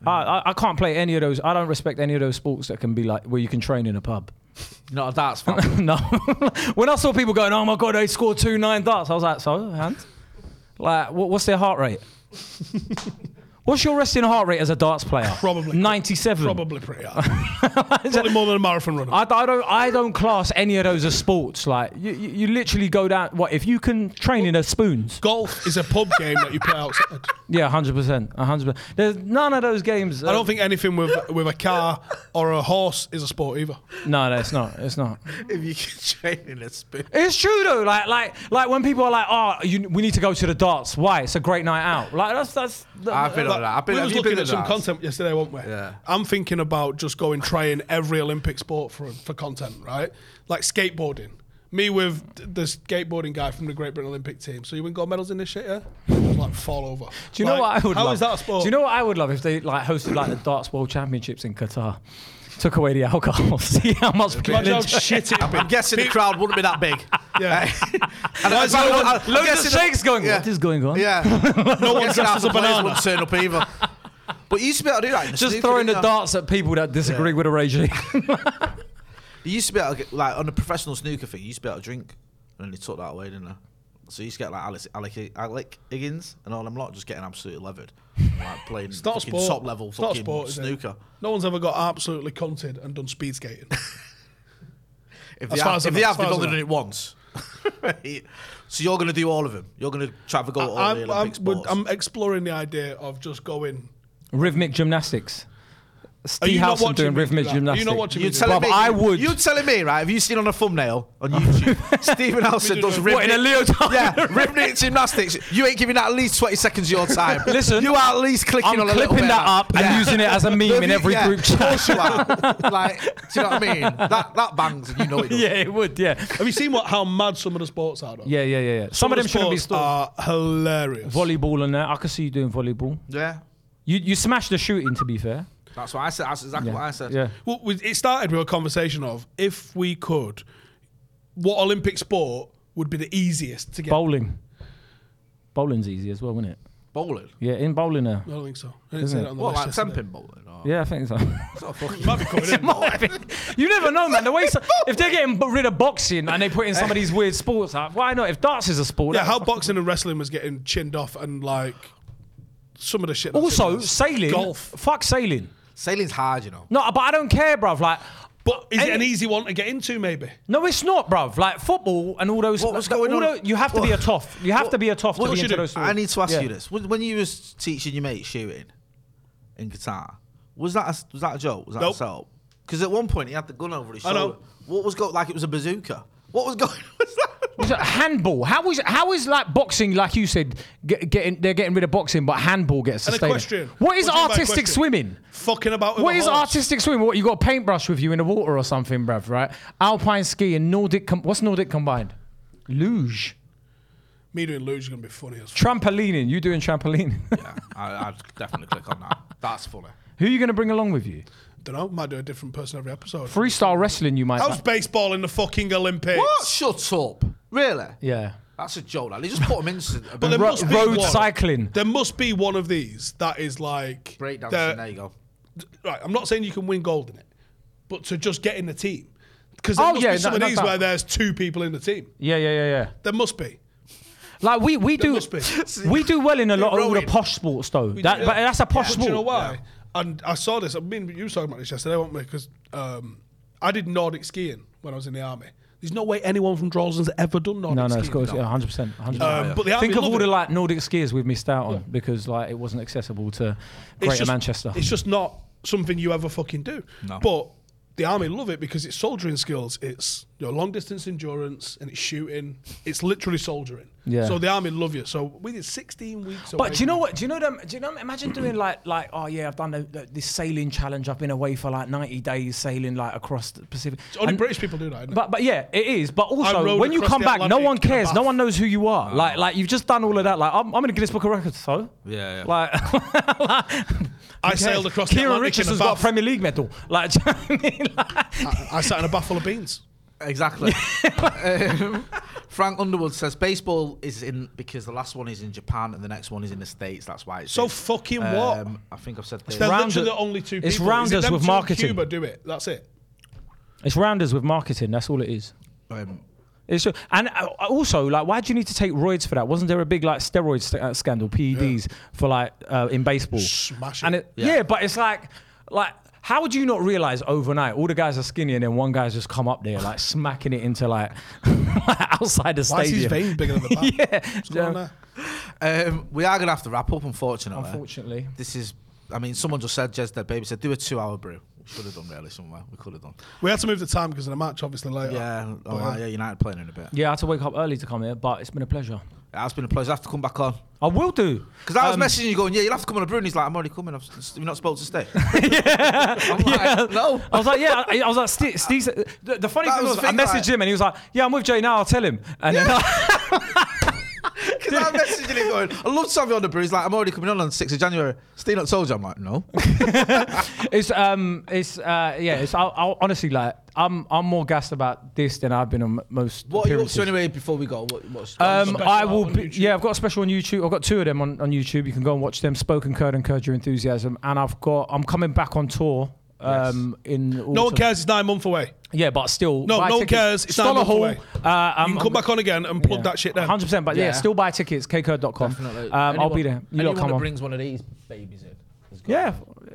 [SPEAKER 7] I, I, I can't play any of those. I don't respect any of those sports that can be like where you can train in a pub.
[SPEAKER 5] Not a darts fan.
[SPEAKER 7] no. when I saw people going, oh my God, they scored two nine darts, I was like, so, and? Like, what, what's their heart rate? what's your resting heart rate as a darts player? Probably. 97.
[SPEAKER 4] Probably pretty hard. Probably more than a marathon runner.
[SPEAKER 7] I, I don't I don't class any of those as sports. Like you, you, you literally go down. What if you can train in a spoons?
[SPEAKER 4] Golf is a pub game that you play outside.
[SPEAKER 7] Yeah, hundred percent, hundred percent. There's none of those games. uh,
[SPEAKER 4] I don't think anything with with a car or a horse is a sport either.
[SPEAKER 7] No, no, it's not. It's not.
[SPEAKER 5] if you can train in a spoon.
[SPEAKER 7] It's true though. Like like like when people are like, "Oh, you, we need to go to the darts." Why? It's a great night out. Like that's that's.
[SPEAKER 5] I've been on at that. I've been-
[SPEAKER 7] we
[SPEAKER 5] have
[SPEAKER 7] was
[SPEAKER 5] you
[SPEAKER 7] looking
[SPEAKER 5] been
[SPEAKER 7] at
[SPEAKER 5] at
[SPEAKER 7] some
[SPEAKER 5] that?
[SPEAKER 7] content yesterday, weren't we? Yeah. I'm thinking about just going trying every Olympic sport for for content, right? Like skateboarding. Me with th- the skateboarding guy from the Great Britain Olympic team. So you win gold medals in this shit, yeah? Like fall over.
[SPEAKER 4] Do you know
[SPEAKER 7] Like,
[SPEAKER 4] what I would
[SPEAKER 7] how
[SPEAKER 4] love?
[SPEAKER 7] is that a sport?
[SPEAKER 4] Do you know what I would love if they like hosted like the darts world championships in Qatar, took away the alcohol, see how much people
[SPEAKER 5] Imagine how
[SPEAKER 4] enjoy it.
[SPEAKER 5] shit it'd be. I'm guessing the crowd wouldn't be that big.
[SPEAKER 7] Yeah.
[SPEAKER 5] And
[SPEAKER 4] Why is
[SPEAKER 5] I'm-
[SPEAKER 4] no one-
[SPEAKER 5] I'm- I'm
[SPEAKER 4] loads of
[SPEAKER 5] guessing that-
[SPEAKER 4] shakes going,
[SPEAKER 5] yeah.
[SPEAKER 4] "What is going on?"
[SPEAKER 5] Yeah. Guessing
[SPEAKER 4] No one dresses
[SPEAKER 5] half the
[SPEAKER 4] a
[SPEAKER 5] players
[SPEAKER 4] banana.
[SPEAKER 5] Wouldn't turn up either. But you used to be able to do that. in the
[SPEAKER 4] Just
[SPEAKER 5] snooker,
[SPEAKER 4] throwing the
[SPEAKER 5] didn't you?
[SPEAKER 4] darts at people that disagree with a regime.
[SPEAKER 5] You used to be able to get, like on a professional snooker thing. You used to be able to drink, and then they took that away, didn't they? So you used to get like Alex, Alec, Alec Higgins and all them lot just getting absolutely levered, like playing
[SPEAKER 7] It's not a
[SPEAKER 5] fucking
[SPEAKER 7] sport.
[SPEAKER 5] top level
[SPEAKER 7] It's not a
[SPEAKER 5] fucking
[SPEAKER 7] sport, is it?
[SPEAKER 5] snooker.
[SPEAKER 7] No one's ever got absolutely cunted and done speed skating.
[SPEAKER 5] If
[SPEAKER 7] As
[SPEAKER 5] they
[SPEAKER 7] far
[SPEAKER 5] have,
[SPEAKER 7] as
[SPEAKER 5] if
[SPEAKER 7] I
[SPEAKER 5] they
[SPEAKER 7] know-
[SPEAKER 5] have,
[SPEAKER 7] as far as I
[SPEAKER 5] they've only
[SPEAKER 7] know.
[SPEAKER 5] done it once. so you're going to do all of them. You're going to try to go at all the
[SPEAKER 7] I'm,
[SPEAKER 5] Olympic
[SPEAKER 7] I'm,
[SPEAKER 5] sports.
[SPEAKER 7] I'm exploring the idea of just going
[SPEAKER 4] Rhythmic gymnastics.
[SPEAKER 7] Are
[SPEAKER 4] Steve
[SPEAKER 7] you not
[SPEAKER 4] Howson
[SPEAKER 7] watching
[SPEAKER 4] doing
[SPEAKER 7] me do
[SPEAKER 4] rhythmic
[SPEAKER 7] that? Are you not
[SPEAKER 4] gymnastics.
[SPEAKER 7] watching me
[SPEAKER 5] You're
[SPEAKER 7] do
[SPEAKER 5] telling
[SPEAKER 4] Bruv,
[SPEAKER 5] me,
[SPEAKER 4] I would.
[SPEAKER 5] You're telling me, right? Have you seen on a thumbnail on YouTube? Stephen Elson
[SPEAKER 4] We
[SPEAKER 5] does
[SPEAKER 4] do that. What, in a leotard?
[SPEAKER 5] Yeah, rhythmic gymnastics. You ain't giving that at least 20 seconds of your time. Listen, you are at least clicking
[SPEAKER 4] I'm
[SPEAKER 5] on a little
[SPEAKER 4] clipping
[SPEAKER 5] bit
[SPEAKER 4] that
[SPEAKER 5] of
[SPEAKER 4] up and using it as a meme
[SPEAKER 5] Love
[SPEAKER 4] in
[SPEAKER 5] you-
[SPEAKER 4] every
[SPEAKER 5] yeah,
[SPEAKER 4] group chat.
[SPEAKER 5] Of course you are. Like, do you know what I mean? That that bangs, and you know it. Does.
[SPEAKER 4] Yeah, it would. Yeah. Have
[SPEAKER 7] you seen what how mad some of the sports are? Though?
[SPEAKER 4] Yeah, yeah, yeah, yeah. Some,
[SPEAKER 7] Some
[SPEAKER 4] of
[SPEAKER 7] of
[SPEAKER 4] them
[SPEAKER 7] the
[SPEAKER 4] shouldn't be
[SPEAKER 7] sports
[SPEAKER 4] stored.
[SPEAKER 7] Are hilarious.
[SPEAKER 4] Volleyball and that. I could see you doing volleyball.
[SPEAKER 5] Yeah.
[SPEAKER 4] You you smashed the shooting. To be fair.
[SPEAKER 5] That's what I said. That's exactly
[SPEAKER 4] Yeah.
[SPEAKER 5] what I said.
[SPEAKER 4] Yeah.
[SPEAKER 7] Well, we- it started with a conversation of if we could, what Olympic sport would be the easiest to get?
[SPEAKER 4] Bowling. Bowling's easy as well, isn't it?
[SPEAKER 5] Bowling.
[SPEAKER 4] Yeah, in bowling now.
[SPEAKER 7] I don't think so. I didn't
[SPEAKER 4] Isn't
[SPEAKER 7] say
[SPEAKER 4] it?
[SPEAKER 7] that on the
[SPEAKER 5] What,
[SPEAKER 7] list.
[SPEAKER 5] like
[SPEAKER 7] yesterday.
[SPEAKER 5] temping bowling? Or?
[SPEAKER 4] Yeah, I think so.
[SPEAKER 5] It's not fucking.
[SPEAKER 7] Might be coming in.
[SPEAKER 4] you never know, man. The way so, if they're getting b- rid of boxing and they put in some of these weird sports, like, why not? If darts is a sport,
[SPEAKER 7] Yeah,
[SPEAKER 4] that-
[SPEAKER 7] how boxing and wrestling was getting chinned off and like some of the shit. that's in
[SPEAKER 4] Also,
[SPEAKER 7] there.
[SPEAKER 4] sailing.
[SPEAKER 7] golf.
[SPEAKER 4] Fuck sailing.
[SPEAKER 5] Sailing's hard, you know.
[SPEAKER 4] No, but I don't care, bruv. Like,
[SPEAKER 7] but is it an easy one to get into? Maybe.
[SPEAKER 4] No, it's not, bruv. Like football and all those.
[SPEAKER 5] What was going
[SPEAKER 4] all
[SPEAKER 5] on?
[SPEAKER 4] tho- you have to be a
[SPEAKER 5] What-
[SPEAKER 4] tough. You have
[SPEAKER 5] what-
[SPEAKER 4] to be a tough to
[SPEAKER 5] what
[SPEAKER 4] be
[SPEAKER 5] should
[SPEAKER 4] into
[SPEAKER 5] do-
[SPEAKER 4] those.
[SPEAKER 5] I need to ask
[SPEAKER 4] Yeah.
[SPEAKER 5] you this: when when you was teaching your mate shooting in Qatar, was that a, was that a joke? Was that
[SPEAKER 7] Nope.
[SPEAKER 5] a setup? Because at one point he had the gun over his
[SPEAKER 7] I
[SPEAKER 5] shoulder.
[SPEAKER 7] know.
[SPEAKER 5] What was going? Like it was a bazooka. What was going?
[SPEAKER 4] Was it handball. How is how is like boxing? Like you said, get, getting they're getting rid of boxing, but handball gets
[SPEAKER 7] And a
[SPEAKER 4] sustained.
[SPEAKER 7] question.
[SPEAKER 4] What is
[SPEAKER 7] What do you mean by
[SPEAKER 4] artistic
[SPEAKER 7] question?
[SPEAKER 4] swimming?
[SPEAKER 7] Fucking about. with
[SPEAKER 4] What
[SPEAKER 7] a
[SPEAKER 4] is
[SPEAKER 7] horse.
[SPEAKER 4] artistic swimming? What you got a paintbrush with you in the water or something, bruv? Right? Alpine ski and Nordic. Com- what's Nordic combined? Luge,
[SPEAKER 7] Me doing luge is gonna be funny as. F-
[SPEAKER 4] trampolining. You doing trampolining?
[SPEAKER 5] I, I'd definitely click on that. That's funny.
[SPEAKER 4] Who are you going to bring along with you?
[SPEAKER 7] don't know. Might do a different person every episode.
[SPEAKER 4] Freestyle wrestling. You might.
[SPEAKER 7] How's baseball in the fucking Olympics?
[SPEAKER 5] What? Oh, Shut up! Really?
[SPEAKER 4] yeah.
[SPEAKER 5] That's a joke. Like they just put him in.
[SPEAKER 7] But there
[SPEAKER 4] Ro-
[SPEAKER 7] must be
[SPEAKER 4] road
[SPEAKER 7] one.
[SPEAKER 4] cycling.
[SPEAKER 7] There must be one of these that is like
[SPEAKER 5] Breakdancing.
[SPEAKER 7] the-
[SPEAKER 5] There you go.
[SPEAKER 7] Right, I'm not saying you can win gold in it, but to just get in the team because there
[SPEAKER 4] Oh,
[SPEAKER 7] must
[SPEAKER 4] yeah,
[SPEAKER 7] be some
[SPEAKER 4] no-
[SPEAKER 7] of
[SPEAKER 4] no
[SPEAKER 7] these
[SPEAKER 4] doubt.
[SPEAKER 7] where there's two people in the team.
[SPEAKER 4] Yeah, yeah, yeah, yeah.
[SPEAKER 7] There must be.
[SPEAKER 4] Like we we do
[SPEAKER 7] must be.
[SPEAKER 4] we do well in a lot of all the posh sports though.
[SPEAKER 7] We
[SPEAKER 4] That,
[SPEAKER 7] do-
[SPEAKER 4] but that's a posh
[SPEAKER 7] But
[SPEAKER 4] sport.
[SPEAKER 7] Do you know why? And I saw this. I mean, you were talking about this yesterday, weren't we? Because um, I did Nordic skiing when I was in the army. There's no way anyone from Drawson's ever done Nordic
[SPEAKER 4] No, no,
[SPEAKER 7] skiing.
[SPEAKER 4] it's got yeah, 100%. 100%.
[SPEAKER 7] Um, but the
[SPEAKER 4] Think
[SPEAKER 7] Albion
[SPEAKER 4] of all
[SPEAKER 7] love
[SPEAKER 4] the
[SPEAKER 7] it.
[SPEAKER 4] like Nordic skiers we've missed out on because like it wasn't accessible to Greater
[SPEAKER 7] just,
[SPEAKER 4] Manchester.
[SPEAKER 7] It's just not something you ever fucking do.
[SPEAKER 4] No.
[SPEAKER 7] But the army love it because it's soldiering skills. It's you know, long distance endurance and it's shooting. It's literally soldiering.
[SPEAKER 4] Yeah.
[SPEAKER 7] So the army love you. So we did 16 weeks. away
[SPEAKER 4] But do you know what? Do you know them? Do you know? Imagine doing like like oh yeah, I've done the, the, this sailing challenge. I've been away for like ninety days sailing like across the Pacific.
[SPEAKER 7] It's only
[SPEAKER 4] And-
[SPEAKER 7] British people do that. Isn't it?
[SPEAKER 4] But but yeah, it is. But also,
[SPEAKER 7] rode
[SPEAKER 4] when you
[SPEAKER 7] across
[SPEAKER 4] come
[SPEAKER 7] the
[SPEAKER 4] back, no
[SPEAKER 7] Atlantic
[SPEAKER 4] one
[SPEAKER 7] in a Ah.
[SPEAKER 4] cares. No
[SPEAKER 7] bath.
[SPEAKER 4] one knows who you are. Like like you've just done all of that. Like I'm, I'm in the Guinness Book of Records, so
[SPEAKER 5] Yeah, yeah.
[SPEAKER 4] like.
[SPEAKER 7] I
[SPEAKER 4] who cares?
[SPEAKER 7] sailed across the
[SPEAKER 4] Kieran
[SPEAKER 7] Atlantic in a
[SPEAKER 4] Richardson's got a
[SPEAKER 7] bath.
[SPEAKER 4] Premier League medal. Like, do you know what I mean?
[SPEAKER 7] I, I sat in a bath full of beans.
[SPEAKER 5] Exactly. um, Frank Underwood says baseball is in because the last one is in Japan and the next one is in the States. That's why it's
[SPEAKER 7] So
[SPEAKER 5] in. Um,
[SPEAKER 7] fucking what?
[SPEAKER 5] I think I've said this.
[SPEAKER 7] They're literally the only two people.
[SPEAKER 4] it's
[SPEAKER 7] Is it
[SPEAKER 4] rounders
[SPEAKER 7] them
[SPEAKER 4] with
[SPEAKER 7] two in
[SPEAKER 4] marketing.
[SPEAKER 7] Cuba do it. That's it.
[SPEAKER 4] It's rounders with marketing. That's all it is.
[SPEAKER 5] um,
[SPEAKER 4] it's ju- and uh, also like, why do you need to take roids for that? Wasn't there a big like steroid st- uh, scandal, PEDs for like uh, in baseball?
[SPEAKER 7] Smash
[SPEAKER 4] And it, yeah. but it's like, like, how would you not realize overnight all the guys are skinny and then one guy's just come up there like smacking it into like outside the
[SPEAKER 7] Why is his
[SPEAKER 4] stadium?
[SPEAKER 7] vein bigger than the back?
[SPEAKER 4] yeah.
[SPEAKER 7] What's going on there?
[SPEAKER 5] Um, we are going to have to wrap up, unfortunately.
[SPEAKER 4] Unfortunately.
[SPEAKER 5] This is I mean, someone just said, Jez Dead Baby said, do a two hour brew. We should have done really somewhere. We could have done.
[SPEAKER 7] We had to move the time because of the match, obviously, later.
[SPEAKER 5] Yeah,
[SPEAKER 7] But,
[SPEAKER 5] oh,
[SPEAKER 4] um,
[SPEAKER 7] uh,
[SPEAKER 5] yeah, United playing in a bit.
[SPEAKER 4] Yeah, I had to wake up early to come here, but it's been a pleasure.
[SPEAKER 5] Yeah, it's been a pleasure. I have to come back on.
[SPEAKER 4] I will do.
[SPEAKER 5] Because I was
[SPEAKER 4] Um,
[SPEAKER 5] messaging you going, yeah, you'll have to come on a brew. And he's like, I'm already coming. I've, s- you're not supposed to stay. I'm like, no.
[SPEAKER 4] I was like, yeah. I, I was like, Steve. Steve's the, the funny
[SPEAKER 5] That was
[SPEAKER 4] thing was,
[SPEAKER 5] the thing,
[SPEAKER 4] I
[SPEAKER 5] like-
[SPEAKER 4] messaged him and he was like, yeah, I'm with Jay now. I'll tell him. And then I,
[SPEAKER 5] Because I'm messaging him going, I love to have you on the brew. He's like, I'm already coming on on 6th of January. Steve not told you. I'm like, no.
[SPEAKER 4] it's um, it's uh, yeah. It's I'll, I'll, honestly like, I'm I'm more gassed about this than I've been on m- most.
[SPEAKER 5] What are you up
[SPEAKER 4] appearances.
[SPEAKER 5] to anyway before we go? What, what's
[SPEAKER 4] Um,
[SPEAKER 5] what's-
[SPEAKER 4] I will. Be, yeah, I've got a special on YouTube. I've got two of them on, on YouTube. You can go and watch them. Spoken Curd and Curd Your Enthusiasm. And I've got. I'm coming back on tour. Um, in
[SPEAKER 7] No one
[SPEAKER 4] autumn.
[SPEAKER 7] cares. It's nine months away.
[SPEAKER 4] Yeah, but still.
[SPEAKER 7] No,
[SPEAKER 4] buy
[SPEAKER 7] no one
[SPEAKER 4] tickets.
[SPEAKER 7] cares. It's nine
[SPEAKER 4] Stoller
[SPEAKER 7] months
[SPEAKER 4] Hall.
[SPEAKER 7] away.
[SPEAKER 4] Uh,
[SPEAKER 7] you can come back on again and plug that shit then.
[SPEAKER 4] 100%. But yeah, still buy tickets. kcurd.com.
[SPEAKER 5] Definitely.
[SPEAKER 4] Um, I'll be there. You lot
[SPEAKER 5] anyone
[SPEAKER 4] come
[SPEAKER 5] that
[SPEAKER 4] on.
[SPEAKER 5] brings one of these babies in.
[SPEAKER 4] Yeah,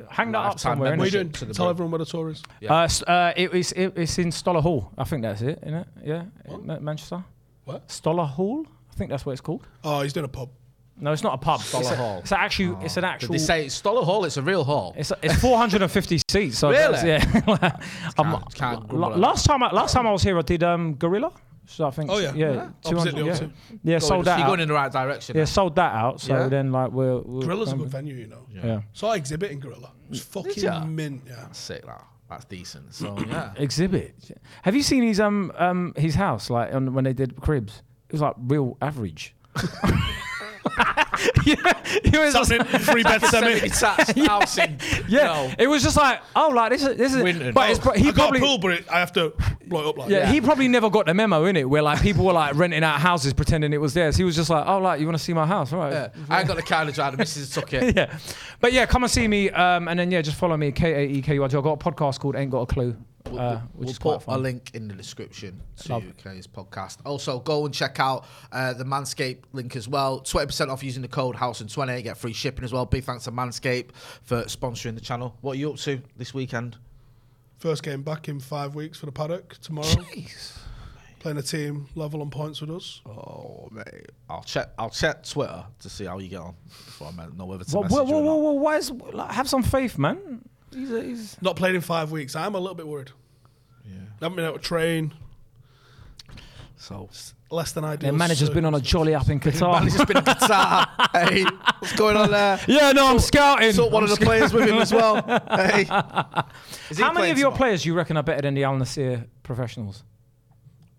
[SPEAKER 4] hang that up
[SPEAKER 5] Lifetime
[SPEAKER 4] somewhere.
[SPEAKER 7] What are you
[SPEAKER 4] innit?
[SPEAKER 7] doing? Tell everyone where the tour is.
[SPEAKER 4] Uh, s- uh, it, it's, it, it's in Stoller Hall. I think that's it, isn't it? Yeah, Ma- Manchester.
[SPEAKER 7] What?
[SPEAKER 4] Stoller Hall? I think that's what it's called.
[SPEAKER 7] Oh, he's doing a pub.
[SPEAKER 4] No, it's not a pub.
[SPEAKER 5] Stoller
[SPEAKER 4] it's a,
[SPEAKER 5] Hall.
[SPEAKER 4] It's an actual. It's an
[SPEAKER 5] Did
[SPEAKER 4] actual.
[SPEAKER 5] they say it's Stoller Hall? It's a real hall.
[SPEAKER 4] It's, it's 450 seats. So
[SPEAKER 5] Really?
[SPEAKER 4] that's- Yeah. I'm-
[SPEAKER 5] can't
[SPEAKER 4] la-
[SPEAKER 5] grumble at
[SPEAKER 4] last time, I, last time I was here, I did um, Gorilla. So I think.
[SPEAKER 5] Oh, yeah. Yeah.
[SPEAKER 4] Yeah.
[SPEAKER 5] Opposite
[SPEAKER 4] 200,
[SPEAKER 5] the
[SPEAKER 4] yeah.
[SPEAKER 5] O2.
[SPEAKER 4] yeah,
[SPEAKER 5] Going-
[SPEAKER 4] sold that.
[SPEAKER 5] you're
[SPEAKER 4] out.
[SPEAKER 5] going in the right direction
[SPEAKER 4] Yeah,
[SPEAKER 5] now.
[SPEAKER 4] sold that out. So
[SPEAKER 5] Yeah?
[SPEAKER 4] then, like, we're. we're
[SPEAKER 7] Gorilla's a good venue, you know.
[SPEAKER 4] Yeah.
[SPEAKER 7] So I exhibit in Gorilla. It's
[SPEAKER 5] ya?
[SPEAKER 7] fucking mint. Yeah.
[SPEAKER 5] Sick, that. That's decent. So, yeah.
[SPEAKER 4] Exhibit. Have you seen his um um his house like on, when they did cribs? It was like real average. yeah, it was
[SPEAKER 7] Something, three bed semi.
[SPEAKER 5] It's that house in.
[SPEAKER 4] yeah, it was just like oh like this is this is but it's, pro- he
[SPEAKER 7] I got
[SPEAKER 4] probably
[SPEAKER 7] a pool, but it, I have to blow it up like
[SPEAKER 4] yeah,
[SPEAKER 7] that.
[SPEAKER 4] he probably never got the memo in it where like people were like renting out houses pretending it was theirs. He was just like oh like you want to see my house all right
[SPEAKER 5] Yeah. I ain't got the car to drive. The missus took it.
[SPEAKER 4] yeah. But yeah, come and see me, um, and then yeah, just follow me K A E K U R G. I've got a podcast called Ain't Got a Clue, uh,
[SPEAKER 5] We'll, we'll-
[SPEAKER 4] which
[SPEAKER 5] we'll
[SPEAKER 4] is
[SPEAKER 5] put
[SPEAKER 4] quite
[SPEAKER 5] a
[SPEAKER 4] fun.
[SPEAKER 5] link in the description to
[SPEAKER 4] Love
[SPEAKER 5] UK's podcast. Also, go and check out uh, the Manscaped link as well. 20% off using the code House and 20 Get free shipping as well. Big thanks to Manscaped for sponsoring the channel. What are you up to this weekend?
[SPEAKER 7] First game back in five weeks for the paddock tomorrow. Playing a team level on points with us.
[SPEAKER 5] Oh, mate. I'll check. I'll check Twitter to see how you get on before I know whether to
[SPEAKER 4] Whoa,
[SPEAKER 5] message
[SPEAKER 4] whoa,
[SPEAKER 5] you
[SPEAKER 4] whoa,
[SPEAKER 5] or
[SPEAKER 4] whoa, whoa! Why is like, have some faith, man? He's, he's
[SPEAKER 7] Not played in five weeks. I'm a little bit worried. Yeah. Haven't been able to train.
[SPEAKER 5] So
[SPEAKER 7] less than ideal.
[SPEAKER 4] Their manager's been on a jolly up in Qatar.
[SPEAKER 5] Manager's been in Qatar. hey, what's going on there?
[SPEAKER 4] Yeah, no, I'm scouting.
[SPEAKER 5] Took one
[SPEAKER 4] I'm
[SPEAKER 5] of the players with him as well. Hey. Is he
[SPEAKER 4] How many
[SPEAKER 5] playing
[SPEAKER 4] of your
[SPEAKER 5] tomorrow?
[SPEAKER 4] players you reckon are better than the Al Nasir professionals?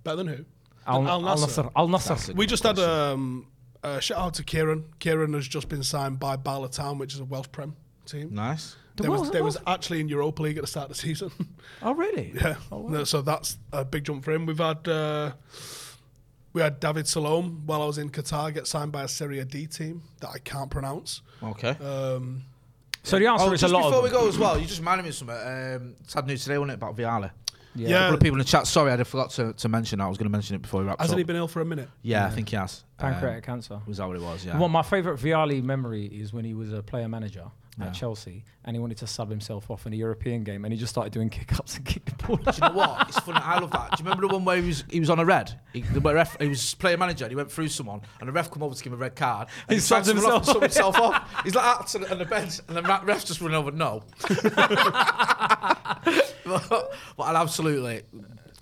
[SPEAKER 7] Better than who?
[SPEAKER 4] Al,
[SPEAKER 7] Than
[SPEAKER 4] Al Nasser. Al Nasser.
[SPEAKER 7] We just had um, a shout out to Kieran. Kieran has just been signed by Barla Town, which is a Welsh Prem team.
[SPEAKER 5] Nice.
[SPEAKER 7] They, was, they was actually in Europa League at the start of the season.
[SPEAKER 4] Oh, really?
[SPEAKER 7] yeah. No, so that's a big jump for him. We've had uh, we had David Salome while I was in Qatar get signed by a Serie D team that I can't pronounce.
[SPEAKER 5] Okay.
[SPEAKER 7] Um,
[SPEAKER 4] So the answer
[SPEAKER 5] Oh,
[SPEAKER 4] is a
[SPEAKER 5] just
[SPEAKER 4] lot.
[SPEAKER 5] before
[SPEAKER 4] of
[SPEAKER 5] we
[SPEAKER 4] them.
[SPEAKER 5] go as well, you just reminded me of something. Um, sad news today, wasn't it, about Viale?
[SPEAKER 7] Yeah.
[SPEAKER 5] A couple of people in the chat. Sorry, I forgot to, to mention that. I was going to mention it before we wrapped
[SPEAKER 7] hasn't
[SPEAKER 5] up.
[SPEAKER 7] he been ill for a minute?
[SPEAKER 5] yeah, I think he has.
[SPEAKER 4] Pancreatic cancer.
[SPEAKER 5] Was that what it was? Yeah.
[SPEAKER 4] Well, my favourite Viali memory is when he was a player manager
[SPEAKER 5] Yeah.
[SPEAKER 4] at Chelsea and he wanted to sub himself off in a European game and he just started doing kick ups and kicked the ball.
[SPEAKER 5] Do you know what? It's funny. I love that. Do you remember the one where he was he was on a red? He, the ref, he was player manager. and He went through someone, and the ref come over to give him a red card. And he
[SPEAKER 4] He
[SPEAKER 5] subbed
[SPEAKER 4] subs
[SPEAKER 5] himself, off,
[SPEAKER 4] himself.
[SPEAKER 5] subbed himself off. He's like out on the- on the bench, and the ra- ref just run over. No. but, but an absolutely.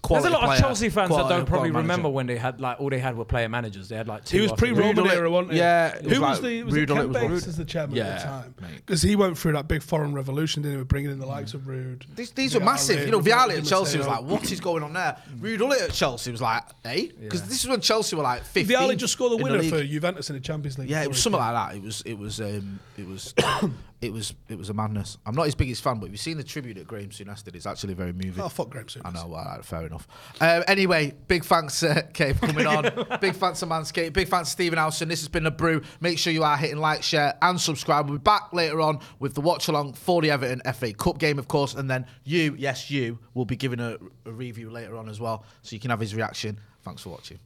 [SPEAKER 4] There's
[SPEAKER 5] quality
[SPEAKER 4] a lot
[SPEAKER 5] player,
[SPEAKER 4] of Chelsea fans
[SPEAKER 5] quality-
[SPEAKER 4] that don't probably
[SPEAKER 5] quality manager.
[SPEAKER 4] remember when they had like all they had were player managers. They had like two.
[SPEAKER 7] He was
[SPEAKER 4] after
[SPEAKER 7] pre Roman
[SPEAKER 4] that.
[SPEAKER 7] era, wasn't he?
[SPEAKER 5] yeah, it
[SPEAKER 7] Who
[SPEAKER 5] was
[SPEAKER 7] was,
[SPEAKER 5] like
[SPEAKER 7] the was
[SPEAKER 5] Ruud
[SPEAKER 7] it
[SPEAKER 5] on it
[SPEAKER 7] Ken
[SPEAKER 5] was one.
[SPEAKER 7] Bates as the chairman at
[SPEAKER 5] Yeah,
[SPEAKER 7] the time? Because he went through that big foreign revolution, didn't he? with Bringing in the likes of Rude.
[SPEAKER 5] These, these were massive. You know, Vialli at Chelsea was like, what is going on there? Ruud Ullit at Chelsea was like, eh? Because this is when Chelsea were like 15.
[SPEAKER 7] Vialli just scored
[SPEAKER 5] in
[SPEAKER 7] the winner
[SPEAKER 5] league.
[SPEAKER 7] for Juventus in the Champions League.
[SPEAKER 5] Yeah, it
[SPEAKER 7] before
[SPEAKER 5] was
[SPEAKER 7] he
[SPEAKER 5] something
[SPEAKER 7] came.
[SPEAKER 5] like that. It was, it was, um, it was, it was, it was a madness. I'm not his biggest fan, but if you've seen the tribute that Graham Souness did, it's actually very moving.
[SPEAKER 7] Oh, fuck Graham Souness.
[SPEAKER 5] I know. Well, all right, fair enough. Um, anyway, big thanks, uh, Kate, for coming on. big thanks to Manscaped. Big thanks to Stephen Howson. This has been the Brew. Make sure you are hitting like, share, and subscribe. We'll be back later on with the watch along for the Everton FA Cup game, of course, and then you, yes, you, will be giving a, a review later on as well, so you can have his reaction. Thanks for watching.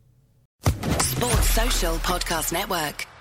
[SPEAKER 13] Sports Social Podcast Network.